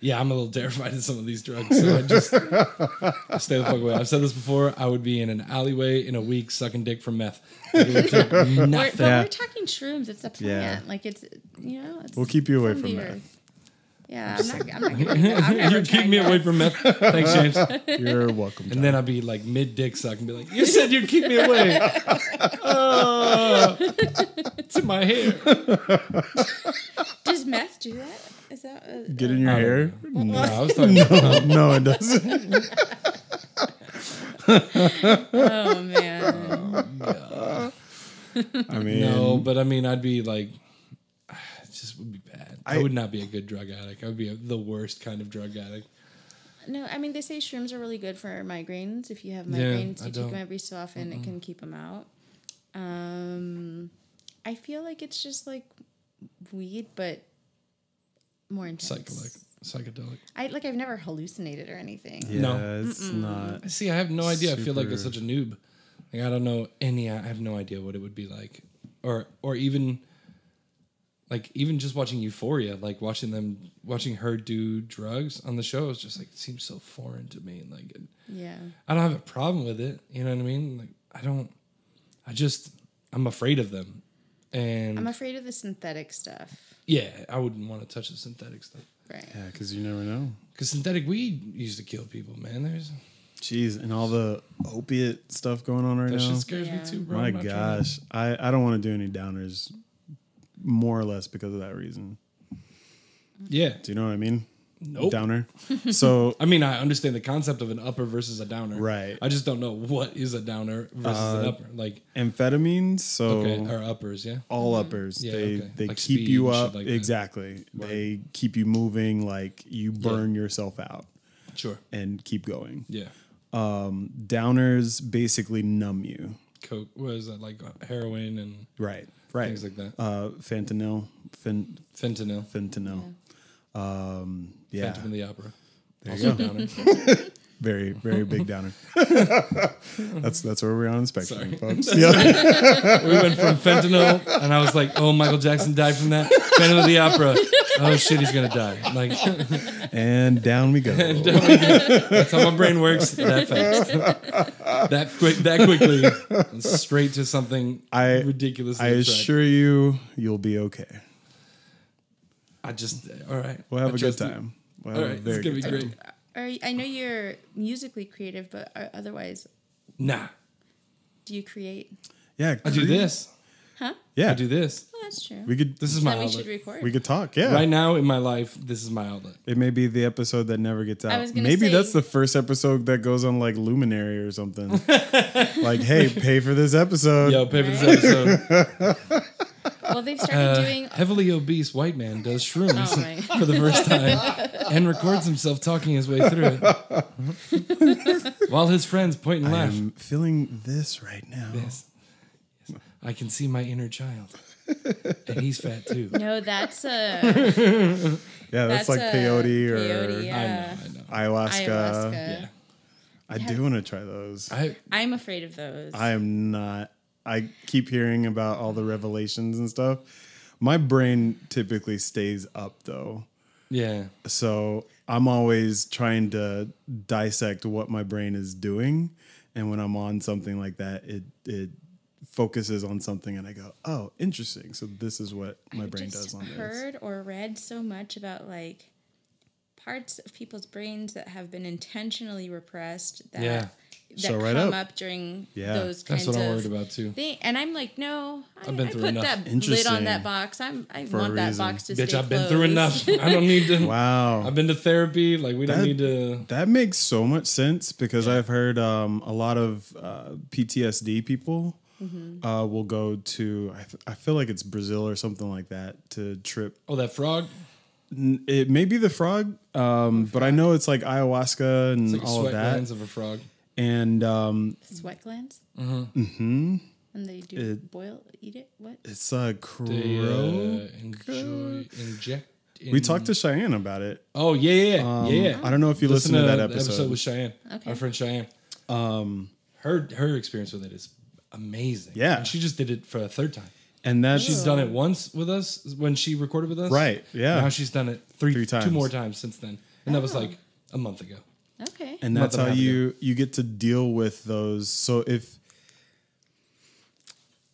[SPEAKER 2] yeah, I'm a little terrified of some of these drugs, so I just stay the fuck away. I've said this before. I would be in an alleyway in a week sucking dick from meth. Like, it would take
[SPEAKER 4] We're,
[SPEAKER 2] nothing.
[SPEAKER 4] but
[SPEAKER 3] Yeah.
[SPEAKER 4] we're talking shrooms. It's a plant. Like it's, you know, it's
[SPEAKER 3] We'll keep you away
[SPEAKER 4] from
[SPEAKER 3] from
[SPEAKER 4] the
[SPEAKER 3] that.
[SPEAKER 4] earth. Yeah, I'm not, I'm not giving it. I'm never
[SPEAKER 2] You keep
[SPEAKER 4] trying
[SPEAKER 2] me
[SPEAKER 4] that.
[SPEAKER 2] away from meth. Thanks, James.
[SPEAKER 3] You're welcome.
[SPEAKER 2] And then I'd be like mid dick suck and be like, "You said you'd keep me away." Oh, it's in my hair.
[SPEAKER 4] Does meth do that? Is that uh,
[SPEAKER 3] Get in your
[SPEAKER 2] I don't
[SPEAKER 3] hair?
[SPEAKER 2] No, I was talking. About,
[SPEAKER 3] no, it doesn't.
[SPEAKER 4] Oh man.
[SPEAKER 3] I mean,
[SPEAKER 2] no, but I mean, I'd be like, it just would be bad. I,
[SPEAKER 3] I-
[SPEAKER 2] would not be a good drug addict. I would be a, the worst kind of drug addict.
[SPEAKER 4] No, I mean they say shrooms are really good for migraines. If you have
[SPEAKER 2] Yeah,
[SPEAKER 4] migraines,
[SPEAKER 2] I
[SPEAKER 4] you take
[SPEAKER 2] don't.
[SPEAKER 4] them every so often. It can keep them out. Um, I feel like it's just like weed, but more intense.
[SPEAKER 2] psychedelic, psychedelic.
[SPEAKER 4] I like I've never hallucinated or anything.
[SPEAKER 3] Yeah,
[SPEAKER 2] No.
[SPEAKER 3] it's not.
[SPEAKER 2] See, I have no idea. I feel like I'm
[SPEAKER 3] Super-
[SPEAKER 2] such a noob. Like I don't know any. I have no idea what it would be like, or or even like even just watching Euphoria, like watching them watching her do drugs on the show is just like seems so foreign to me. And like it,
[SPEAKER 4] Yeah.
[SPEAKER 3] Mm.
[SPEAKER 2] I don't have a problem with it. You know what I mean? Like I don't. I just I'm afraid of them, and
[SPEAKER 4] I'm afraid of the synthetic stuff.
[SPEAKER 2] yeah, I wouldn't want to touch the synthetic stuff
[SPEAKER 4] Right.
[SPEAKER 3] Yeah, because you never know.
[SPEAKER 2] because synthetic weed used to kill people. Man, there's
[SPEAKER 3] Jeez, and all the opiate stuff going on right
[SPEAKER 2] that
[SPEAKER 3] now.
[SPEAKER 2] shit scares
[SPEAKER 4] Yeah.
[SPEAKER 2] me too, bro.
[SPEAKER 3] My
[SPEAKER 2] I'm not trying to-
[SPEAKER 3] gosh, I, I don't want to do any downers, more or less because of that reason.
[SPEAKER 2] yeah.
[SPEAKER 3] Do you know what I mean?
[SPEAKER 2] Nope.
[SPEAKER 3] Downer. So
[SPEAKER 2] I mean, I understand the concept of an upper versus a downer.
[SPEAKER 3] Right.
[SPEAKER 2] I just don't know what is a downer versus an upper. Like,
[SPEAKER 3] amphetamines. So
[SPEAKER 2] okay, or uppers, yeah.
[SPEAKER 3] all uppers.
[SPEAKER 2] Yeah,
[SPEAKER 3] they
[SPEAKER 2] okay.
[SPEAKER 3] they
[SPEAKER 2] Like
[SPEAKER 3] keep
[SPEAKER 2] speed
[SPEAKER 3] you
[SPEAKER 2] and shit
[SPEAKER 3] up
[SPEAKER 2] like that.
[SPEAKER 3] exactly. They keep you moving. Like you burn yourself out
[SPEAKER 2] Sure.
[SPEAKER 3] and keep going.
[SPEAKER 2] Yeah.
[SPEAKER 3] Downers basically numb you.
[SPEAKER 2] Coke was that like uh, heroin and
[SPEAKER 3] Right. Right.
[SPEAKER 2] Things like that.
[SPEAKER 3] Uh, fentanyl. Fen-
[SPEAKER 2] fentanyl.
[SPEAKER 3] fentanyl. Um, yeah.
[SPEAKER 2] Phantom of the Opera.
[SPEAKER 3] There you
[SPEAKER 2] Also
[SPEAKER 3] go.
[SPEAKER 2] a downer.
[SPEAKER 3] Very, very big downer. that's that's where we're on the spectrum,
[SPEAKER 2] Sorry.
[SPEAKER 3] folks. Yeah.
[SPEAKER 2] we went from fentanyl, and I was like, "Oh, Michael Jackson died from that." Phantom of the Opera. Oh shit, he's gonna die. Like
[SPEAKER 3] and down we go.
[SPEAKER 2] that's how my brain works. That fast. that quick. That quickly. And straight to something
[SPEAKER 3] I
[SPEAKER 2] ridiculously.
[SPEAKER 3] I
[SPEAKER 2] abstract.
[SPEAKER 3] assure you, you'll be okay.
[SPEAKER 2] I just. All right.
[SPEAKER 3] We'll have
[SPEAKER 2] I
[SPEAKER 3] a good
[SPEAKER 2] trust you.
[SPEAKER 3] time. We'll
[SPEAKER 2] All
[SPEAKER 3] have a
[SPEAKER 2] right. It's
[SPEAKER 3] very
[SPEAKER 2] gonna be
[SPEAKER 3] good
[SPEAKER 2] great.
[SPEAKER 4] Are you, I know you're musically creative, but are, otherwise,
[SPEAKER 2] Nah.
[SPEAKER 4] do you create?
[SPEAKER 3] Yeah,
[SPEAKER 2] I do this.
[SPEAKER 3] Yeah,
[SPEAKER 2] I do this.
[SPEAKER 4] Well, Oh, that's true.
[SPEAKER 3] we could
[SPEAKER 2] This is my
[SPEAKER 4] then we
[SPEAKER 2] outlet.
[SPEAKER 4] should record.
[SPEAKER 3] we could talk. Yeah,
[SPEAKER 2] Right now in my life, this is my outlet.
[SPEAKER 3] it may be the episode that never gets out.
[SPEAKER 4] was gonna
[SPEAKER 3] Maybe
[SPEAKER 4] say-
[SPEAKER 3] that's the first episode that goes on like Luminary or something. like, hey, pay for this episode.
[SPEAKER 2] Yo, pay for this episode.
[SPEAKER 4] well, they've started
[SPEAKER 2] Uh,
[SPEAKER 4] doing.
[SPEAKER 2] heavily obese white man does shrooms
[SPEAKER 4] Oh my.
[SPEAKER 2] for the first time and records himself talking his way through it while his friends point and
[SPEAKER 3] I
[SPEAKER 2] laugh.
[SPEAKER 3] am feeling this right now.
[SPEAKER 2] Yes. Yes. I can see my inner child. And he's fat too.
[SPEAKER 4] No, that's a
[SPEAKER 3] Yeah, that's,
[SPEAKER 4] That's
[SPEAKER 3] like
[SPEAKER 4] a
[SPEAKER 3] peyote or
[SPEAKER 4] peyote, yeah.
[SPEAKER 2] I know, I know.
[SPEAKER 3] ayahuasca.
[SPEAKER 4] ayahuasca.
[SPEAKER 2] Yeah.
[SPEAKER 3] I do want to try those.
[SPEAKER 2] I,
[SPEAKER 4] I'm afraid of those.
[SPEAKER 3] I am not. I keep hearing about all the revelations and stuff. My brain typically stays up though.
[SPEAKER 2] yeah.
[SPEAKER 3] So I'm always trying to dissect what my brain is doing. And when I'm on something like that, it it focuses on something and I go, Oh, interesting. So this is what my brain
[SPEAKER 4] just
[SPEAKER 3] does on this.
[SPEAKER 4] heard or read so much about like parts of people's brains that have been intentionally repressed that
[SPEAKER 2] Yeah.
[SPEAKER 4] that
[SPEAKER 3] So right
[SPEAKER 4] come
[SPEAKER 3] up.
[SPEAKER 4] up, during
[SPEAKER 3] Yeah.
[SPEAKER 4] those
[SPEAKER 2] That's
[SPEAKER 4] kinds
[SPEAKER 2] what I'm
[SPEAKER 4] of
[SPEAKER 2] worried about too.
[SPEAKER 4] thing. And I'm like, no, I,
[SPEAKER 2] I've been
[SPEAKER 4] I
[SPEAKER 2] through
[SPEAKER 4] put
[SPEAKER 2] enough.
[SPEAKER 4] that lid on
[SPEAKER 3] Interesting.
[SPEAKER 4] that box. I'm I
[SPEAKER 3] a
[SPEAKER 4] want that
[SPEAKER 3] reason.
[SPEAKER 4] box to
[SPEAKER 2] Bitch,
[SPEAKER 4] stay
[SPEAKER 2] I've been through enough.
[SPEAKER 4] closed.
[SPEAKER 2] I don't need to.
[SPEAKER 3] Wow.
[SPEAKER 2] I've been to therapy. Like, we don't
[SPEAKER 3] That-
[SPEAKER 2] need to.
[SPEAKER 3] That makes so much sense because I've heard um, a lot of uh, PTSD people
[SPEAKER 2] Mm-hmm.
[SPEAKER 3] uh, will go to, I, th- I feel like it's Brazil or something like that, to trip.
[SPEAKER 2] Oh, that frog?
[SPEAKER 3] N- It may be the frog, um, but I know it's like ayahuasca and
[SPEAKER 2] Like
[SPEAKER 3] all
[SPEAKER 2] sweat
[SPEAKER 3] of that.
[SPEAKER 2] glands of a frog.
[SPEAKER 3] And um,
[SPEAKER 4] Sweat glands. Mm-hmm. And they do boil, eat it. What?
[SPEAKER 3] it's a
[SPEAKER 2] They,
[SPEAKER 3] crow.
[SPEAKER 2] uh, enjoy, inject.
[SPEAKER 3] we
[SPEAKER 2] in-
[SPEAKER 3] talked to Cheyenne about it.
[SPEAKER 2] Oh yeah, yeah, yeah. yeah, yeah.
[SPEAKER 3] I don't know if you listen, to, that
[SPEAKER 2] the
[SPEAKER 3] episode. Um,
[SPEAKER 2] with Cheyenne,
[SPEAKER 4] Okay.
[SPEAKER 2] our friend Cheyenne. her her experience with it is amazing.
[SPEAKER 3] Yeah.
[SPEAKER 2] and she just did it for a third time.
[SPEAKER 3] and
[SPEAKER 4] Oh.
[SPEAKER 3] that's
[SPEAKER 2] She's done it once with us when she recorded with us.
[SPEAKER 3] Right, yeah.
[SPEAKER 2] Now she's done it three,
[SPEAKER 3] Three
[SPEAKER 2] two
[SPEAKER 3] times.
[SPEAKER 2] more times since then, and that was like a month ago.
[SPEAKER 4] Okay.
[SPEAKER 3] and that's
[SPEAKER 2] Nothing
[SPEAKER 3] how
[SPEAKER 2] happened
[SPEAKER 3] you you get to deal with those so if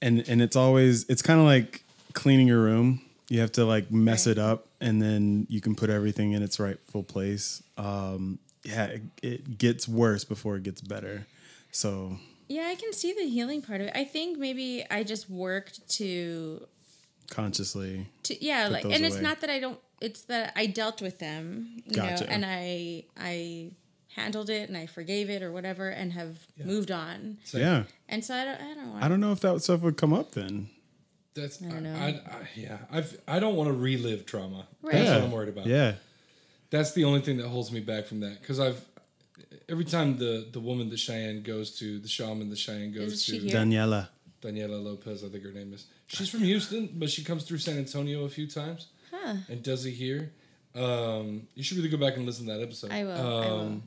[SPEAKER 3] and and it's always it's kind of like cleaning your room you have to like mess it up and then you can put everything in its rightful place um yeah it, it gets worse before it gets better so
[SPEAKER 4] Yeah, I can see the healing part of it. I think maybe I just worked to
[SPEAKER 3] consciously
[SPEAKER 4] to yeah, like
[SPEAKER 3] those
[SPEAKER 4] and it's
[SPEAKER 3] away.
[SPEAKER 4] not that I don't it's that I dealt with them, you
[SPEAKER 3] Gotcha.
[SPEAKER 4] know, and I I handled it and I forgave it or whatever and have moved on.
[SPEAKER 3] yeah
[SPEAKER 4] And so I don't I don't want
[SPEAKER 3] i don't know if that stuff would come up then
[SPEAKER 2] That's I,
[SPEAKER 4] don't know.
[SPEAKER 2] I, I, yeah. I've I don't want to relive trauma.
[SPEAKER 4] Right.
[SPEAKER 2] That's
[SPEAKER 3] yeah.
[SPEAKER 2] what I'm worried about.
[SPEAKER 3] yeah
[SPEAKER 2] That's the only thing that holds me back from that because I've every time the the woman that Cheyenne goes to, the shaman that Cheyenne goes
[SPEAKER 4] Isn't
[SPEAKER 2] to,
[SPEAKER 4] she here?
[SPEAKER 3] daniela
[SPEAKER 2] Daniela Lopez, I think her name is. She's from Houston, but she comes through San Antonio a few times and does it here. Um, you should really go back and listen to that episode.
[SPEAKER 4] I will, I will.
[SPEAKER 2] Um,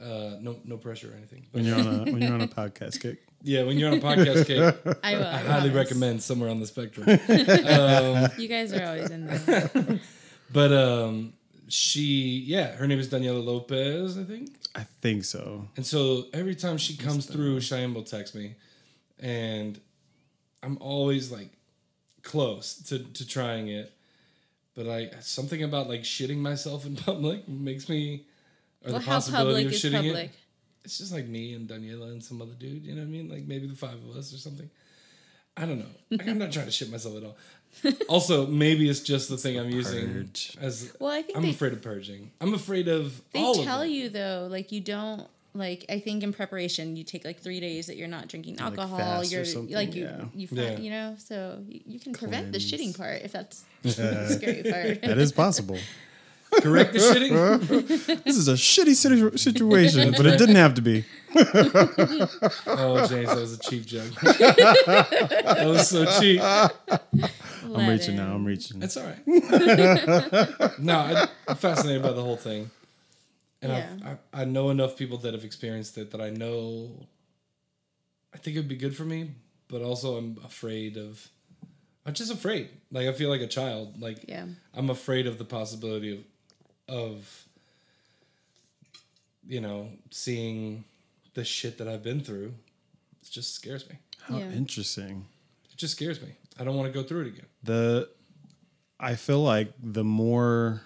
[SPEAKER 2] Uh, no, no pressure or anything.
[SPEAKER 3] when you're on a when you're on a podcast kick.
[SPEAKER 2] Yeah, when you're on a podcast, Kate,
[SPEAKER 4] I will. I,
[SPEAKER 2] I highly
[SPEAKER 4] promise.
[SPEAKER 2] recommend somewhere on the spectrum.
[SPEAKER 4] You guys are always in there.
[SPEAKER 2] But um, she, yeah, her name is Daniela Lopez, I think.
[SPEAKER 3] I think so.
[SPEAKER 2] And so every time she comes through, Cheyenne will text me, and I'm always like close to, to trying it. But I something about like shitting myself in public makes me or
[SPEAKER 4] well,
[SPEAKER 2] the
[SPEAKER 4] how
[SPEAKER 2] possibility
[SPEAKER 4] public
[SPEAKER 2] of
[SPEAKER 4] is
[SPEAKER 2] shitting
[SPEAKER 4] public?
[SPEAKER 2] it. It's just like me and Daniela and some other dude. You know what I mean? Like maybe the five of us or something. I don't know. Like, I'm not trying to shit myself at all. Also, maybe it's just the thing I'm using
[SPEAKER 3] purge.
[SPEAKER 2] as
[SPEAKER 4] Well, I think
[SPEAKER 2] I'm
[SPEAKER 4] they-
[SPEAKER 2] afraid of purging. I'm afraid of
[SPEAKER 4] They
[SPEAKER 2] all
[SPEAKER 4] tell
[SPEAKER 2] of it.
[SPEAKER 4] you though, like you don't like. I think in preparation, you take like three days that you're not drinking alcohol.
[SPEAKER 3] fast or
[SPEAKER 4] you're
[SPEAKER 3] something,
[SPEAKER 4] like you
[SPEAKER 3] yeah.
[SPEAKER 4] you fi-
[SPEAKER 2] Yeah.
[SPEAKER 4] you know, so you, you can prevent the
[SPEAKER 3] Cleanse.
[SPEAKER 4] shitting part if that's the scary part.
[SPEAKER 3] That is possible.
[SPEAKER 2] Correct the shitting.
[SPEAKER 3] This is a shitty situ- situation, but it didn't have to be.
[SPEAKER 2] Oh, James, that was a cheap joke. that was so cheap.
[SPEAKER 3] I'm reaching now. I'm reaching.
[SPEAKER 2] That's all right. no, I, I'm fascinated by the whole thing. And
[SPEAKER 4] Yeah.
[SPEAKER 2] I, I, I know enough people that have experienced it that I know I think it would be good for me, but also I'm afraid of. I'm just afraid. Like, I feel like a child. Like,
[SPEAKER 4] Yeah.
[SPEAKER 2] I'm afraid of the possibility of, of, you know, seeing the shit that I've been through. It just scares me.
[SPEAKER 3] How
[SPEAKER 4] Yeah.
[SPEAKER 3] interesting.
[SPEAKER 2] It just scares me. I don't want to go through it again.
[SPEAKER 3] the I feel like the more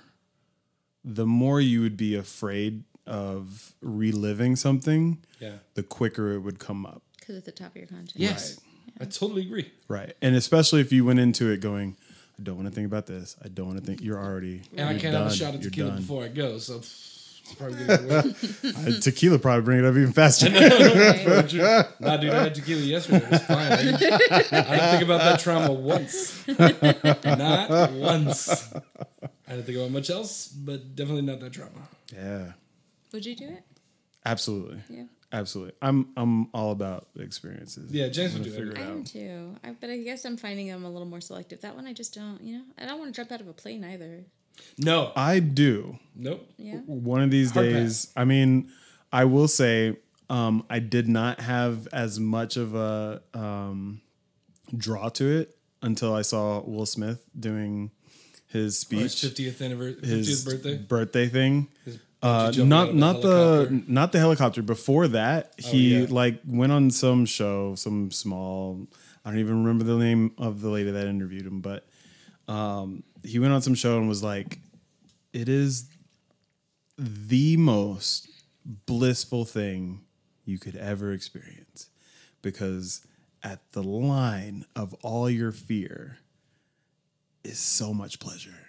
[SPEAKER 3] the more you would be afraid of reliving something,
[SPEAKER 2] Yeah.
[SPEAKER 3] the quicker it would come up.
[SPEAKER 4] Because it's the top of your conscience.
[SPEAKER 2] Yes. I totally agree.
[SPEAKER 3] Right. And especially if you went into it going, I don't want to think about this. I don't want to think you're already
[SPEAKER 2] And I
[SPEAKER 3] you're
[SPEAKER 2] can't have a
[SPEAKER 3] done.
[SPEAKER 2] shot of
[SPEAKER 3] You're
[SPEAKER 2] tequila
[SPEAKER 3] done.
[SPEAKER 2] before I go, so it's probably gonna get worse.
[SPEAKER 3] I- tequila probably bring it up even faster.
[SPEAKER 4] Right?
[SPEAKER 2] nah, dude, I had tequila yesterday. It was fine. I didn't, I didn't think about that trauma once. not once. I didn't think about much else, but definitely not that trauma.
[SPEAKER 3] yeah.
[SPEAKER 4] Would you do it?
[SPEAKER 3] Absolutely.
[SPEAKER 4] Yeah.
[SPEAKER 3] Absolutely. I'm I'm all about the experiences.
[SPEAKER 2] Yeah, James would do
[SPEAKER 3] figure
[SPEAKER 2] it.
[SPEAKER 3] it
[SPEAKER 4] I
[SPEAKER 3] out.
[SPEAKER 4] am too. I, but I guess I'm finding I'm a little more selective. That one I just don't. You know, I don't want to jump out of a plane either.
[SPEAKER 2] No.
[SPEAKER 3] I do.
[SPEAKER 2] Nope.
[SPEAKER 4] Yeah.
[SPEAKER 3] one of these
[SPEAKER 2] Hard
[SPEAKER 3] days i mean i will say um, i did not have as much of a um, draw to it until i saw will smith doing his
[SPEAKER 2] His
[SPEAKER 3] speech
[SPEAKER 2] 50th anniversary, 50th
[SPEAKER 3] his
[SPEAKER 2] Oh, birthday.
[SPEAKER 3] thing
[SPEAKER 2] His
[SPEAKER 3] uh,
[SPEAKER 2] bungee jumping out
[SPEAKER 3] not
[SPEAKER 2] of a
[SPEAKER 3] not the
[SPEAKER 2] helicopter. Oh,
[SPEAKER 3] not the helicopter before that he
[SPEAKER 2] yeah.
[SPEAKER 3] like went on some show some small i don't even remember the name of the lady that interviewed him but um, he went on some show and was like, "It is the most blissful thing you could ever experience, because at the line of all your fear is so much pleasure,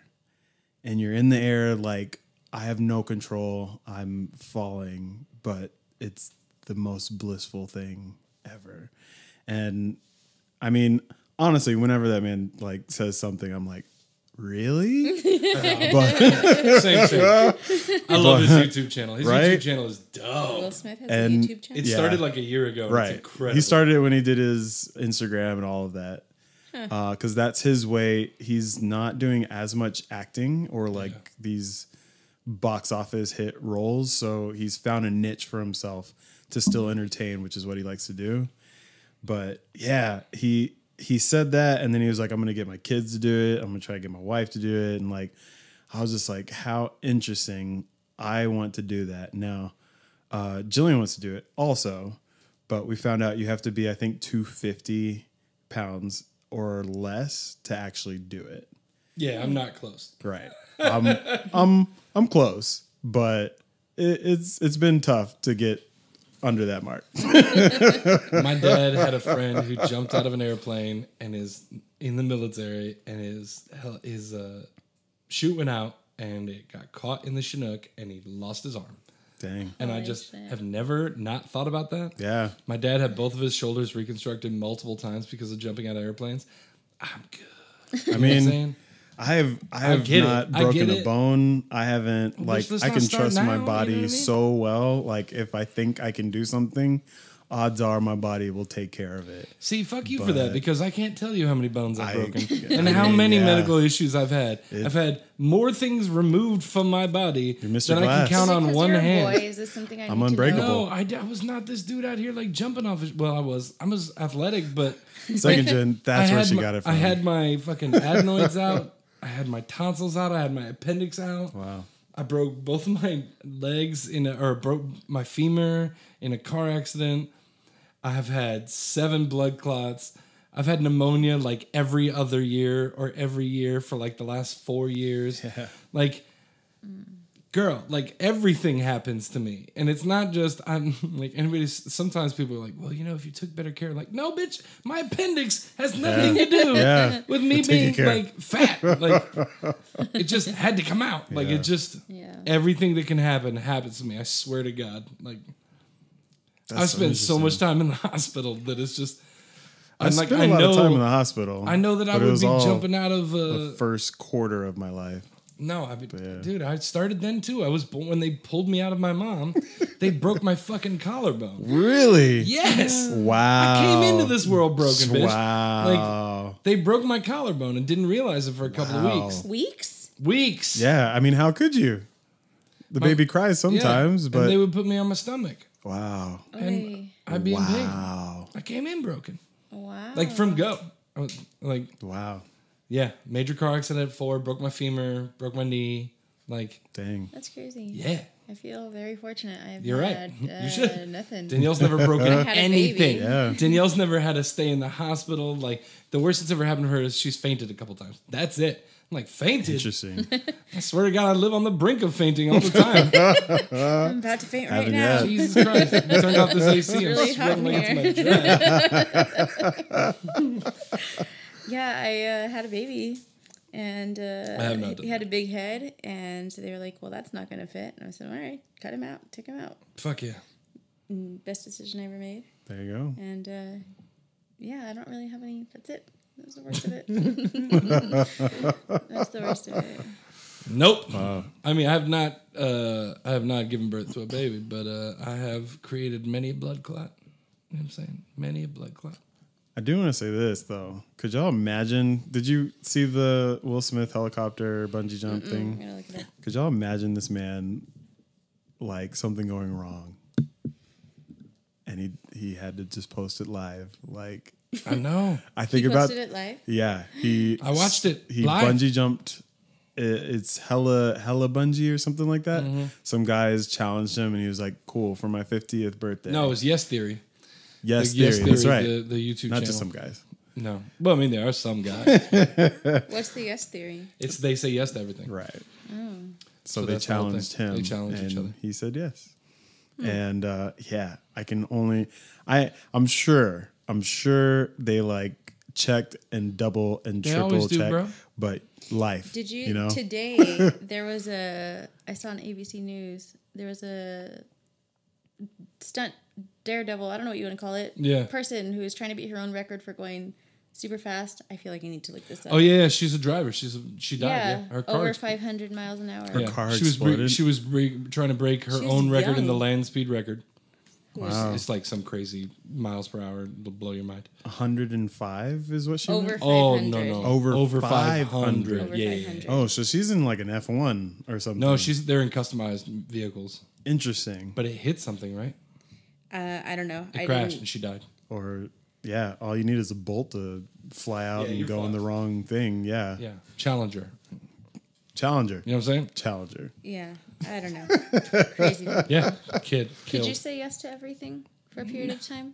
[SPEAKER 3] and you're in the air like I have no control, I'm falling, but it's the most blissful thing ever." And I mean, honestly, whenever that man like says something, I'm like, really? but
[SPEAKER 2] Same thing. I love his YouTube channel. His
[SPEAKER 3] Right?
[SPEAKER 2] YouTube channel is dope.
[SPEAKER 4] Will Smith has
[SPEAKER 3] And
[SPEAKER 4] a YouTube channel.
[SPEAKER 2] It
[SPEAKER 3] Yeah.
[SPEAKER 2] started like a year ago. Right. It's
[SPEAKER 3] right,
[SPEAKER 2] incredible.
[SPEAKER 3] he started it when he did his Instagram and all of that, because that's his way. He's not doing as much acting or like these box office hit roles, so he's found a niche for himself to still entertain, which is what he likes to do. But yeah, he he said that, and then he was like, "I'm gonna get my kids to do it. I'm gonna try to get my wife to do it." And like, I was just like, "How interesting! I want to do that now." Uh, Jillian wants to do it also, but we found out you have to be, I think, 250 pounds or less to actually do it.
[SPEAKER 2] Yeah, I'm not close.
[SPEAKER 3] Right. I'm I'm I'm close, but it, it's it's been tough to get under that mark.
[SPEAKER 2] My dad had a friend who jumped out of an airplane and is in the military, and his hel- his uh, chute went out, and it got caught in the Chinook, and he lost his arm.
[SPEAKER 3] Dang.
[SPEAKER 2] And I
[SPEAKER 4] Holy
[SPEAKER 2] just
[SPEAKER 4] shit.
[SPEAKER 2] have never not thought about that.
[SPEAKER 3] Yeah.
[SPEAKER 2] My dad had both of his shoulders reconstructed multiple times because of jumping out of airplanes. I'm good. You
[SPEAKER 3] I
[SPEAKER 2] know what I'm
[SPEAKER 3] mean,
[SPEAKER 2] saying?
[SPEAKER 3] I have I have
[SPEAKER 2] get it.
[SPEAKER 3] not
[SPEAKER 2] I get
[SPEAKER 3] broken a
[SPEAKER 2] it.
[SPEAKER 3] bone. I haven't like
[SPEAKER 2] let's
[SPEAKER 3] I
[SPEAKER 2] not
[SPEAKER 3] can
[SPEAKER 2] start
[SPEAKER 3] trust
[SPEAKER 2] now,
[SPEAKER 3] my
[SPEAKER 2] you know
[SPEAKER 3] body
[SPEAKER 2] what I mean?
[SPEAKER 3] so well. Like if I think I can do something, odds are my body will take care of it.
[SPEAKER 2] See, fuck you for that
[SPEAKER 3] But-
[SPEAKER 2] because I can't tell you how many bones I've
[SPEAKER 3] I-
[SPEAKER 2] broken
[SPEAKER 3] I
[SPEAKER 2] and how
[SPEAKER 3] mean,
[SPEAKER 2] many
[SPEAKER 3] yeah.
[SPEAKER 2] medical issues I've had.
[SPEAKER 3] It-
[SPEAKER 2] I've had more things removed from my body than
[SPEAKER 3] You're Mr.
[SPEAKER 2] I can
[SPEAKER 3] Glass.
[SPEAKER 2] count
[SPEAKER 4] Is it
[SPEAKER 2] on
[SPEAKER 4] 'cause
[SPEAKER 2] one
[SPEAKER 4] you're a
[SPEAKER 2] hand.
[SPEAKER 4] Boy? Is this something I
[SPEAKER 3] I'm
[SPEAKER 4] need to
[SPEAKER 3] unbreakable.
[SPEAKER 4] know?
[SPEAKER 2] No, I, I was not this dude out here like jumping off. His, well, I was. I was athletic, but
[SPEAKER 3] Second gen, that's
[SPEAKER 2] I
[SPEAKER 3] where
[SPEAKER 2] had
[SPEAKER 3] she
[SPEAKER 2] my-
[SPEAKER 3] got it from.
[SPEAKER 2] I had my fucking adenoids out. I had my tonsils out. I had my appendix out.
[SPEAKER 3] wow.
[SPEAKER 2] I broke both of my legs in a, or broke my femur in a car accident. I have had seven blood clots. I've had pneumonia like every other year or every year for like the last four years. Like, girl, like everything happens to me. And it's not just, I'm like, anybody, sometimes people are like, well, you know, if you took better care, like, no, bitch, my appendix has nothing to do
[SPEAKER 3] Yeah.
[SPEAKER 2] with me
[SPEAKER 3] taking
[SPEAKER 2] being
[SPEAKER 3] care.
[SPEAKER 2] like fat. Like, it just had to come out. Like
[SPEAKER 3] Yeah.
[SPEAKER 2] it just
[SPEAKER 4] Yeah.
[SPEAKER 2] everything that can happen happens to me. I swear to God. Like I
[SPEAKER 3] That's
[SPEAKER 2] spent so
[SPEAKER 3] interesting.
[SPEAKER 2] much time in the hospital that it's just
[SPEAKER 3] I
[SPEAKER 2] I'm
[SPEAKER 3] spent
[SPEAKER 2] I
[SPEAKER 3] a lot
[SPEAKER 2] know,
[SPEAKER 3] of time in the hospital.
[SPEAKER 2] I know that I
[SPEAKER 3] but it
[SPEAKER 2] would
[SPEAKER 3] was
[SPEAKER 2] be
[SPEAKER 3] all
[SPEAKER 2] jumping out of
[SPEAKER 3] The
[SPEAKER 2] uh,
[SPEAKER 3] first quarter of my life.
[SPEAKER 2] no, I be,
[SPEAKER 3] yeah.
[SPEAKER 2] dude. I started then too. I was born when they pulled me out of my mom. they broke my fucking collarbone.
[SPEAKER 3] Really?
[SPEAKER 2] Yes,
[SPEAKER 3] Wow.
[SPEAKER 2] I came into this world broken, bitch.
[SPEAKER 3] Wow.
[SPEAKER 2] They broke my collarbone and didn't realize it for a couple of
[SPEAKER 3] Wow.
[SPEAKER 2] weeks.
[SPEAKER 4] Weeks?
[SPEAKER 2] Weeks.
[SPEAKER 3] yeah. I mean, how could you? The baby cries
[SPEAKER 2] Yeah.
[SPEAKER 3] sometimes,
[SPEAKER 2] And
[SPEAKER 3] but
[SPEAKER 2] they would put me on my stomach.
[SPEAKER 3] wow.
[SPEAKER 2] And
[SPEAKER 4] Oy.
[SPEAKER 2] I'd be in pain.
[SPEAKER 3] Wow.
[SPEAKER 2] I came in broken,
[SPEAKER 4] Wow.
[SPEAKER 2] like from go. I was, like,
[SPEAKER 3] Wow.
[SPEAKER 2] yeah, major car accident at four, broke my femur, broke my knee. Like,
[SPEAKER 3] Dang.
[SPEAKER 4] That's crazy.
[SPEAKER 2] yeah,
[SPEAKER 4] I feel very fortunate. I've
[SPEAKER 2] You're right.
[SPEAKER 4] had,
[SPEAKER 2] You
[SPEAKER 4] Uh,
[SPEAKER 2] should.
[SPEAKER 4] Nothing.
[SPEAKER 2] Danielle's never broken
[SPEAKER 4] had a
[SPEAKER 2] anything.
[SPEAKER 4] baby.
[SPEAKER 3] Yeah.
[SPEAKER 2] Danielle's never had to stay in the hospital. Like, the worst that's ever happened to her is she's fainted a couple times. That's it. I'm like, fainted?
[SPEAKER 3] Interesting.
[SPEAKER 2] I swear to God, I live on the brink of fainting all the time.
[SPEAKER 4] I'm about to faint right
[SPEAKER 3] Having
[SPEAKER 4] now.
[SPEAKER 3] that.
[SPEAKER 2] Jesus Christ. I turned off this AC. I'm
[SPEAKER 4] really hot
[SPEAKER 2] sweating
[SPEAKER 4] in
[SPEAKER 2] like it's my
[SPEAKER 4] here.
[SPEAKER 2] dread.
[SPEAKER 4] Yeah, I uh, had a baby, and uh,
[SPEAKER 2] I have not done
[SPEAKER 4] he had a big head, and so they were like, "Well, that's not gonna fit." And I said, "All right, cut him out, take him out."
[SPEAKER 2] Fuck yeah.
[SPEAKER 4] Mm, Best decision I ever made,
[SPEAKER 3] there you go.
[SPEAKER 4] and uh, yeah, I don't really have any. That's it. That was the worst of it. that's the worst of it.
[SPEAKER 2] Nope. I mean, I have not. Uh, I have not given birth to a baby, but uh, I have created many a blood clot. You know what I'm saying many a blood clot.
[SPEAKER 3] I do want to say this though. Could y'all imagine? Did you see the Will Smith helicopter bungee jump
[SPEAKER 4] I'm
[SPEAKER 3] thing?
[SPEAKER 4] gonna look it up.
[SPEAKER 3] Could y'all imagine this man like something going wrong? And he he had to just post it live. Like
[SPEAKER 2] I know.
[SPEAKER 3] I think
[SPEAKER 4] He
[SPEAKER 3] about
[SPEAKER 4] posted it live.
[SPEAKER 3] yeah. He
[SPEAKER 2] I watched it
[SPEAKER 3] He
[SPEAKER 2] live.
[SPEAKER 3] bungee jumped. i- It's hella hella bungee or something like that.
[SPEAKER 2] Mm-hmm.
[SPEAKER 3] Some guys challenged him and he was like, "Cool for my 50th birthday."
[SPEAKER 2] No, it was Yes Theory.
[SPEAKER 3] yes,
[SPEAKER 2] Yes
[SPEAKER 3] theory. That's right.
[SPEAKER 2] The, the YouTube
[SPEAKER 3] Not
[SPEAKER 2] channel.
[SPEAKER 3] just some guys.
[SPEAKER 2] No. Well, I mean, there are some guys.
[SPEAKER 4] What's the yes theory?
[SPEAKER 2] it's they say yes to everything.
[SPEAKER 3] Right. So,
[SPEAKER 2] Mm. So
[SPEAKER 3] they
[SPEAKER 2] that's the whole thing.
[SPEAKER 3] challenged him.
[SPEAKER 2] They challenged each
[SPEAKER 3] and
[SPEAKER 2] other.
[SPEAKER 3] He said yes.
[SPEAKER 4] Hmm.
[SPEAKER 3] And uh, yeah, I can only I I'm sure I'm sure they like checked and double and
[SPEAKER 2] They
[SPEAKER 3] triple
[SPEAKER 2] always do,
[SPEAKER 3] check,
[SPEAKER 2] bro.
[SPEAKER 3] but life.
[SPEAKER 4] Did you,
[SPEAKER 3] You know,
[SPEAKER 4] today? there was a I saw on ABC News. There was a stunt daredevil. I don't know what you want to call it.
[SPEAKER 2] Yeah.
[SPEAKER 4] Person who was trying to beat her own record for going super fast. I feel like I need to look this up.
[SPEAKER 2] Oh yeah, yeah, she's a driver. She's a, she died. Yeah,
[SPEAKER 4] yeah,
[SPEAKER 2] her car.
[SPEAKER 4] over 500 miles an hour.
[SPEAKER 2] yeah.
[SPEAKER 3] car
[SPEAKER 2] she was bre-
[SPEAKER 3] exploded.
[SPEAKER 2] she was bre- trying to break her
[SPEAKER 4] She's
[SPEAKER 2] own record in the
[SPEAKER 4] young.
[SPEAKER 2] land speed record.
[SPEAKER 4] Wow.
[SPEAKER 2] It's like some crazy miles per hour. It'll blow your mind.
[SPEAKER 3] 105 is what she went?
[SPEAKER 4] Over 500.
[SPEAKER 2] Oh no no
[SPEAKER 3] Over
[SPEAKER 2] over
[SPEAKER 3] 500.
[SPEAKER 2] 500.
[SPEAKER 4] Over
[SPEAKER 2] yeah, yeah,
[SPEAKER 4] 500.
[SPEAKER 2] yeah.
[SPEAKER 3] Oh, so she's in like an F1 or something.
[SPEAKER 2] No, she's they're in customized vehicles,
[SPEAKER 3] interesting.
[SPEAKER 2] but it hit something right.
[SPEAKER 4] Uh, I don't know.
[SPEAKER 2] It
[SPEAKER 4] I
[SPEAKER 2] crashed
[SPEAKER 4] didn't.
[SPEAKER 2] and she died.
[SPEAKER 3] Or yeah, all you need is a bolt to fly out
[SPEAKER 2] Yeah,
[SPEAKER 3] and
[SPEAKER 2] you're
[SPEAKER 3] go
[SPEAKER 2] fucked.
[SPEAKER 3] in the wrong thing. Yeah.
[SPEAKER 2] Yeah, Challenger.
[SPEAKER 3] Challenger.
[SPEAKER 2] You know what I'm saying?
[SPEAKER 3] Challenger.
[SPEAKER 4] Yeah, I don't know. Crazy.
[SPEAKER 2] Yeah, kid
[SPEAKER 4] Could
[SPEAKER 2] killed.
[SPEAKER 4] you say yes to everything for a period of time?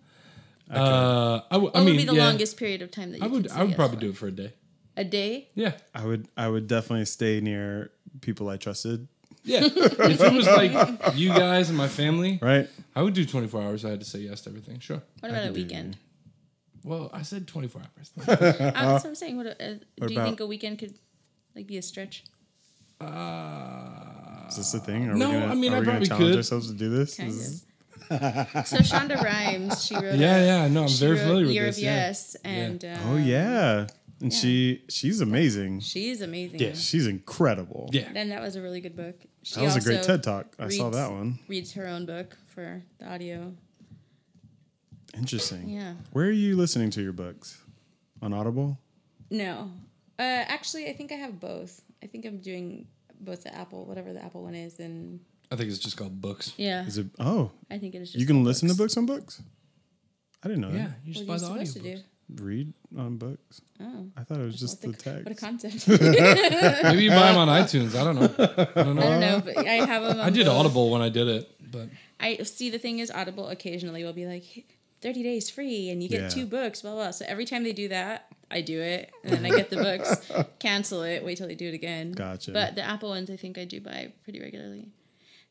[SPEAKER 2] uh, I, w- I
[SPEAKER 4] What
[SPEAKER 2] mean,
[SPEAKER 4] would be the
[SPEAKER 2] yeah,
[SPEAKER 4] longest period of time that you
[SPEAKER 2] I would.
[SPEAKER 4] Could say
[SPEAKER 2] I would
[SPEAKER 4] yes
[SPEAKER 2] probably
[SPEAKER 4] for?
[SPEAKER 2] do it for a day.
[SPEAKER 4] a day.
[SPEAKER 2] Yeah,
[SPEAKER 3] I would I would definitely stay near people I trusted,
[SPEAKER 2] yeah. if it was like you guys and my family,
[SPEAKER 3] right?
[SPEAKER 2] I would do 24 hours. I had to say yes to everything. Sure.
[SPEAKER 4] What about
[SPEAKER 3] could
[SPEAKER 4] a
[SPEAKER 3] do-
[SPEAKER 4] weekend?
[SPEAKER 2] Well, I said 24 hours.
[SPEAKER 4] Uh, that's what I'm saying. What, uh,
[SPEAKER 3] What
[SPEAKER 4] do you think
[SPEAKER 3] about-
[SPEAKER 4] a weekend could like be a stretch?
[SPEAKER 2] ah.
[SPEAKER 3] Is this a thing? Are
[SPEAKER 2] no,
[SPEAKER 3] we gonna,
[SPEAKER 2] I mean,
[SPEAKER 3] are
[SPEAKER 2] I
[SPEAKER 3] we
[SPEAKER 2] probably
[SPEAKER 3] gonna challenge
[SPEAKER 2] could.
[SPEAKER 3] ourselves to do this?
[SPEAKER 4] Kind
[SPEAKER 3] Is-
[SPEAKER 4] of. so Shonda Rhimes, she wrote.
[SPEAKER 2] Yeah,
[SPEAKER 4] a-
[SPEAKER 2] yeah. No, I'm
[SPEAKER 4] she
[SPEAKER 2] very
[SPEAKER 4] wrote
[SPEAKER 2] familiar with
[SPEAKER 4] Year
[SPEAKER 2] this.
[SPEAKER 4] Of
[SPEAKER 2] Yeah.
[SPEAKER 4] Yes, and uh,
[SPEAKER 3] oh yeah, and
[SPEAKER 4] Yeah.
[SPEAKER 3] she she's amazing.
[SPEAKER 4] she's amazing.
[SPEAKER 3] She's incredible.
[SPEAKER 2] Yeah.
[SPEAKER 4] And that was a really good book. She
[SPEAKER 3] that was a great
[SPEAKER 4] also
[SPEAKER 3] TED talk. I saw
[SPEAKER 4] reads-
[SPEAKER 3] that one.
[SPEAKER 4] Reads her own book for the audio.
[SPEAKER 3] Interesting.
[SPEAKER 4] Yeah.
[SPEAKER 3] Where are you listening to your books? On Audible?
[SPEAKER 4] No. Uh, actually, I think I have both. I think I'm doing both the Apple, whatever the Apple one is, and
[SPEAKER 2] I think it's just called books.
[SPEAKER 4] yeah,
[SPEAKER 3] Is it? Oh,
[SPEAKER 4] I think it is just.
[SPEAKER 3] you can listen to books on books. I didn't know
[SPEAKER 2] Yeah, you
[SPEAKER 4] What
[SPEAKER 2] just
[SPEAKER 4] are you
[SPEAKER 2] buy the audio.
[SPEAKER 4] supposed to do?
[SPEAKER 3] that. Read on books.
[SPEAKER 4] Oh,
[SPEAKER 3] I thought it was just the
[SPEAKER 4] what, a,
[SPEAKER 3] text.
[SPEAKER 4] what a concept! I
[SPEAKER 2] Maybe you buy them on iTunes. I don't know. I don't know.
[SPEAKER 4] don't know, but I have them.
[SPEAKER 2] I did Audible when I did it, but
[SPEAKER 4] I see the thing is Audible occasionally will be like "Hey, 30 days free and you get
[SPEAKER 3] Yeah.
[SPEAKER 4] two books, blah blah. So every time they do that, I do it and then I get the books, cancel it, wait till they do it again.
[SPEAKER 3] Gotcha.
[SPEAKER 4] But the Apple ones I think I do buy pretty regularly.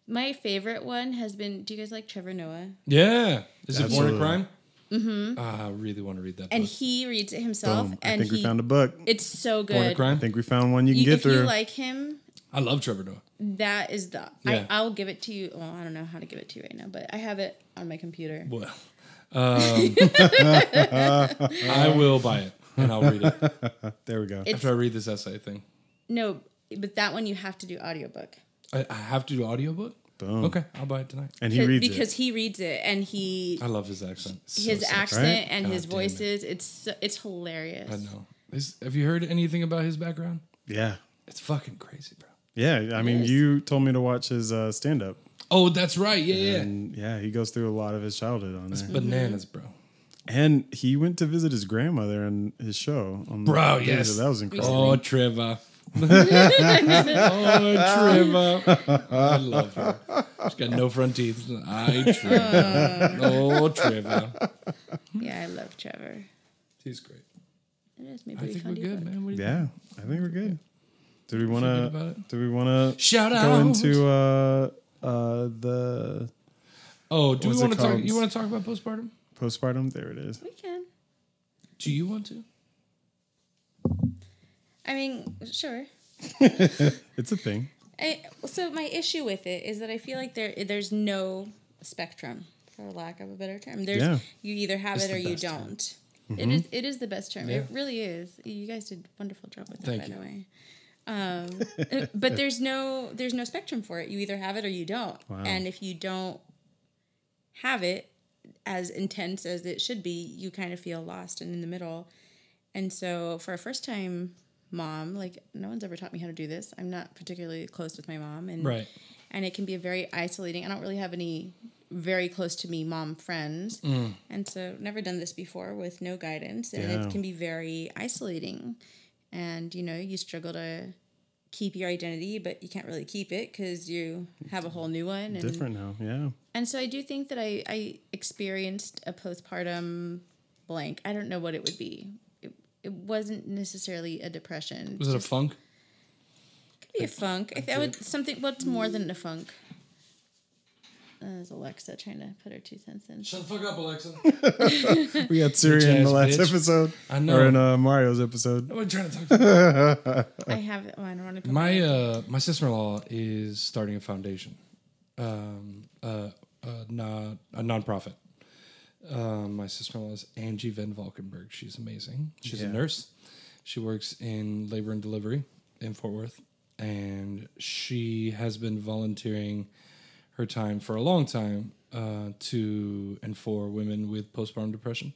[SPEAKER 4] My favorite one has been do you guys like Trevor Noah?
[SPEAKER 2] yeah. Is it
[SPEAKER 3] Absolutely.
[SPEAKER 2] Born a Crime? Mm-hmm. I really want to read that
[SPEAKER 4] And
[SPEAKER 2] book.
[SPEAKER 4] he reads it himself
[SPEAKER 3] Boom. I
[SPEAKER 4] and
[SPEAKER 3] think
[SPEAKER 4] he
[SPEAKER 3] we found a book.
[SPEAKER 4] it's so
[SPEAKER 2] Born a
[SPEAKER 4] good.
[SPEAKER 2] Crime?
[SPEAKER 3] I think we found one you can
[SPEAKER 4] You-
[SPEAKER 3] get
[SPEAKER 4] if
[SPEAKER 3] through.
[SPEAKER 4] you like him,
[SPEAKER 2] I love Trevor Noah.
[SPEAKER 4] that is the
[SPEAKER 2] Yeah.
[SPEAKER 4] I, I'll give it to you. Well, I don't know how to give it to you right now, but I have it on my computer.
[SPEAKER 2] Well, um, I will buy it and I'll read it
[SPEAKER 3] there we go.
[SPEAKER 2] after I read this essay thing.
[SPEAKER 4] No, but that one you have to do audiobook.
[SPEAKER 2] I, I have to do audiobook.
[SPEAKER 3] Boom.
[SPEAKER 2] Okay, I'll buy it tonight.
[SPEAKER 3] And he reads
[SPEAKER 4] because
[SPEAKER 3] it.
[SPEAKER 4] he reads it and he
[SPEAKER 2] I love his accent. It's so
[SPEAKER 4] his
[SPEAKER 2] sexy.
[SPEAKER 4] accent
[SPEAKER 3] right?
[SPEAKER 4] and
[SPEAKER 2] God
[SPEAKER 4] his
[SPEAKER 2] damn it.
[SPEAKER 4] voices it's so, it's hilarious
[SPEAKER 2] I know. Is, have you heard anything about his background?
[SPEAKER 3] Yeah.
[SPEAKER 2] It's fucking crazy, bro.
[SPEAKER 3] Yeah. I mean,
[SPEAKER 4] is.
[SPEAKER 3] you told me to watch his uh, stand up.
[SPEAKER 2] Oh, that's right. Yeah, yeah.
[SPEAKER 3] And yeah, he goes through a lot of his childhood on there.
[SPEAKER 2] Bananas, bro.
[SPEAKER 3] And he went to visit his grandmother in his show. On
[SPEAKER 2] Bro,
[SPEAKER 3] the,
[SPEAKER 2] yes.
[SPEAKER 3] That was incredible.
[SPEAKER 2] Oh, Trevor. oh, Trevor. I love her. She's got no front teeth. I,
[SPEAKER 4] Uh.
[SPEAKER 2] Trevor. oh, Trevor.
[SPEAKER 4] yeah i love trevor
[SPEAKER 2] He's great.
[SPEAKER 4] it is maybe
[SPEAKER 2] I
[SPEAKER 4] we
[SPEAKER 2] think
[SPEAKER 4] can
[SPEAKER 2] we're
[SPEAKER 4] do
[SPEAKER 2] good,
[SPEAKER 4] that.
[SPEAKER 2] man. What do you
[SPEAKER 3] Yeah. I think we're good. Do we want
[SPEAKER 2] Thinking about
[SPEAKER 3] to?
[SPEAKER 2] it.
[SPEAKER 3] Do we want to
[SPEAKER 2] Shout
[SPEAKER 3] go
[SPEAKER 2] out.
[SPEAKER 3] into uh, uh, the
[SPEAKER 2] oh, do we
[SPEAKER 3] What's it
[SPEAKER 2] want to talk?
[SPEAKER 3] called?
[SPEAKER 2] You want to talk about postpartum?
[SPEAKER 3] postpartum? There it is.
[SPEAKER 4] we can
[SPEAKER 2] Do you want to?
[SPEAKER 4] i mean sure
[SPEAKER 3] It's a thing.
[SPEAKER 4] I, so my issue with it is that i feel like there there's no spectrum for lack of a better term there's
[SPEAKER 3] Yeah.
[SPEAKER 4] you either have
[SPEAKER 2] It's
[SPEAKER 4] it
[SPEAKER 2] the
[SPEAKER 4] or you
[SPEAKER 2] best term. Mm-hmm.
[SPEAKER 4] don't It is it is the best term
[SPEAKER 2] Yeah.
[SPEAKER 4] it really is you guys did a wonderful job with that
[SPEAKER 2] Thank
[SPEAKER 4] by
[SPEAKER 2] you.
[SPEAKER 4] the way um, uh, but there's no there's no spectrum for it. You either have it or you don't.
[SPEAKER 3] Wow.
[SPEAKER 4] And if you don't have it as intense as it should be, you kind of feel lost and in the middle. And so for a first time mom, like no one's ever taught me how to do this. I'm not particularly close with my mom and
[SPEAKER 2] Right.
[SPEAKER 4] and it can be a very isolating. I don't really have any very close to me mom friends. And so never done this before with no guidance and
[SPEAKER 3] Mm. Yeah.
[SPEAKER 4] it can be very isolating. And you know, you struggle to keep your identity, but you can't really keep it cuz you have a whole new one and
[SPEAKER 3] Different now. Yeah.
[SPEAKER 4] and so I do think that I, I experienced a postpartum blank. I don't know what it would be. It, it wasn't necessarily a depression.
[SPEAKER 2] Was it a funk?
[SPEAKER 4] It could be a funk. I, th- I would something. What's more than a funk? Uh, There's Alexa trying to put her two cents in.
[SPEAKER 2] Shut the fuck up, Alexa.
[SPEAKER 3] We had Siri in
[SPEAKER 2] Bitch-ass
[SPEAKER 3] the last
[SPEAKER 2] bitch.
[SPEAKER 3] episode.
[SPEAKER 2] I know.
[SPEAKER 3] Or in uh, Mario's episode.
[SPEAKER 2] I'm trying to talk. To you.
[SPEAKER 4] I have. Oh, I don't want to. Put
[SPEAKER 2] My uh, my sister in law is starting a foundation, um, uh, a non a nonprofit. Um, my sister in law is Angie Van Valkenburg. She's amazing. She's a
[SPEAKER 3] Yeah.
[SPEAKER 2] nurse. She works in labor and delivery in Fort Worth, and she has been volunteering her time for a long time uh, to and for women with postpartum depression.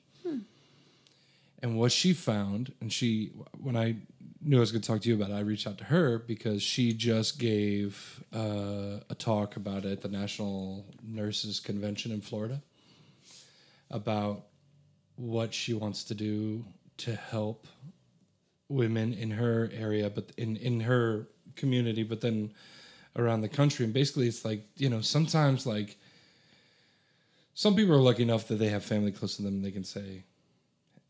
[SPEAKER 2] And what she found, and she, when I knew I was going to talk to you about it, I reached out to her because she just gave uh, a talk about it at the National Nurses Convention in Florida about what she wants to do to help women in her area, but in, in her community, but then around the country. And basically, it's like, you know, sometimes like some people are lucky enough that they have family close to them, they can say,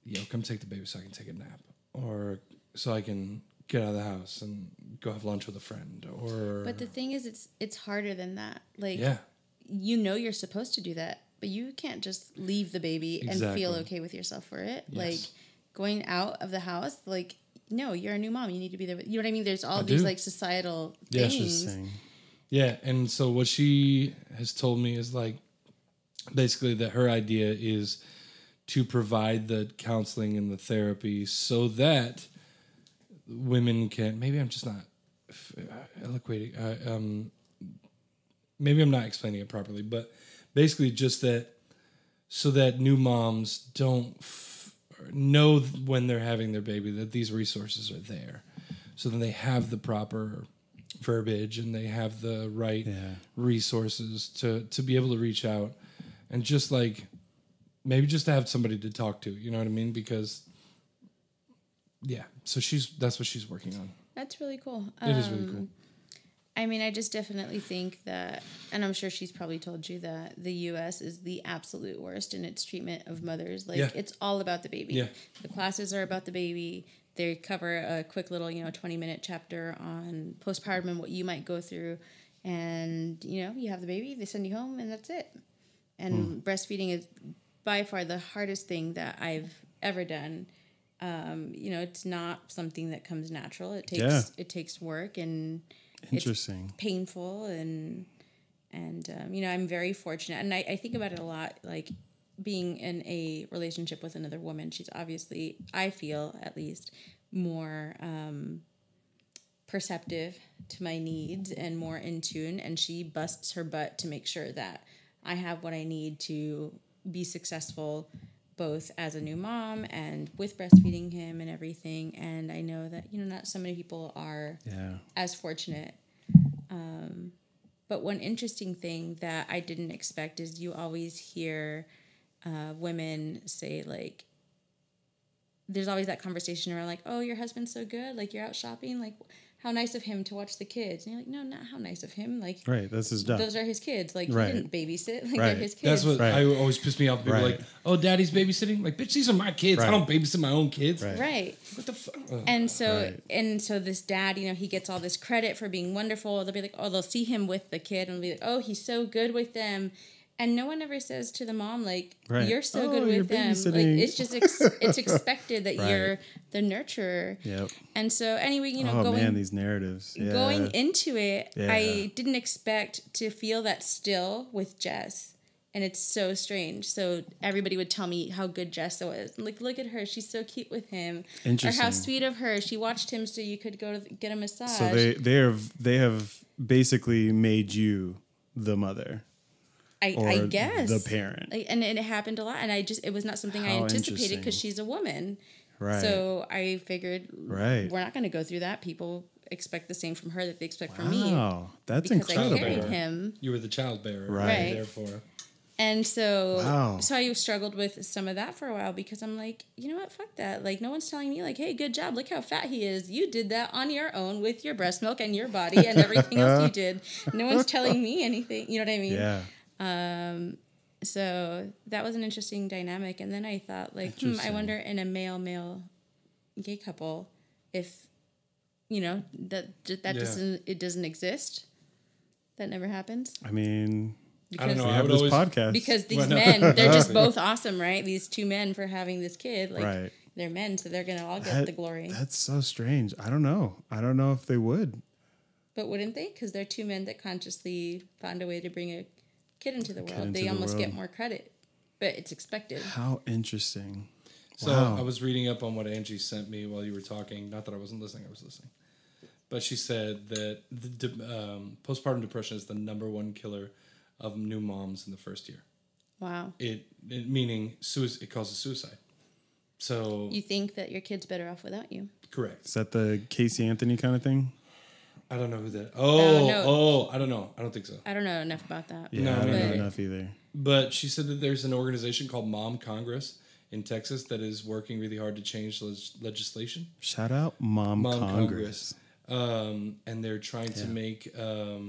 [SPEAKER 2] yo, come take the baby so I can take a nap, or so I can get out of the house and go have lunch with a friend, or
[SPEAKER 4] But the thing is, it's it's harder than that. Like
[SPEAKER 2] yeah,
[SPEAKER 4] you know, you're supposed to do that, but you can't just leave the baby and feel
[SPEAKER 2] Exactly.
[SPEAKER 4] okay with yourself for it.
[SPEAKER 2] Yes.
[SPEAKER 4] Like going out of the house, like no, you're a new mom. You need to be there. With, you know what I mean? There's all
[SPEAKER 2] I
[SPEAKER 4] these
[SPEAKER 2] do.
[SPEAKER 4] like societal
[SPEAKER 2] Yeah, it's
[SPEAKER 4] things.
[SPEAKER 3] Interesting.
[SPEAKER 2] yeah. And so what she has told me is like basically that her idea is to provide the counseling and the therapy so that women can. Maybe I'm just not f- uh, eloquating. Uh, um, maybe I'm not explaining it properly, but basically just that so that new moms don't f- know th- when they're having their baby that these resources are there. So then they have the proper verbiage and they have the right resources to to be able to reach out and just like maybe just to have somebody to talk to, you know what I mean? Because yeah, so she's that's what she's working on.
[SPEAKER 4] That's really cool.
[SPEAKER 2] It is really cool.
[SPEAKER 4] I mean, I just definitely think that, and I'm sure she's probably told you that the U.S. is the absolute worst in its treatment of mothers. Like
[SPEAKER 2] Yeah.
[SPEAKER 4] it's all about the baby.
[SPEAKER 2] Yeah.
[SPEAKER 4] The classes are about the baby. They cover a quick little, you know, 20 minute chapter on postpartum and what you might go through, and you know, you have the baby, they send you home, and that's it.
[SPEAKER 2] Hmm.
[SPEAKER 4] And breastfeeding is by far the hardest thing that I've ever done. Um, you know, it's not something that comes natural. It takes
[SPEAKER 3] Yeah.
[SPEAKER 4] it takes work and
[SPEAKER 3] Interesting.
[SPEAKER 4] it's painful and and um, you know i'm very fortunate and I, I think about it a lot like being in a relationship with another woman she's obviously i feel at least more um, perceptive to my needs and more in tune and she busts her butt to make sure that i have what i need to be successful both as a new mom and with breastfeeding him and everything and i know that you know not so many people are
[SPEAKER 3] Yeah.
[SPEAKER 4] as fortunate. Um, but one interesting thing that I didn't expect is you always hear uh, women say, like, there's always that conversation around, like, oh, your husband's so good. Like, you're out shopping. Like, how nice of him to watch the kids. And you're like, no, not how nice of him. Like,
[SPEAKER 3] Right. That's his job.
[SPEAKER 4] those are his kids. Like,
[SPEAKER 3] Right.
[SPEAKER 4] he didn't babysit. Like,
[SPEAKER 3] Right.
[SPEAKER 4] they're his
[SPEAKER 2] That's
[SPEAKER 4] kids.
[SPEAKER 2] what
[SPEAKER 3] Right.
[SPEAKER 2] I always piss me off. People are
[SPEAKER 3] Right.
[SPEAKER 2] like, "Oh, daddy's babysitting." Like, bitch, these are my kids. I
[SPEAKER 3] Right.
[SPEAKER 2] don't babysit my own kids.
[SPEAKER 3] Right.
[SPEAKER 4] right.
[SPEAKER 2] What the fuck?
[SPEAKER 4] and so
[SPEAKER 3] Right.
[SPEAKER 4] and so this dad you know he gets all this credit for being wonderful they'll be like oh they'll see him with the kid and they'll be like oh he's so good with them and no one ever says to the mom like
[SPEAKER 3] Right.
[SPEAKER 4] you're so
[SPEAKER 3] Oh,
[SPEAKER 4] good
[SPEAKER 3] you're
[SPEAKER 4] with them like
[SPEAKER 3] babysitting.
[SPEAKER 4] it's just ex- it's expected that
[SPEAKER 3] Right.
[SPEAKER 4] you're the nurturer
[SPEAKER 3] Yep.
[SPEAKER 4] and so anyway you know
[SPEAKER 3] Oh
[SPEAKER 4] going
[SPEAKER 3] man, these narratives. Yeah.
[SPEAKER 4] going into it
[SPEAKER 3] Yeah.
[SPEAKER 4] i didn't expect to feel that still with jess and it's so strange so everybody would tell me how good jess was like look at her she's so cute with him or how
[SPEAKER 3] Interesting.
[SPEAKER 4] sweet of her she watched him so you could go to th- get a massage
[SPEAKER 3] So they they have they have basically made you the mother
[SPEAKER 4] I,
[SPEAKER 3] or
[SPEAKER 4] I guess
[SPEAKER 3] the parent.
[SPEAKER 4] like, and, and it happened a lot and i just it was not something i
[SPEAKER 3] How
[SPEAKER 4] anticipated because
[SPEAKER 3] interesting.
[SPEAKER 4] she's a woman
[SPEAKER 3] Right.
[SPEAKER 4] so i figured
[SPEAKER 3] Right.
[SPEAKER 4] we're not going to go through that people expect the same from her that they expect from me
[SPEAKER 3] Wow, that's
[SPEAKER 4] because i
[SPEAKER 3] incredible.
[SPEAKER 4] carried him
[SPEAKER 2] you were the child bearer,
[SPEAKER 3] Right.
[SPEAKER 2] Therefore,
[SPEAKER 4] And so,
[SPEAKER 3] Wow.
[SPEAKER 4] so I struggled with some of that for a while because I'm like, you know what, fuck that. Like, no one's telling me, like, hey, good job. Look how fat he is. You did that on your own with your breast milk and your body and everything else you did. No one's telling me anything. You know what I mean?
[SPEAKER 3] Yeah.
[SPEAKER 4] So that was an interesting dynamic. And then I thought, like, hmm, I
[SPEAKER 3] Interesting.
[SPEAKER 4] wonder in a male male gay couple if you know that that doesn't it doesn't exist. That never happens.
[SPEAKER 3] I mean,
[SPEAKER 2] I don't know.
[SPEAKER 3] we
[SPEAKER 2] I
[SPEAKER 3] have
[SPEAKER 2] would
[SPEAKER 3] this
[SPEAKER 2] always
[SPEAKER 3] podcast.
[SPEAKER 4] because these
[SPEAKER 2] Well, no.
[SPEAKER 4] men they're just both awesome right these two men for having this kid like
[SPEAKER 3] Right.
[SPEAKER 4] they're men so they're gonna all get
[SPEAKER 3] That-
[SPEAKER 4] the glory
[SPEAKER 3] that's so strange. I don't know. I don't know if they would.
[SPEAKER 4] but wouldn't they because they're two men that consciously found a way to bring a kid into the world
[SPEAKER 3] into
[SPEAKER 4] they
[SPEAKER 3] the
[SPEAKER 4] almost get
[SPEAKER 3] world.
[SPEAKER 4] more credit but it's expected
[SPEAKER 3] How interesting.
[SPEAKER 2] so
[SPEAKER 3] Wow.
[SPEAKER 2] I was reading up on what Angie sent me while you were talking. Not that I wasn't listening. I was listening. But she said that the de- um, postpartum depression is the number one killer of new moms in the first year.
[SPEAKER 4] wow
[SPEAKER 2] It, it meaning suicide. It causes suicide. So
[SPEAKER 4] you think that your kid's better off without you
[SPEAKER 2] correct.
[SPEAKER 3] Is that the Casey Anthony kind of thing?
[SPEAKER 2] I don't know who that. Oh,
[SPEAKER 4] no.
[SPEAKER 2] oh, I don't know. I don't think so.
[SPEAKER 4] i don't know enough about that
[SPEAKER 3] Yeah, I
[SPEAKER 2] No,
[SPEAKER 3] don't
[SPEAKER 4] but-
[SPEAKER 3] know enough either.
[SPEAKER 2] But she said that there's an organization called Mom Congress in Texas that is working really hard to change leg- legislation.
[SPEAKER 3] Shout out Mom,
[SPEAKER 2] Mom
[SPEAKER 3] Congress.
[SPEAKER 2] Congress. Um, and they're trying to make um,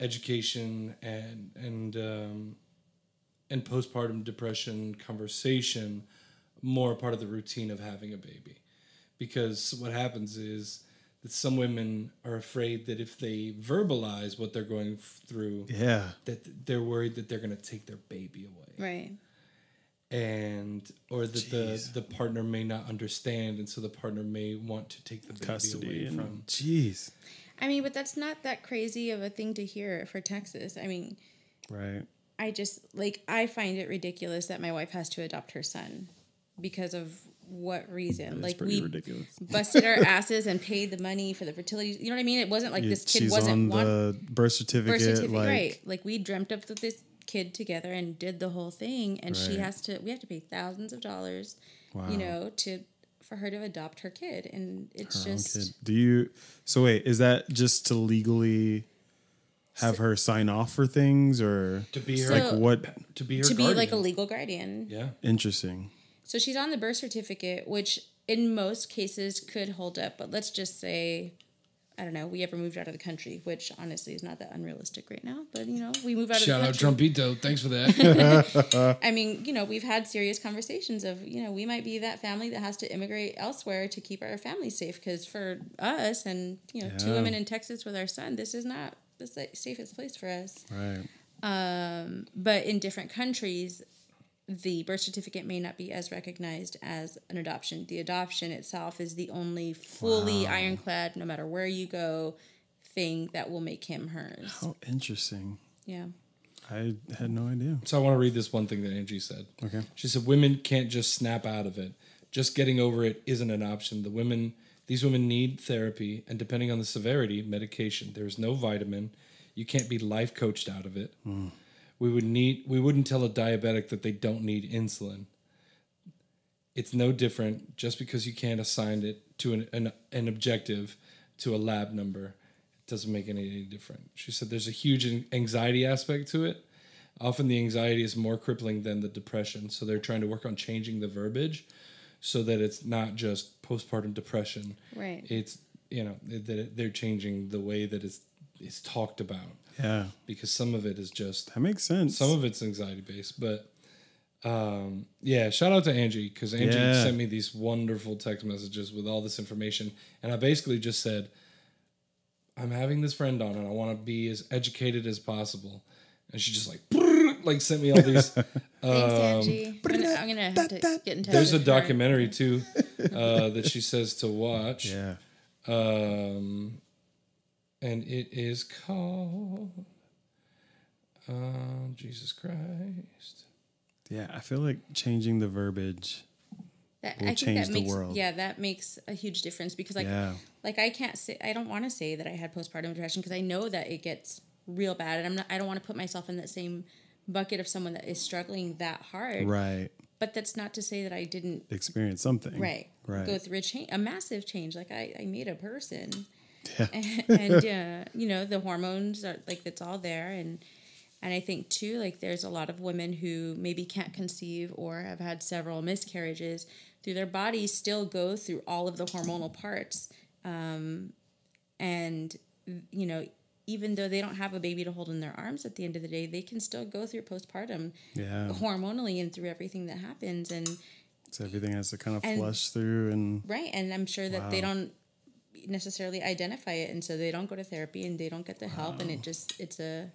[SPEAKER 2] education and and um, and postpartum depression conversation more part of the routine of having a baby, because what happens is that some women are afraid that if they verbalize what they're going f- through,
[SPEAKER 3] Yeah.
[SPEAKER 2] that they're worried that they're going to take their baby away
[SPEAKER 4] right
[SPEAKER 2] and or that the the partner may not understand and so the partner may want to take the baby
[SPEAKER 3] Custody.
[SPEAKER 2] away
[SPEAKER 3] and-
[SPEAKER 2] from
[SPEAKER 3] Jeez.
[SPEAKER 4] i mean but that's not that crazy of a thing to hear for texas i mean
[SPEAKER 3] Right.
[SPEAKER 4] I just like I find it ridiculous that my wife has to adopt her son because of what reason?
[SPEAKER 3] That's
[SPEAKER 4] Like
[SPEAKER 3] pretty
[SPEAKER 4] we
[SPEAKER 3] ridiculous.
[SPEAKER 4] busted our asses and paid the money for the fertility. You know what I mean? It wasn't like this kid
[SPEAKER 3] She's
[SPEAKER 4] wasn't
[SPEAKER 3] on
[SPEAKER 4] one
[SPEAKER 3] the birth certificate.
[SPEAKER 4] birth certificate,
[SPEAKER 3] like,
[SPEAKER 4] right? Like we dreamt up that this kid together and did the whole thing and she
[SPEAKER 3] Right.
[SPEAKER 4] has to we have to pay thousands of dollars you know to for her to adopt her kid and it's just
[SPEAKER 3] Okay. Do you? So wait, is that just to legally have her sign off for things, or
[SPEAKER 2] To be her,
[SPEAKER 4] So-
[SPEAKER 3] like what?
[SPEAKER 2] to be her,
[SPEAKER 4] to be like a
[SPEAKER 2] guardian.
[SPEAKER 4] legal guardian
[SPEAKER 2] yeah.
[SPEAKER 3] Interesting.
[SPEAKER 4] So she's on the birth certificate, which in most cases could hold up, but let's just say, I don't know, we ever moved out of the country, which honestly is not that unrealistic right now, but you know, we move out
[SPEAKER 2] Shout
[SPEAKER 4] of the
[SPEAKER 2] out
[SPEAKER 4] country.
[SPEAKER 2] Trumpito, thanks for that.
[SPEAKER 4] I mean, you know, we've had serious conversations of, you know, we might be that family that has to immigrate elsewhere to keep our family safe because for us and, you know, two
[SPEAKER 3] Yeah.
[SPEAKER 4] women in Texas with our son, this is not the sa- safest place for us. Um,
[SPEAKER 3] Right.
[SPEAKER 4] but in different countries the birth certificate may not be as recognized as an adoption the adoption itself is the only fully ironclad no matter where you go thing that will make him hers
[SPEAKER 3] Oh, interesting.
[SPEAKER 4] yeah
[SPEAKER 3] I had no idea.
[SPEAKER 2] so I want to read this one thing that Angie said.
[SPEAKER 3] Okay.
[SPEAKER 2] She said women can't just snap out of it. Just getting over it isn't an option. The women, these women need therapy, and depending on the severity, medication. There is no vitamin. You can't be life coached out of it. We would need. We wouldn't tell a diabetic that they don't need insulin. It's no different. Just because you can't assign it to an an, an objective, to a lab number, it doesn't make any, any different. She said there's a huge an- anxiety aspect to it often the anxiety is more crippling than the depression so they're trying to work on changing the verbiage so that it's not just postpartum depression
[SPEAKER 4] right
[SPEAKER 2] it's you know that it- they're changing the way that it's it's talked about
[SPEAKER 3] Yeah,
[SPEAKER 2] because some of it is just
[SPEAKER 3] that makes sense.
[SPEAKER 2] some of it's anxiety based but um yeah shout out to angie because angie
[SPEAKER 3] Yeah.
[SPEAKER 2] sent me these wonderful text messages with all this information and i basically just said i'm having this friend on and i want to be as educated as possible and she just like like sent me all these
[SPEAKER 4] thanks angie I'm gonna, I'm gonna have to get in touch
[SPEAKER 2] there's a
[SPEAKER 4] with her.
[SPEAKER 2] documentary too uh that she says to watch
[SPEAKER 3] yeah.
[SPEAKER 2] um, and it is called um, Jesus Christ.
[SPEAKER 3] Yeah, I feel like changing the verbiage.
[SPEAKER 4] that, I
[SPEAKER 3] will
[SPEAKER 4] think
[SPEAKER 3] change
[SPEAKER 4] that
[SPEAKER 3] the
[SPEAKER 4] makes
[SPEAKER 3] world.
[SPEAKER 4] yeah that makes a huge difference because like
[SPEAKER 3] Yeah.
[SPEAKER 4] like I can't say I don't want to say that I had postpartum depression because I know that it gets real bad and I'm not I don't want to put myself in that same bucket of someone that is struggling that hard
[SPEAKER 3] Right.
[SPEAKER 4] but that's not to say that I didn't
[SPEAKER 3] Experience something.
[SPEAKER 4] right,
[SPEAKER 3] Right.
[SPEAKER 4] go through a change a massive change like I, I made a person and uh, you know the hormones are like it's all there and and I think too like there's a lot of women who maybe can't conceive or have had several miscarriages through their bodies still go through all of the hormonal parts um, and you know even though they don't have a baby to hold in their arms at the end of the day they can still go through postpartum
[SPEAKER 3] Yeah.
[SPEAKER 4] hormonally and through everything that happens and
[SPEAKER 3] So everything has to kind of
[SPEAKER 4] And-
[SPEAKER 3] flush through and
[SPEAKER 4] Right, and I'm sure that they don't necessarily identify it, and so they don't go to therapy and they don't get the help, and it just it's a,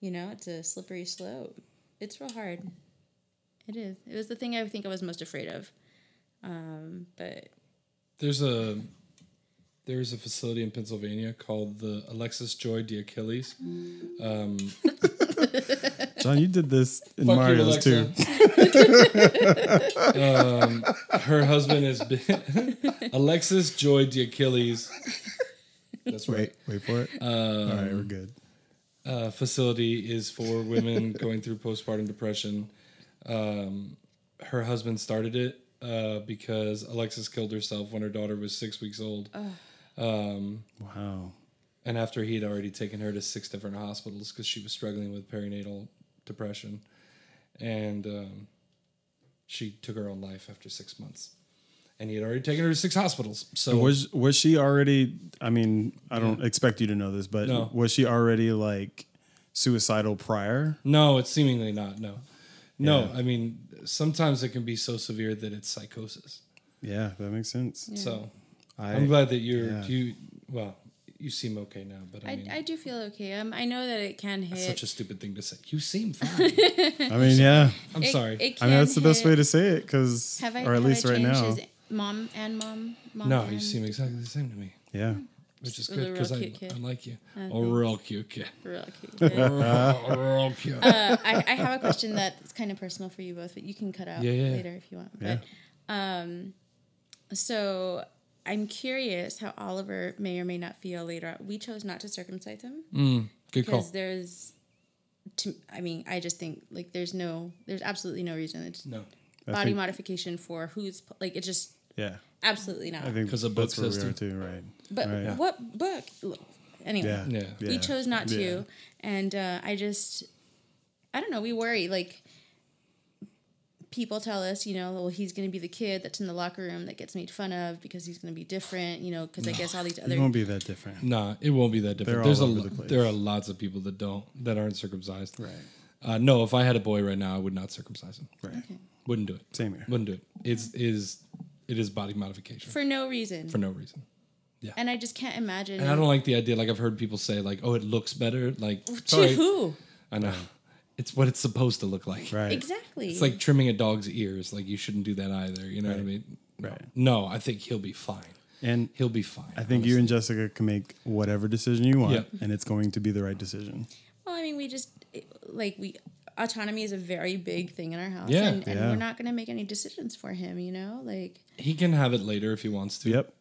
[SPEAKER 4] you know, it's a slippery slope. It's real hard. It is. It was the thing I think I was most afraid of, um, but
[SPEAKER 2] There's a there's a facility in Pennsylvania called the Alexis Joy de Achilles.
[SPEAKER 3] John, you did this in
[SPEAKER 2] Fuck you,
[SPEAKER 3] Mario's too.
[SPEAKER 2] Alexa. um, her husband is Alexis Joy de Achilles. That's right.
[SPEAKER 3] Wait, wait for it. All right, we're good.
[SPEAKER 2] uh, facility is for women going through postpartum depression. Um, her husband started it uh, because Alexis killed herself when her daughter was six weeks old.
[SPEAKER 3] Wow.
[SPEAKER 2] And after he had already taken her to six different hospitals because she was struggling with perinatal depression. And um, she took her own life after six months. And he had already taken her to six hospitals. So
[SPEAKER 3] Was was she already? I mean, I don't expect you to know this, but
[SPEAKER 2] No.
[SPEAKER 3] was she already like suicidal prior?
[SPEAKER 2] No, it's seemingly not. No, no. I mean, sometimes it can be so severe that it's psychosis.
[SPEAKER 3] Yeah, that makes sense.
[SPEAKER 2] So
[SPEAKER 3] I,
[SPEAKER 2] I'm glad that you're
[SPEAKER 3] yeah.
[SPEAKER 2] you. Well, you seem okay now, but I,
[SPEAKER 4] I,
[SPEAKER 2] mean,
[SPEAKER 4] I do feel okay. Um, I know that it can hit.
[SPEAKER 2] that's such a stupid thing to say. You seem fine.
[SPEAKER 3] I mean, yeah.
[SPEAKER 2] I'm
[SPEAKER 4] it-
[SPEAKER 2] sorry.
[SPEAKER 4] it
[SPEAKER 3] I mean,
[SPEAKER 4] can
[SPEAKER 3] that's the best
[SPEAKER 4] hit-
[SPEAKER 3] way to say it, because
[SPEAKER 4] Have I,
[SPEAKER 3] or at
[SPEAKER 4] have
[SPEAKER 3] least
[SPEAKER 4] I
[SPEAKER 3] right
[SPEAKER 4] changed
[SPEAKER 3] now.
[SPEAKER 4] his mom and mom. mom
[SPEAKER 2] no,
[SPEAKER 4] and
[SPEAKER 2] you seem exactly the same to me,
[SPEAKER 3] Yeah.
[SPEAKER 2] which is
[SPEAKER 4] a
[SPEAKER 2] good
[SPEAKER 4] little
[SPEAKER 2] because I,
[SPEAKER 4] cute kid.
[SPEAKER 2] I like you. Oh, real cute kid.
[SPEAKER 4] real cute. Yeah.
[SPEAKER 2] real cute.
[SPEAKER 4] Uh, I, I have a question that's kind of personal for you both, but you can cut out
[SPEAKER 2] Yeah, yeah, yeah.
[SPEAKER 4] later if you want. But um, so I'm curious how
[SPEAKER 3] Mm.
[SPEAKER 4] Oliver may or may not feel later. on. We chose not to circumcise him
[SPEAKER 2] Good
[SPEAKER 3] Oh.
[SPEAKER 4] because
[SPEAKER 2] call.
[SPEAKER 4] there's to I mean, I just think like there's no there's absolutely no reason. It's
[SPEAKER 2] No,
[SPEAKER 4] body
[SPEAKER 3] think-
[SPEAKER 4] modification for who's like it just
[SPEAKER 3] Yeah.
[SPEAKER 4] absolutely not.
[SPEAKER 3] I think
[SPEAKER 2] 'Cause the book
[SPEAKER 3] that's where
[SPEAKER 2] says
[SPEAKER 3] we are
[SPEAKER 2] to.
[SPEAKER 3] too, right?
[SPEAKER 4] but
[SPEAKER 3] right.
[SPEAKER 4] what book? Look, Anyway,
[SPEAKER 3] Yeah.
[SPEAKER 2] Yeah.
[SPEAKER 4] we chose not
[SPEAKER 3] Yeah.
[SPEAKER 4] to, and uh, I just I don't know. We worry like people tell us, you know, well he's going to be the kid that's in the locker room that gets made fun of because he's going to be different, you know, because I guess all these
[SPEAKER 3] It
[SPEAKER 4] other
[SPEAKER 3] won't be that different.
[SPEAKER 2] nah, it won't be that different.
[SPEAKER 3] all
[SPEAKER 2] There's a
[SPEAKER 3] over
[SPEAKER 2] lo-
[SPEAKER 3] the place.
[SPEAKER 2] there are lots of people that don't that aren't circumcised. Right. Uh, no, if I had a boy right now, I would not circumcise him.
[SPEAKER 3] Right.
[SPEAKER 2] Wouldn't do it.
[SPEAKER 3] Same here.
[SPEAKER 2] Wouldn't do it. It's is it is body modification for,
[SPEAKER 4] for no reason.
[SPEAKER 2] no reason.
[SPEAKER 4] and I just can't imagine.
[SPEAKER 2] And I don't like the idea. Like I've heard people say, like, "Oh, it looks better." Like,
[SPEAKER 4] to
[SPEAKER 2] sorry,
[SPEAKER 4] who
[SPEAKER 2] I know. It's what it's supposed to look like.
[SPEAKER 3] Right.
[SPEAKER 4] exactly.
[SPEAKER 2] It's like trimming a dog's ears. Like you shouldn't do that either. You know what I mean?
[SPEAKER 3] Right.
[SPEAKER 2] No, I think he'll be fine.
[SPEAKER 3] And
[SPEAKER 2] He'll be fine.
[SPEAKER 3] I think
[SPEAKER 2] honestly.
[SPEAKER 3] you and Jessica can make whatever decision you want,
[SPEAKER 2] Yeah.
[SPEAKER 3] and it's going to be the right decision.
[SPEAKER 4] Well, I mean, we just it- like we autonomy is a very big thing in our house,
[SPEAKER 2] Yeah.
[SPEAKER 4] and, and
[SPEAKER 3] Yeah.
[SPEAKER 4] we're not going to make any decisions for him. You know, like
[SPEAKER 2] he can have it later if he wants to.
[SPEAKER 3] Yep.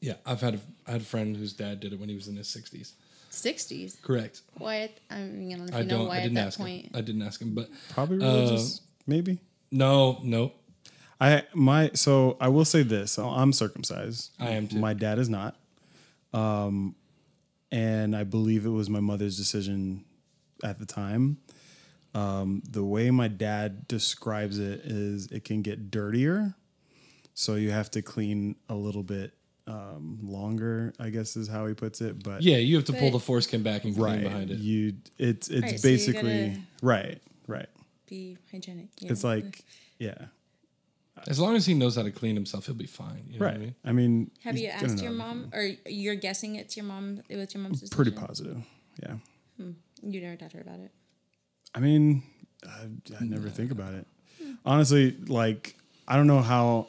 [SPEAKER 2] Yeah, I've had a, I had a friend whose dad did it when he was in his sixties.
[SPEAKER 4] sixties.
[SPEAKER 2] Correct.
[SPEAKER 4] Wyatt, I mean, I don't know if
[SPEAKER 2] I
[SPEAKER 4] you know
[SPEAKER 2] don't. I
[SPEAKER 4] Wyatt at
[SPEAKER 2] didn't
[SPEAKER 4] that
[SPEAKER 2] ask him.
[SPEAKER 4] point.
[SPEAKER 2] I didn't ask him, but
[SPEAKER 3] Probably
[SPEAKER 2] Uh,
[SPEAKER 3] religious, maybe.
[SPEAKER 2] no, no.
[SPEAKER 3] I my so I will say this. So I'm circumcised.
[SPEAKER 2] I am too.
[SPEAKER 3] My dad is not. Um, and I believe it was my mother's decision at the time. Um, the way my dad describes it is it can get dirtier, so you have to clean a little bit um, longer. I guess is how he puts it. But
[SPEAKER 2] Yeah, you have to pull
[SPEAKER 4] But-
[SPEAKER 2] the foreskin back and clean
[SPEAKER 3] right,
[SPEAKER 2] behind it.
[SPEAKER 3] you it's it's
[SPEAKER 4] Right, so you
[SPEAKER 3] basically
[SPEAKER 4] gotta-
[SPEAKER 3] right, right.
[SPEAKER 4] Be hygienic. you
[SPEAKER 3] It's
[SPEAKER 4] know?
[SPEAKER 3] like yeah,
[SPEAKER 2] As long as he knows how to clean himself, he'll be fine. You know
[SPEAKER 3] right.
[SPEAKER 2] What I mean?
[SPEAKER 3] I mean,
[SPEAKER 4] Have
[SPEAKER 3] he's
[SPEAKER 4] you
[SPEAKER 3] gonna
[SPEAKER 4] asked
[SPEAKER 3] know
[SPEAKER 4] your
[SPEAKER 3] everything.
[SPEAKER 4] mom, or you're guessing it's your mom? It was your mom's decision.
[SPEAKER 3] Pretty positive. Yeah.
[SPEAKER 4] You never talked to her about it.
[SPEAKER 3] I mean, I, I never think about it. Honestly, like, I don't know how.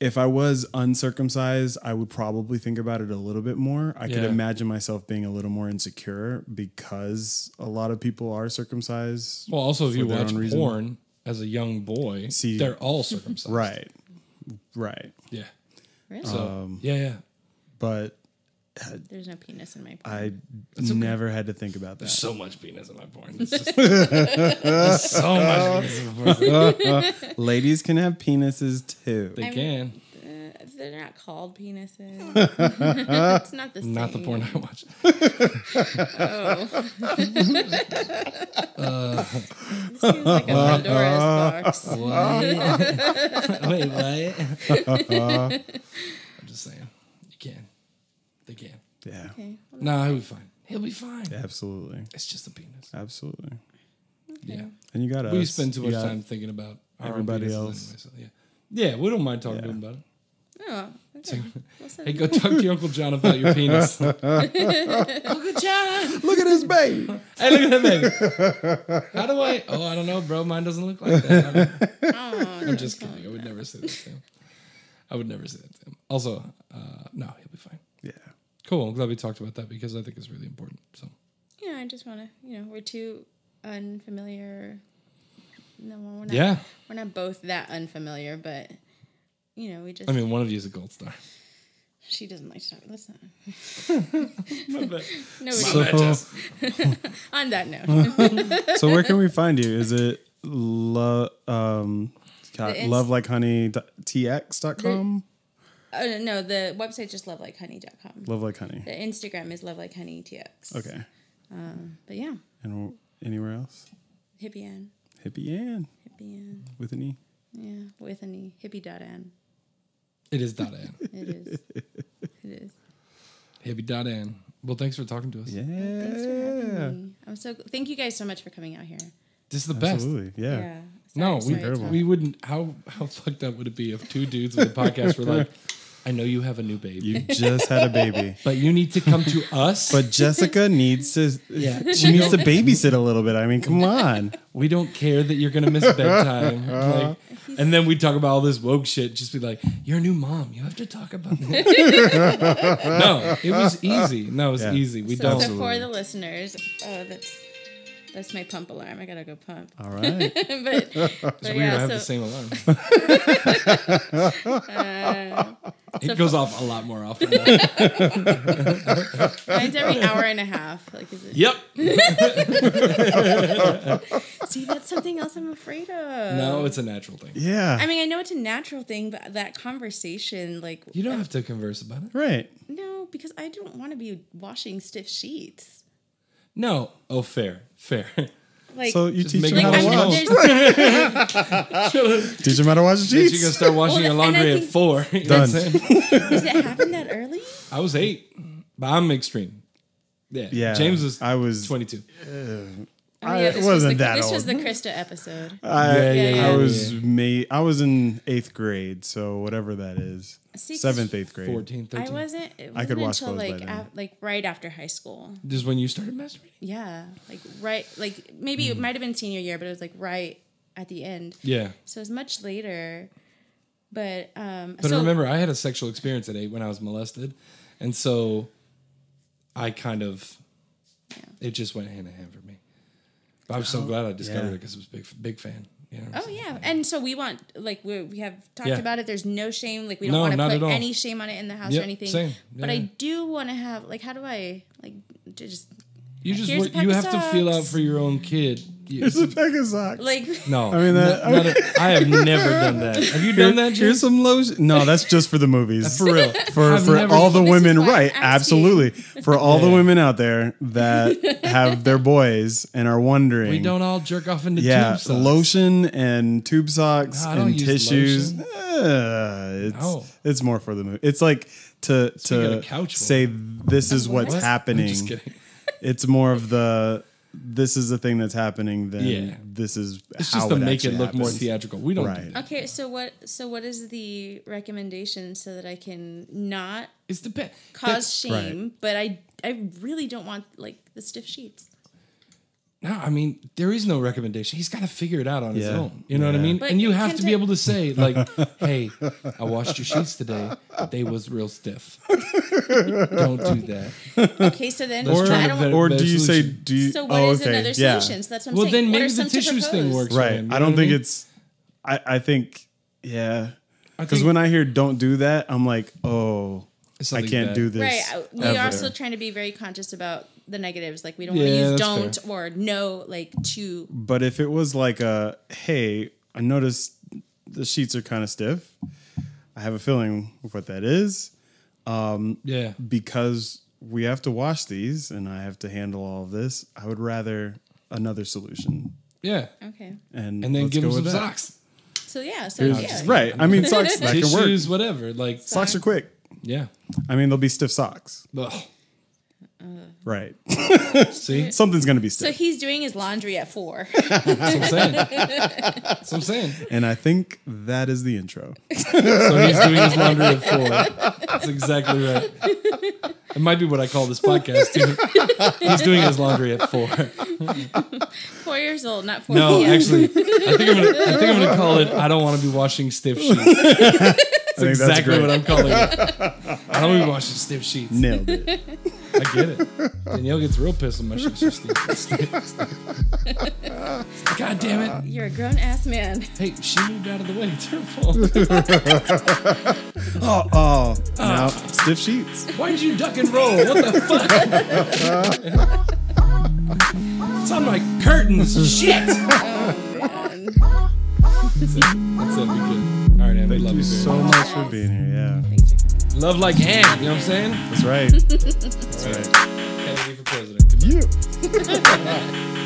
[SPEAKER 3] If I was uncircumcised, I would probably think about it a little bit more. I could
[SPEAKER 2] Yeah.
[SPEAKER 3] imagine myself being a little more insecure because a lot of people are circumcised.
[SPEAKER 2] Well, also if
[SPEAKER 3] for
[SPEAKER 2] you
[SPEAKER 3] their
[SPEAKER 2] watch
[SPEAKER 3] own
[SPEAKER 2] porn
[SPEAKER 3] reason.
[SPEAKER 2] as a young boy,
[SPEAKER 3] See-
[SPEAKER 2] they're all circumcised.
[SPEAKER 3] Right. Right.
[SPEAKER 2] Yeah.
[SPEAKER 4] Really?
[SPEAKER 2] So
[SPEAKER 3] Um,
[SPEAKER 2] yeah, yeah.
[SPEAKER 3] But
[SPEAKER 4] There's no penis in my. Porn.
[SPEAKER 3] I never had to think about that.
[SPEAKER 2] So much penis in my porn. It's just- There's so much penis in my porn.
[SPEAKER 3] Ladies can have penises too.
[SPEAKER 2] They can.
[SPEAKER 4] Uh, they're not called penises. it's not the same.
[SPEAKER 2] Not the porn I watch.
[SPEAKER 4] This seems like a Pandora's box.
[SPEAKER 2] Wait, what? I'm just saying. You can. They can.
[SPEAKER 3] Yeah.
[SPEAKER 4] Okay.
[SPEAKER 2] Nah, he'll be fine. He'll be fine.
[SPEAKER 3] Absolutely.
[SPEAKER 2] It's just a penis.
[SPEAKER 3] Absolutely.
[SPEAKER 2] Yeah.
[SPEAKER 3] And you got us.
[SPEAKER 2] We spend too
[SPEAKER 3] You
[SPEAKER 2] much
[SPEAKER 3] got-
[SPEAKER 2] time thinking about our own
[SPEAKER 3] everybody
[SPEAKER 2] penises
[SPEAKER 3] else.
[SPEAKER 2] Anyway, so yeah. Yeah, we don't mind talking to him about it.
[SPEAKER 4] Oh, okay. What's that?
[SPEAKER 2] Hey, go talk to your Uncle John about your penis. hey,
[SPEAKER 3] Look at his baby.
[SPEAKER 2] look at that baby. How do I? Oh, I don't know, bro. Mine doesn't look like that. I don't know.
[SPEAKER 4] Oh,
[SPEAKER 2] I'm just kidding. I would never say that to him. I would never say that to him. Also, uh, no, he'll be fine.
[SPEAKER 3] Yeah.
[SPEAKER 2] Cool. I'm glad we talked about that because I think it's really important. So.
[SPEAKER 4] yeah, I just want to, you know, we're too unfamiliar. No, we're not.
[SPEAKER 2] Yeah.
[SPEAKER 4] We're not both that unfamiliar, but, you know, we just.
[SPEAKER 2] I mean, one of you is a gold star.
[SPEAKER 4] she doesn't like to talk. Let's not. Nobody.
[SPEAKER 3] So,
[SPEAKER 4] on that note,
[SPEAKER 3] so where can we find you? Is it lo- um, God,
[SPEAKER 4] The ins-
[SPEAKER 3] love like honey dot- tx.com?
[SPEAKER 4] uh, no, the website's just lovelikehoney.com.
[SPEAKER 3] Love like honey.
[SPEAKER 4] The Instagram is lovelikehoneytx.
[SPEAKER 3] Okay.
[SPEAKER 4] But yeah,
[SPEAKER 3] And w- anywhere else?
[SPEAKER 4] hippie Ann.
[SPEAKER 3] Hippie Ann
[SPEAKER 4] Hippie Ann.
[SPEAKER 3] with an E.
[SPEAKER 4] Yeah, with an E. Hippie dot Ann.
[SPEAKER 2] It is dot Ann.
[SPEAKER 4] It is. it is.
[SPEAKER 2] Hippie dot Ann. Well, thanks for talking to us.
[SPEAKER 3] Yeah.
[SPEAKER 4] Thanks for having me. I'm so thank you guys so much for coming out here.
[SPEAKER 2] This is the best.
[SPEAKER 3] Absolutely. Yeah.
[SPEAKER 2] No, we,
[SPEAKER 4] Sorry- sorry it's
[SPEAKER 3] Terrible.
[SPEAKER 4] not-
[SPEAKER 2] we wouldn't. How how fucked up would it be if two dudes with a podcast were like, "I know you have a new baby,
[SPEAKER 3] You just had a baby.
[SPEAKER 2] but you need to come to us."
[SPEAKER 3] But Jessica needs to,
[SPEAKER 2] Yeah.
[SPEAKER 3] she needs to babysit a little bit. I mean, come on.
[SPEAKER 2] we don't care that you're gonna miss bedtime.
[SPEAKER 3] Uh-huh.
[SPEAKER 2] Like, and then we talk about all this woke shit. Just be like, "You're a new mom. You have to talk about this." no, it was easy. No, it was
[SPEAKER 3] Yeah.
[SPEAKER 2] easy. We
[SPEAKER 4] So,
[SPEAKER 2] don't.
[SPEAKER 4] so for the listeners, oh, that's That's my pump alarm. I gotta go pump.
[SPEAKER 3] All right.
[SPEAKER 4] but, but
[SPEAKER 2] It's weird.
[SPEAKER 4] yeah,
[SPEAKER 2] I have
[SPEAKER 4] so
[SPEAKER 2] the same alarm.
[SPEAKER 4] uh,
[SPEAKER 2] it goes off a lot more often. now.
[SPEAKER 4] mine's every hour and a half. Like, is it?
[SPEAKER 2] yep.
[SPEAKER 4] See, that's something else I'm afraid of.
[SPEAKER 2] No, it's a natural thing.
[SPEAKER 3] Yeah.
[SPEAKER 4] I mean, I know it's a natural thing, but that conversation, like,
[SPEAKER 2] You don't have to converse about it.
[SPEAKER 3] right.
[SPEAKER 4] no, because I don't want to be washing stiff sheets.
[SPEAKER 2] No. Oh, fair, fair.
[SPEAKER 4] Like,
[SPEAKER 3] So you teach
[SPEAKER 2] make
[SPEAKER 3] them
[SPEAKER 4] like
[SPEAKER 3] how
[SPEAKER 2] it
[SPEAKER 4] I
[SPEAKER 3] to
[SPEAKER 2] my
[SPEAKER 4] know
[SPEAKER 2] own.
[SPEAKER 3] wash.
[SPEAKER 4] there's
[SPEAKER 3] Teach them how to wash the
[SPEAKER 2] She's gonna
[SPEAKER 3] sheets.
[SPEAKER 2] start washing your
[SPEAKER 4] Well, and I
[SPEAKER 2] laundry at
[SPEAKER 4] think-
[SPEAKER 2] four. You know what I'm
[SPEAKER 3] Done.
[SPEAKER 2] saying?
[SPEAKER 4] Does it happen that early?
[SPEAKER 2] I was eight, but I'm extreme. Yeah.
[SPEAKER 3] Yeah,
[SPEAKER 2] James was.
[SPEAKER 3] I was-
[SPEAKER 2] 22.
[SPEAKER 4] Oh,
[SPEAKER 3] I- it
[SPEAKER 4] this
[SPEAKER 3] wasn't
[SPEAKER 4] was the,
[SPEAKER 3] that
[SPEAKER 4] This was
[SPEAKER 3] old.
[SPEAKER 4] the Krista episode.
[SPEAKER 3] I,
[SPEAKER 2] Yeah, yeah,
[SPEAKER 4] yeah,
[SPEAKER 3] I
[SPEAKER 4] yeah.
[SPEAKER 3] was May. I was in eighth grade, so whatever that is,
[SPEAKER 4] See, 'cause
[SPEAKER 3] seventh, eighth grade.
[SPEAKER 2] 14, 13.
[SPEAKER 4] I wasn't. It wasn't
[SPEAKER 3] could wash
[SPEAKER 4] until
[SPEAKER 3] clothes by
[SPEAKER 4] like
[SPEAKER 3] then.
[SPEAKER 4] af- like right after high school.
[SPEAKER 2] Just when you started masturbating.
[SPEAKER 4] Yeah, like right, like maybe
[SPEAKER 3] Hmm.
[SPEAKER 4] it might have been senior year, but it was like right at the end.
[SPEAKER 2] Yeah.
[SPEAKER 4] So it was much later. But um,
[SPEAKER 2] But
[SPEAKER 4] so
[SPEAKER 2] remember, I had a sexual experience at eight when I was molested, and so I kind of it just went hand in hand for me. But I'm so glad I discovered
[SPEAKER 3] yeah.
[SPEAKER 2] it because I was a big big fan. You know what I'm
[SPEAKER 4] Oh
[SPEAKER 2] saying?
[SPEAKER 4] yeah, and so we want like we we have talked
[SPEAKER 2] Yeah.
[SPEAKER 4] about it. There's no shame. Like we don't
[SPEAKER 2] No,
[SPEAKER 4] want
[SPEAKER 2] not
[SPEAKER 4] to
[SPEAKER 2] at
[SPEAKER 4] put
[SPEAKER 2] all.
[SPEAKER 4] any shame on it in the house
[SPEAKER 2] Yep,
[SPEAKER 4] or anything.
[SPEAKER 2] same.
[SPEAKER 4] But
[SPEAKER 2] Yeah.
[SPEAKER 4] I do want to have like how do I like j- just
[SPEAKER 2] you just
[SPEAKER 4] Here's
[SPEAKER 2] want-
[SPEAKER 4] a pack
[SPEAKER 2] you
[SPEAKER 4] of
[SPEAKER 2] have to feel out
[SPEAKER 4] socks.
[SPEAKER 2] for your own kid. You-
[SPEAKER 3] It's a pack of socks.
[SPEAKER 4] like
[SPEAKER 2] no, I
[SPEAKER 3] mean,
[SPEAKER 2] mean
[SPEAKER 3] that-
[SPEAKER 2] I, have never done that. Have you done that?
[SPEAKER 3] Here's
[SPEAKER 2] James?
[SPEAKER 3] some lotion. No, that's just for the movies.
[SPEAKER 2] For real,
[SPEAKER 3] for
[SPEAKER 2] I've
[SPEAKER 3] for
[SPEAKER 2] never-
[SPEAKER 3] all the
[SPEAKER 4] This is
[SPEAKER 3] women,
[SPEAKER 4] why I'm
[SPEAKER 3] right?
[SPEAKER 4] asking.
[SPEAKER 3] Absolutely, for all the
[SPEAKER 2] Yeah.
[SPEAKER 3] women out there that have their boys and are wondering.
[SPEAKER 2] we don't all jerk off into
[SPEAKER 3] Yeah,
[SPEAKER 2] tube socks.
[SPEAKER 3] lotion and tube socks
[SPEAKER 2] No, I don't
[SPEAKER 3] and
[SPEAKER 2] use
[SPEAKER 3] tissues.
[SPEAKER 2] lotion.
[SPEAKER 3] Uh, it's
[SPEAKER 2] No.
[SPEAKER 3] it's more for the movie. It's like to
[SPEAKER 2] of
[SPEAKER 3] to
[SPEAKER 2] the couch one.
[SPEAKER 3] say this is what's
[SPEAKER 2] What?
[SPEAKER 3] happening.
[SPEAKER 2] I'm just kidding.
[SPEAKER 3] It's more of the this is the thing that's happening than
[SPEAKER 2] Yeah.
[SPEAKER 3] this is
[SPEAKER 2] It's
[SPEAKER 3] how
[SPEAKER 2] just to
[SPEAKER 3] it
[SPEAKER 2] make it
[SPEAKER 3] actually
[SPEAKER 2] look more
[SPEAKER 3] happens.
[SPEAKER 2] theatrical. We don't. Do
[SPEAKER 3] Right.
[SPEAKER 2] that.
[SPEAKER 4] okay. So what so what is the recommendation so that I can not
[SPEAKER 2] It's the pe-
[SPEAKER 4] cause shame? But I I really don't want like the stiff sheets.
[SPEAKER 2] No, I mean there is no recommendation. He's got to figure it out on his
[SPEAKER 3] Yeah.
[SPEAKER 2] own. You know what I
[SPEAKER 3] Yeah.
[SPEAKER 2] mean?
[SPEAKER 4] But
[SPEAKER 2] and you
[SPEAKER 4] it
[SPEAKER 2] have
[SPEAKER 4] can
[SPEAKER 2] to be
[SPEAKER 4] take-
[SPEAKER 2] able to say like, "Hey, I washed your sheets today. They was real stiff. Don't do that."
[SPEAKER 4] Okay, so then
[SPEAKER 2] Let's try
[SPEAKER 4] I
[SPEAKER 2] to
[SPEAKER 4] don't.
[SPEAKER 2] vet-
[SPEAKER 4] want
[SPEAKER 3] Or do you say
[SPEAKER 2] Solution.
[SPEAKER 3] do you,
[SPEAKER 4] so what is
[SPEAKER 3] oh, okay,
[SPEAKER 4] another
[SPEAKER 3] yeah.
[SPEAKER 4] solution? So that's what I'm
[SPEAKER 2] Well,
[SPEAKER 4] saying.
[SPEAKER 2] then
[SPEAKER 4] What
[SPEAKER 2] maybe
[SPEAKER 4] are
[SPEAKER 2] the
[SPEAKER 4] some to
[SPEAKER 2] tissues thing
[SPEAKER 4] propose?
[SPEAKER 2] works. for
[SPEAKER 3] Right.
[SPEAKER 2] him, you
[SPEAKER 3] I
[SPEAKER 2] know
[SPEAKER 3] don't
[SPEAKER 2] what
[SPEAKER 3] think
[SPEAKER 2] mean?
[SPEAKER 3] it's. I I think yeah.
[SPEAKER 2] I
[SPEAKER 3] Because
[SPEAKER 2] think-
[SPEAKER 3] when I hear "don't do that," I'm like, oh, I
[SPEAKER 2] Something
[SPEAKER 3] can't
[SPEAKER 2] bad.
[SPEAKER 3] do this.
[SPEAKER 4] Right. I- We
[SPEAKER 3] ever.
[SPEAKER 4] are also trying to be very conscious about the negatives. Like we don't
[SPEAKER 2] Yeah,
[SPEAKER 4] want
[SPEAKER 2] that's
[SPEAKER 4] to use don't or no like to
[SPEAKER 3] But if it was like a, hey, I noticed the sheets are kind of stiff. I have a feeling of what that is
[SPEAKER 2] yeah.
[SPEAKER 3] because we have to wash these and I have to handle all of this. I would rather another solution.
[SPEAKER 2] Yeah.
[SPEAKER 4] Okay.
[SPEAKER 3] And,
[SPEAKER 2] And then
[SPEAKER 3] let's
[SPEAKER 2] give
[SPEAKER 3] go
[SPEAKER 2] him
[SPEAKER 3] with
[SPEAKER 2] some
[SPEAKER 3] that.
[SPEAKER 2] socks,
[SPEAKER 4] So yeah, so yeah.
[SPEAKER 3] Right. I mean, socks that can work.
[SPEAKER 2] tissues, whatever. Like,
[SPEAKER 3] Socks are quick.
[SPEAKER 2] yeah.
[SPEAKER 3] I mean, they'll be stiff socks.
[SPEAKER 2] Ugh.
[SPEAKER 3] Right.
[SPEAKER 2] See, that's
[SPEAKER 3] Something's gonna be
[SPEAKER 4] So
[SPEAKER 3] stiff.
[SPEAKER 4] he's doing his laundry at four.
[SPEAKER 2] what I'm saying. That's what I'm saying.
[SPEAKER 3] and I think that is the intro.
[SPEAKER 2] So he's doing his laundry at four. That's exactly right. It might be what I call this podcast too. He's doing his laundry at four.
[SPEAKER 4] four years old, not four.
[SPEAKER 2] No,
[SPEAKER 4] p.m.
[SPEAKER 2] actually, I think I'm gonna, I think I'm gonna call it. I don't want to be washing stiff sheets. That's
[SPEAKER 3] I think that's
[SPEAKER 2] exactly
[SPEAKER 3] great.
[SPEAKER 2] what I'm calling it. I don't want to be washing stiff sheets.
[SPEAKER 3] Nailed it.
[SPEAKER 2] I get it. Danielle gets real pissed when my sheets are stiff. stiff, stiff. God damn it!
[SPEAKER 4] you're a grown ass man.
[SPEAKER 2] Hey, she moved out of the way. It's her fault.
[SPEAKER 3] Oh, oh.
[SPEAKER 2] Ah.
[SPEAKER 3] Now, stiff sheets.
[SPEAKER 2] Why did you duck and roll? What the fuck? it's on my curtains. Shit.
[SPEAKER 4] Man.
[SPEAKER 2] That's it. That's it. We good. All right, man. We love
[SPEAKER 3] Thank
[SPEAKER 2] you very
[SPEAKER 3] you so
[SPEAKER 2] much.
[SPEAKER 3] much for being here. Yeah,
[SPEAKER 2] Love like ham. You know what I'm saying?
[SPEAKER 3] that's right. That's right.
[SPEAKER 2] Kennedy for president. Goodbye.
[SPEAKER 3] You.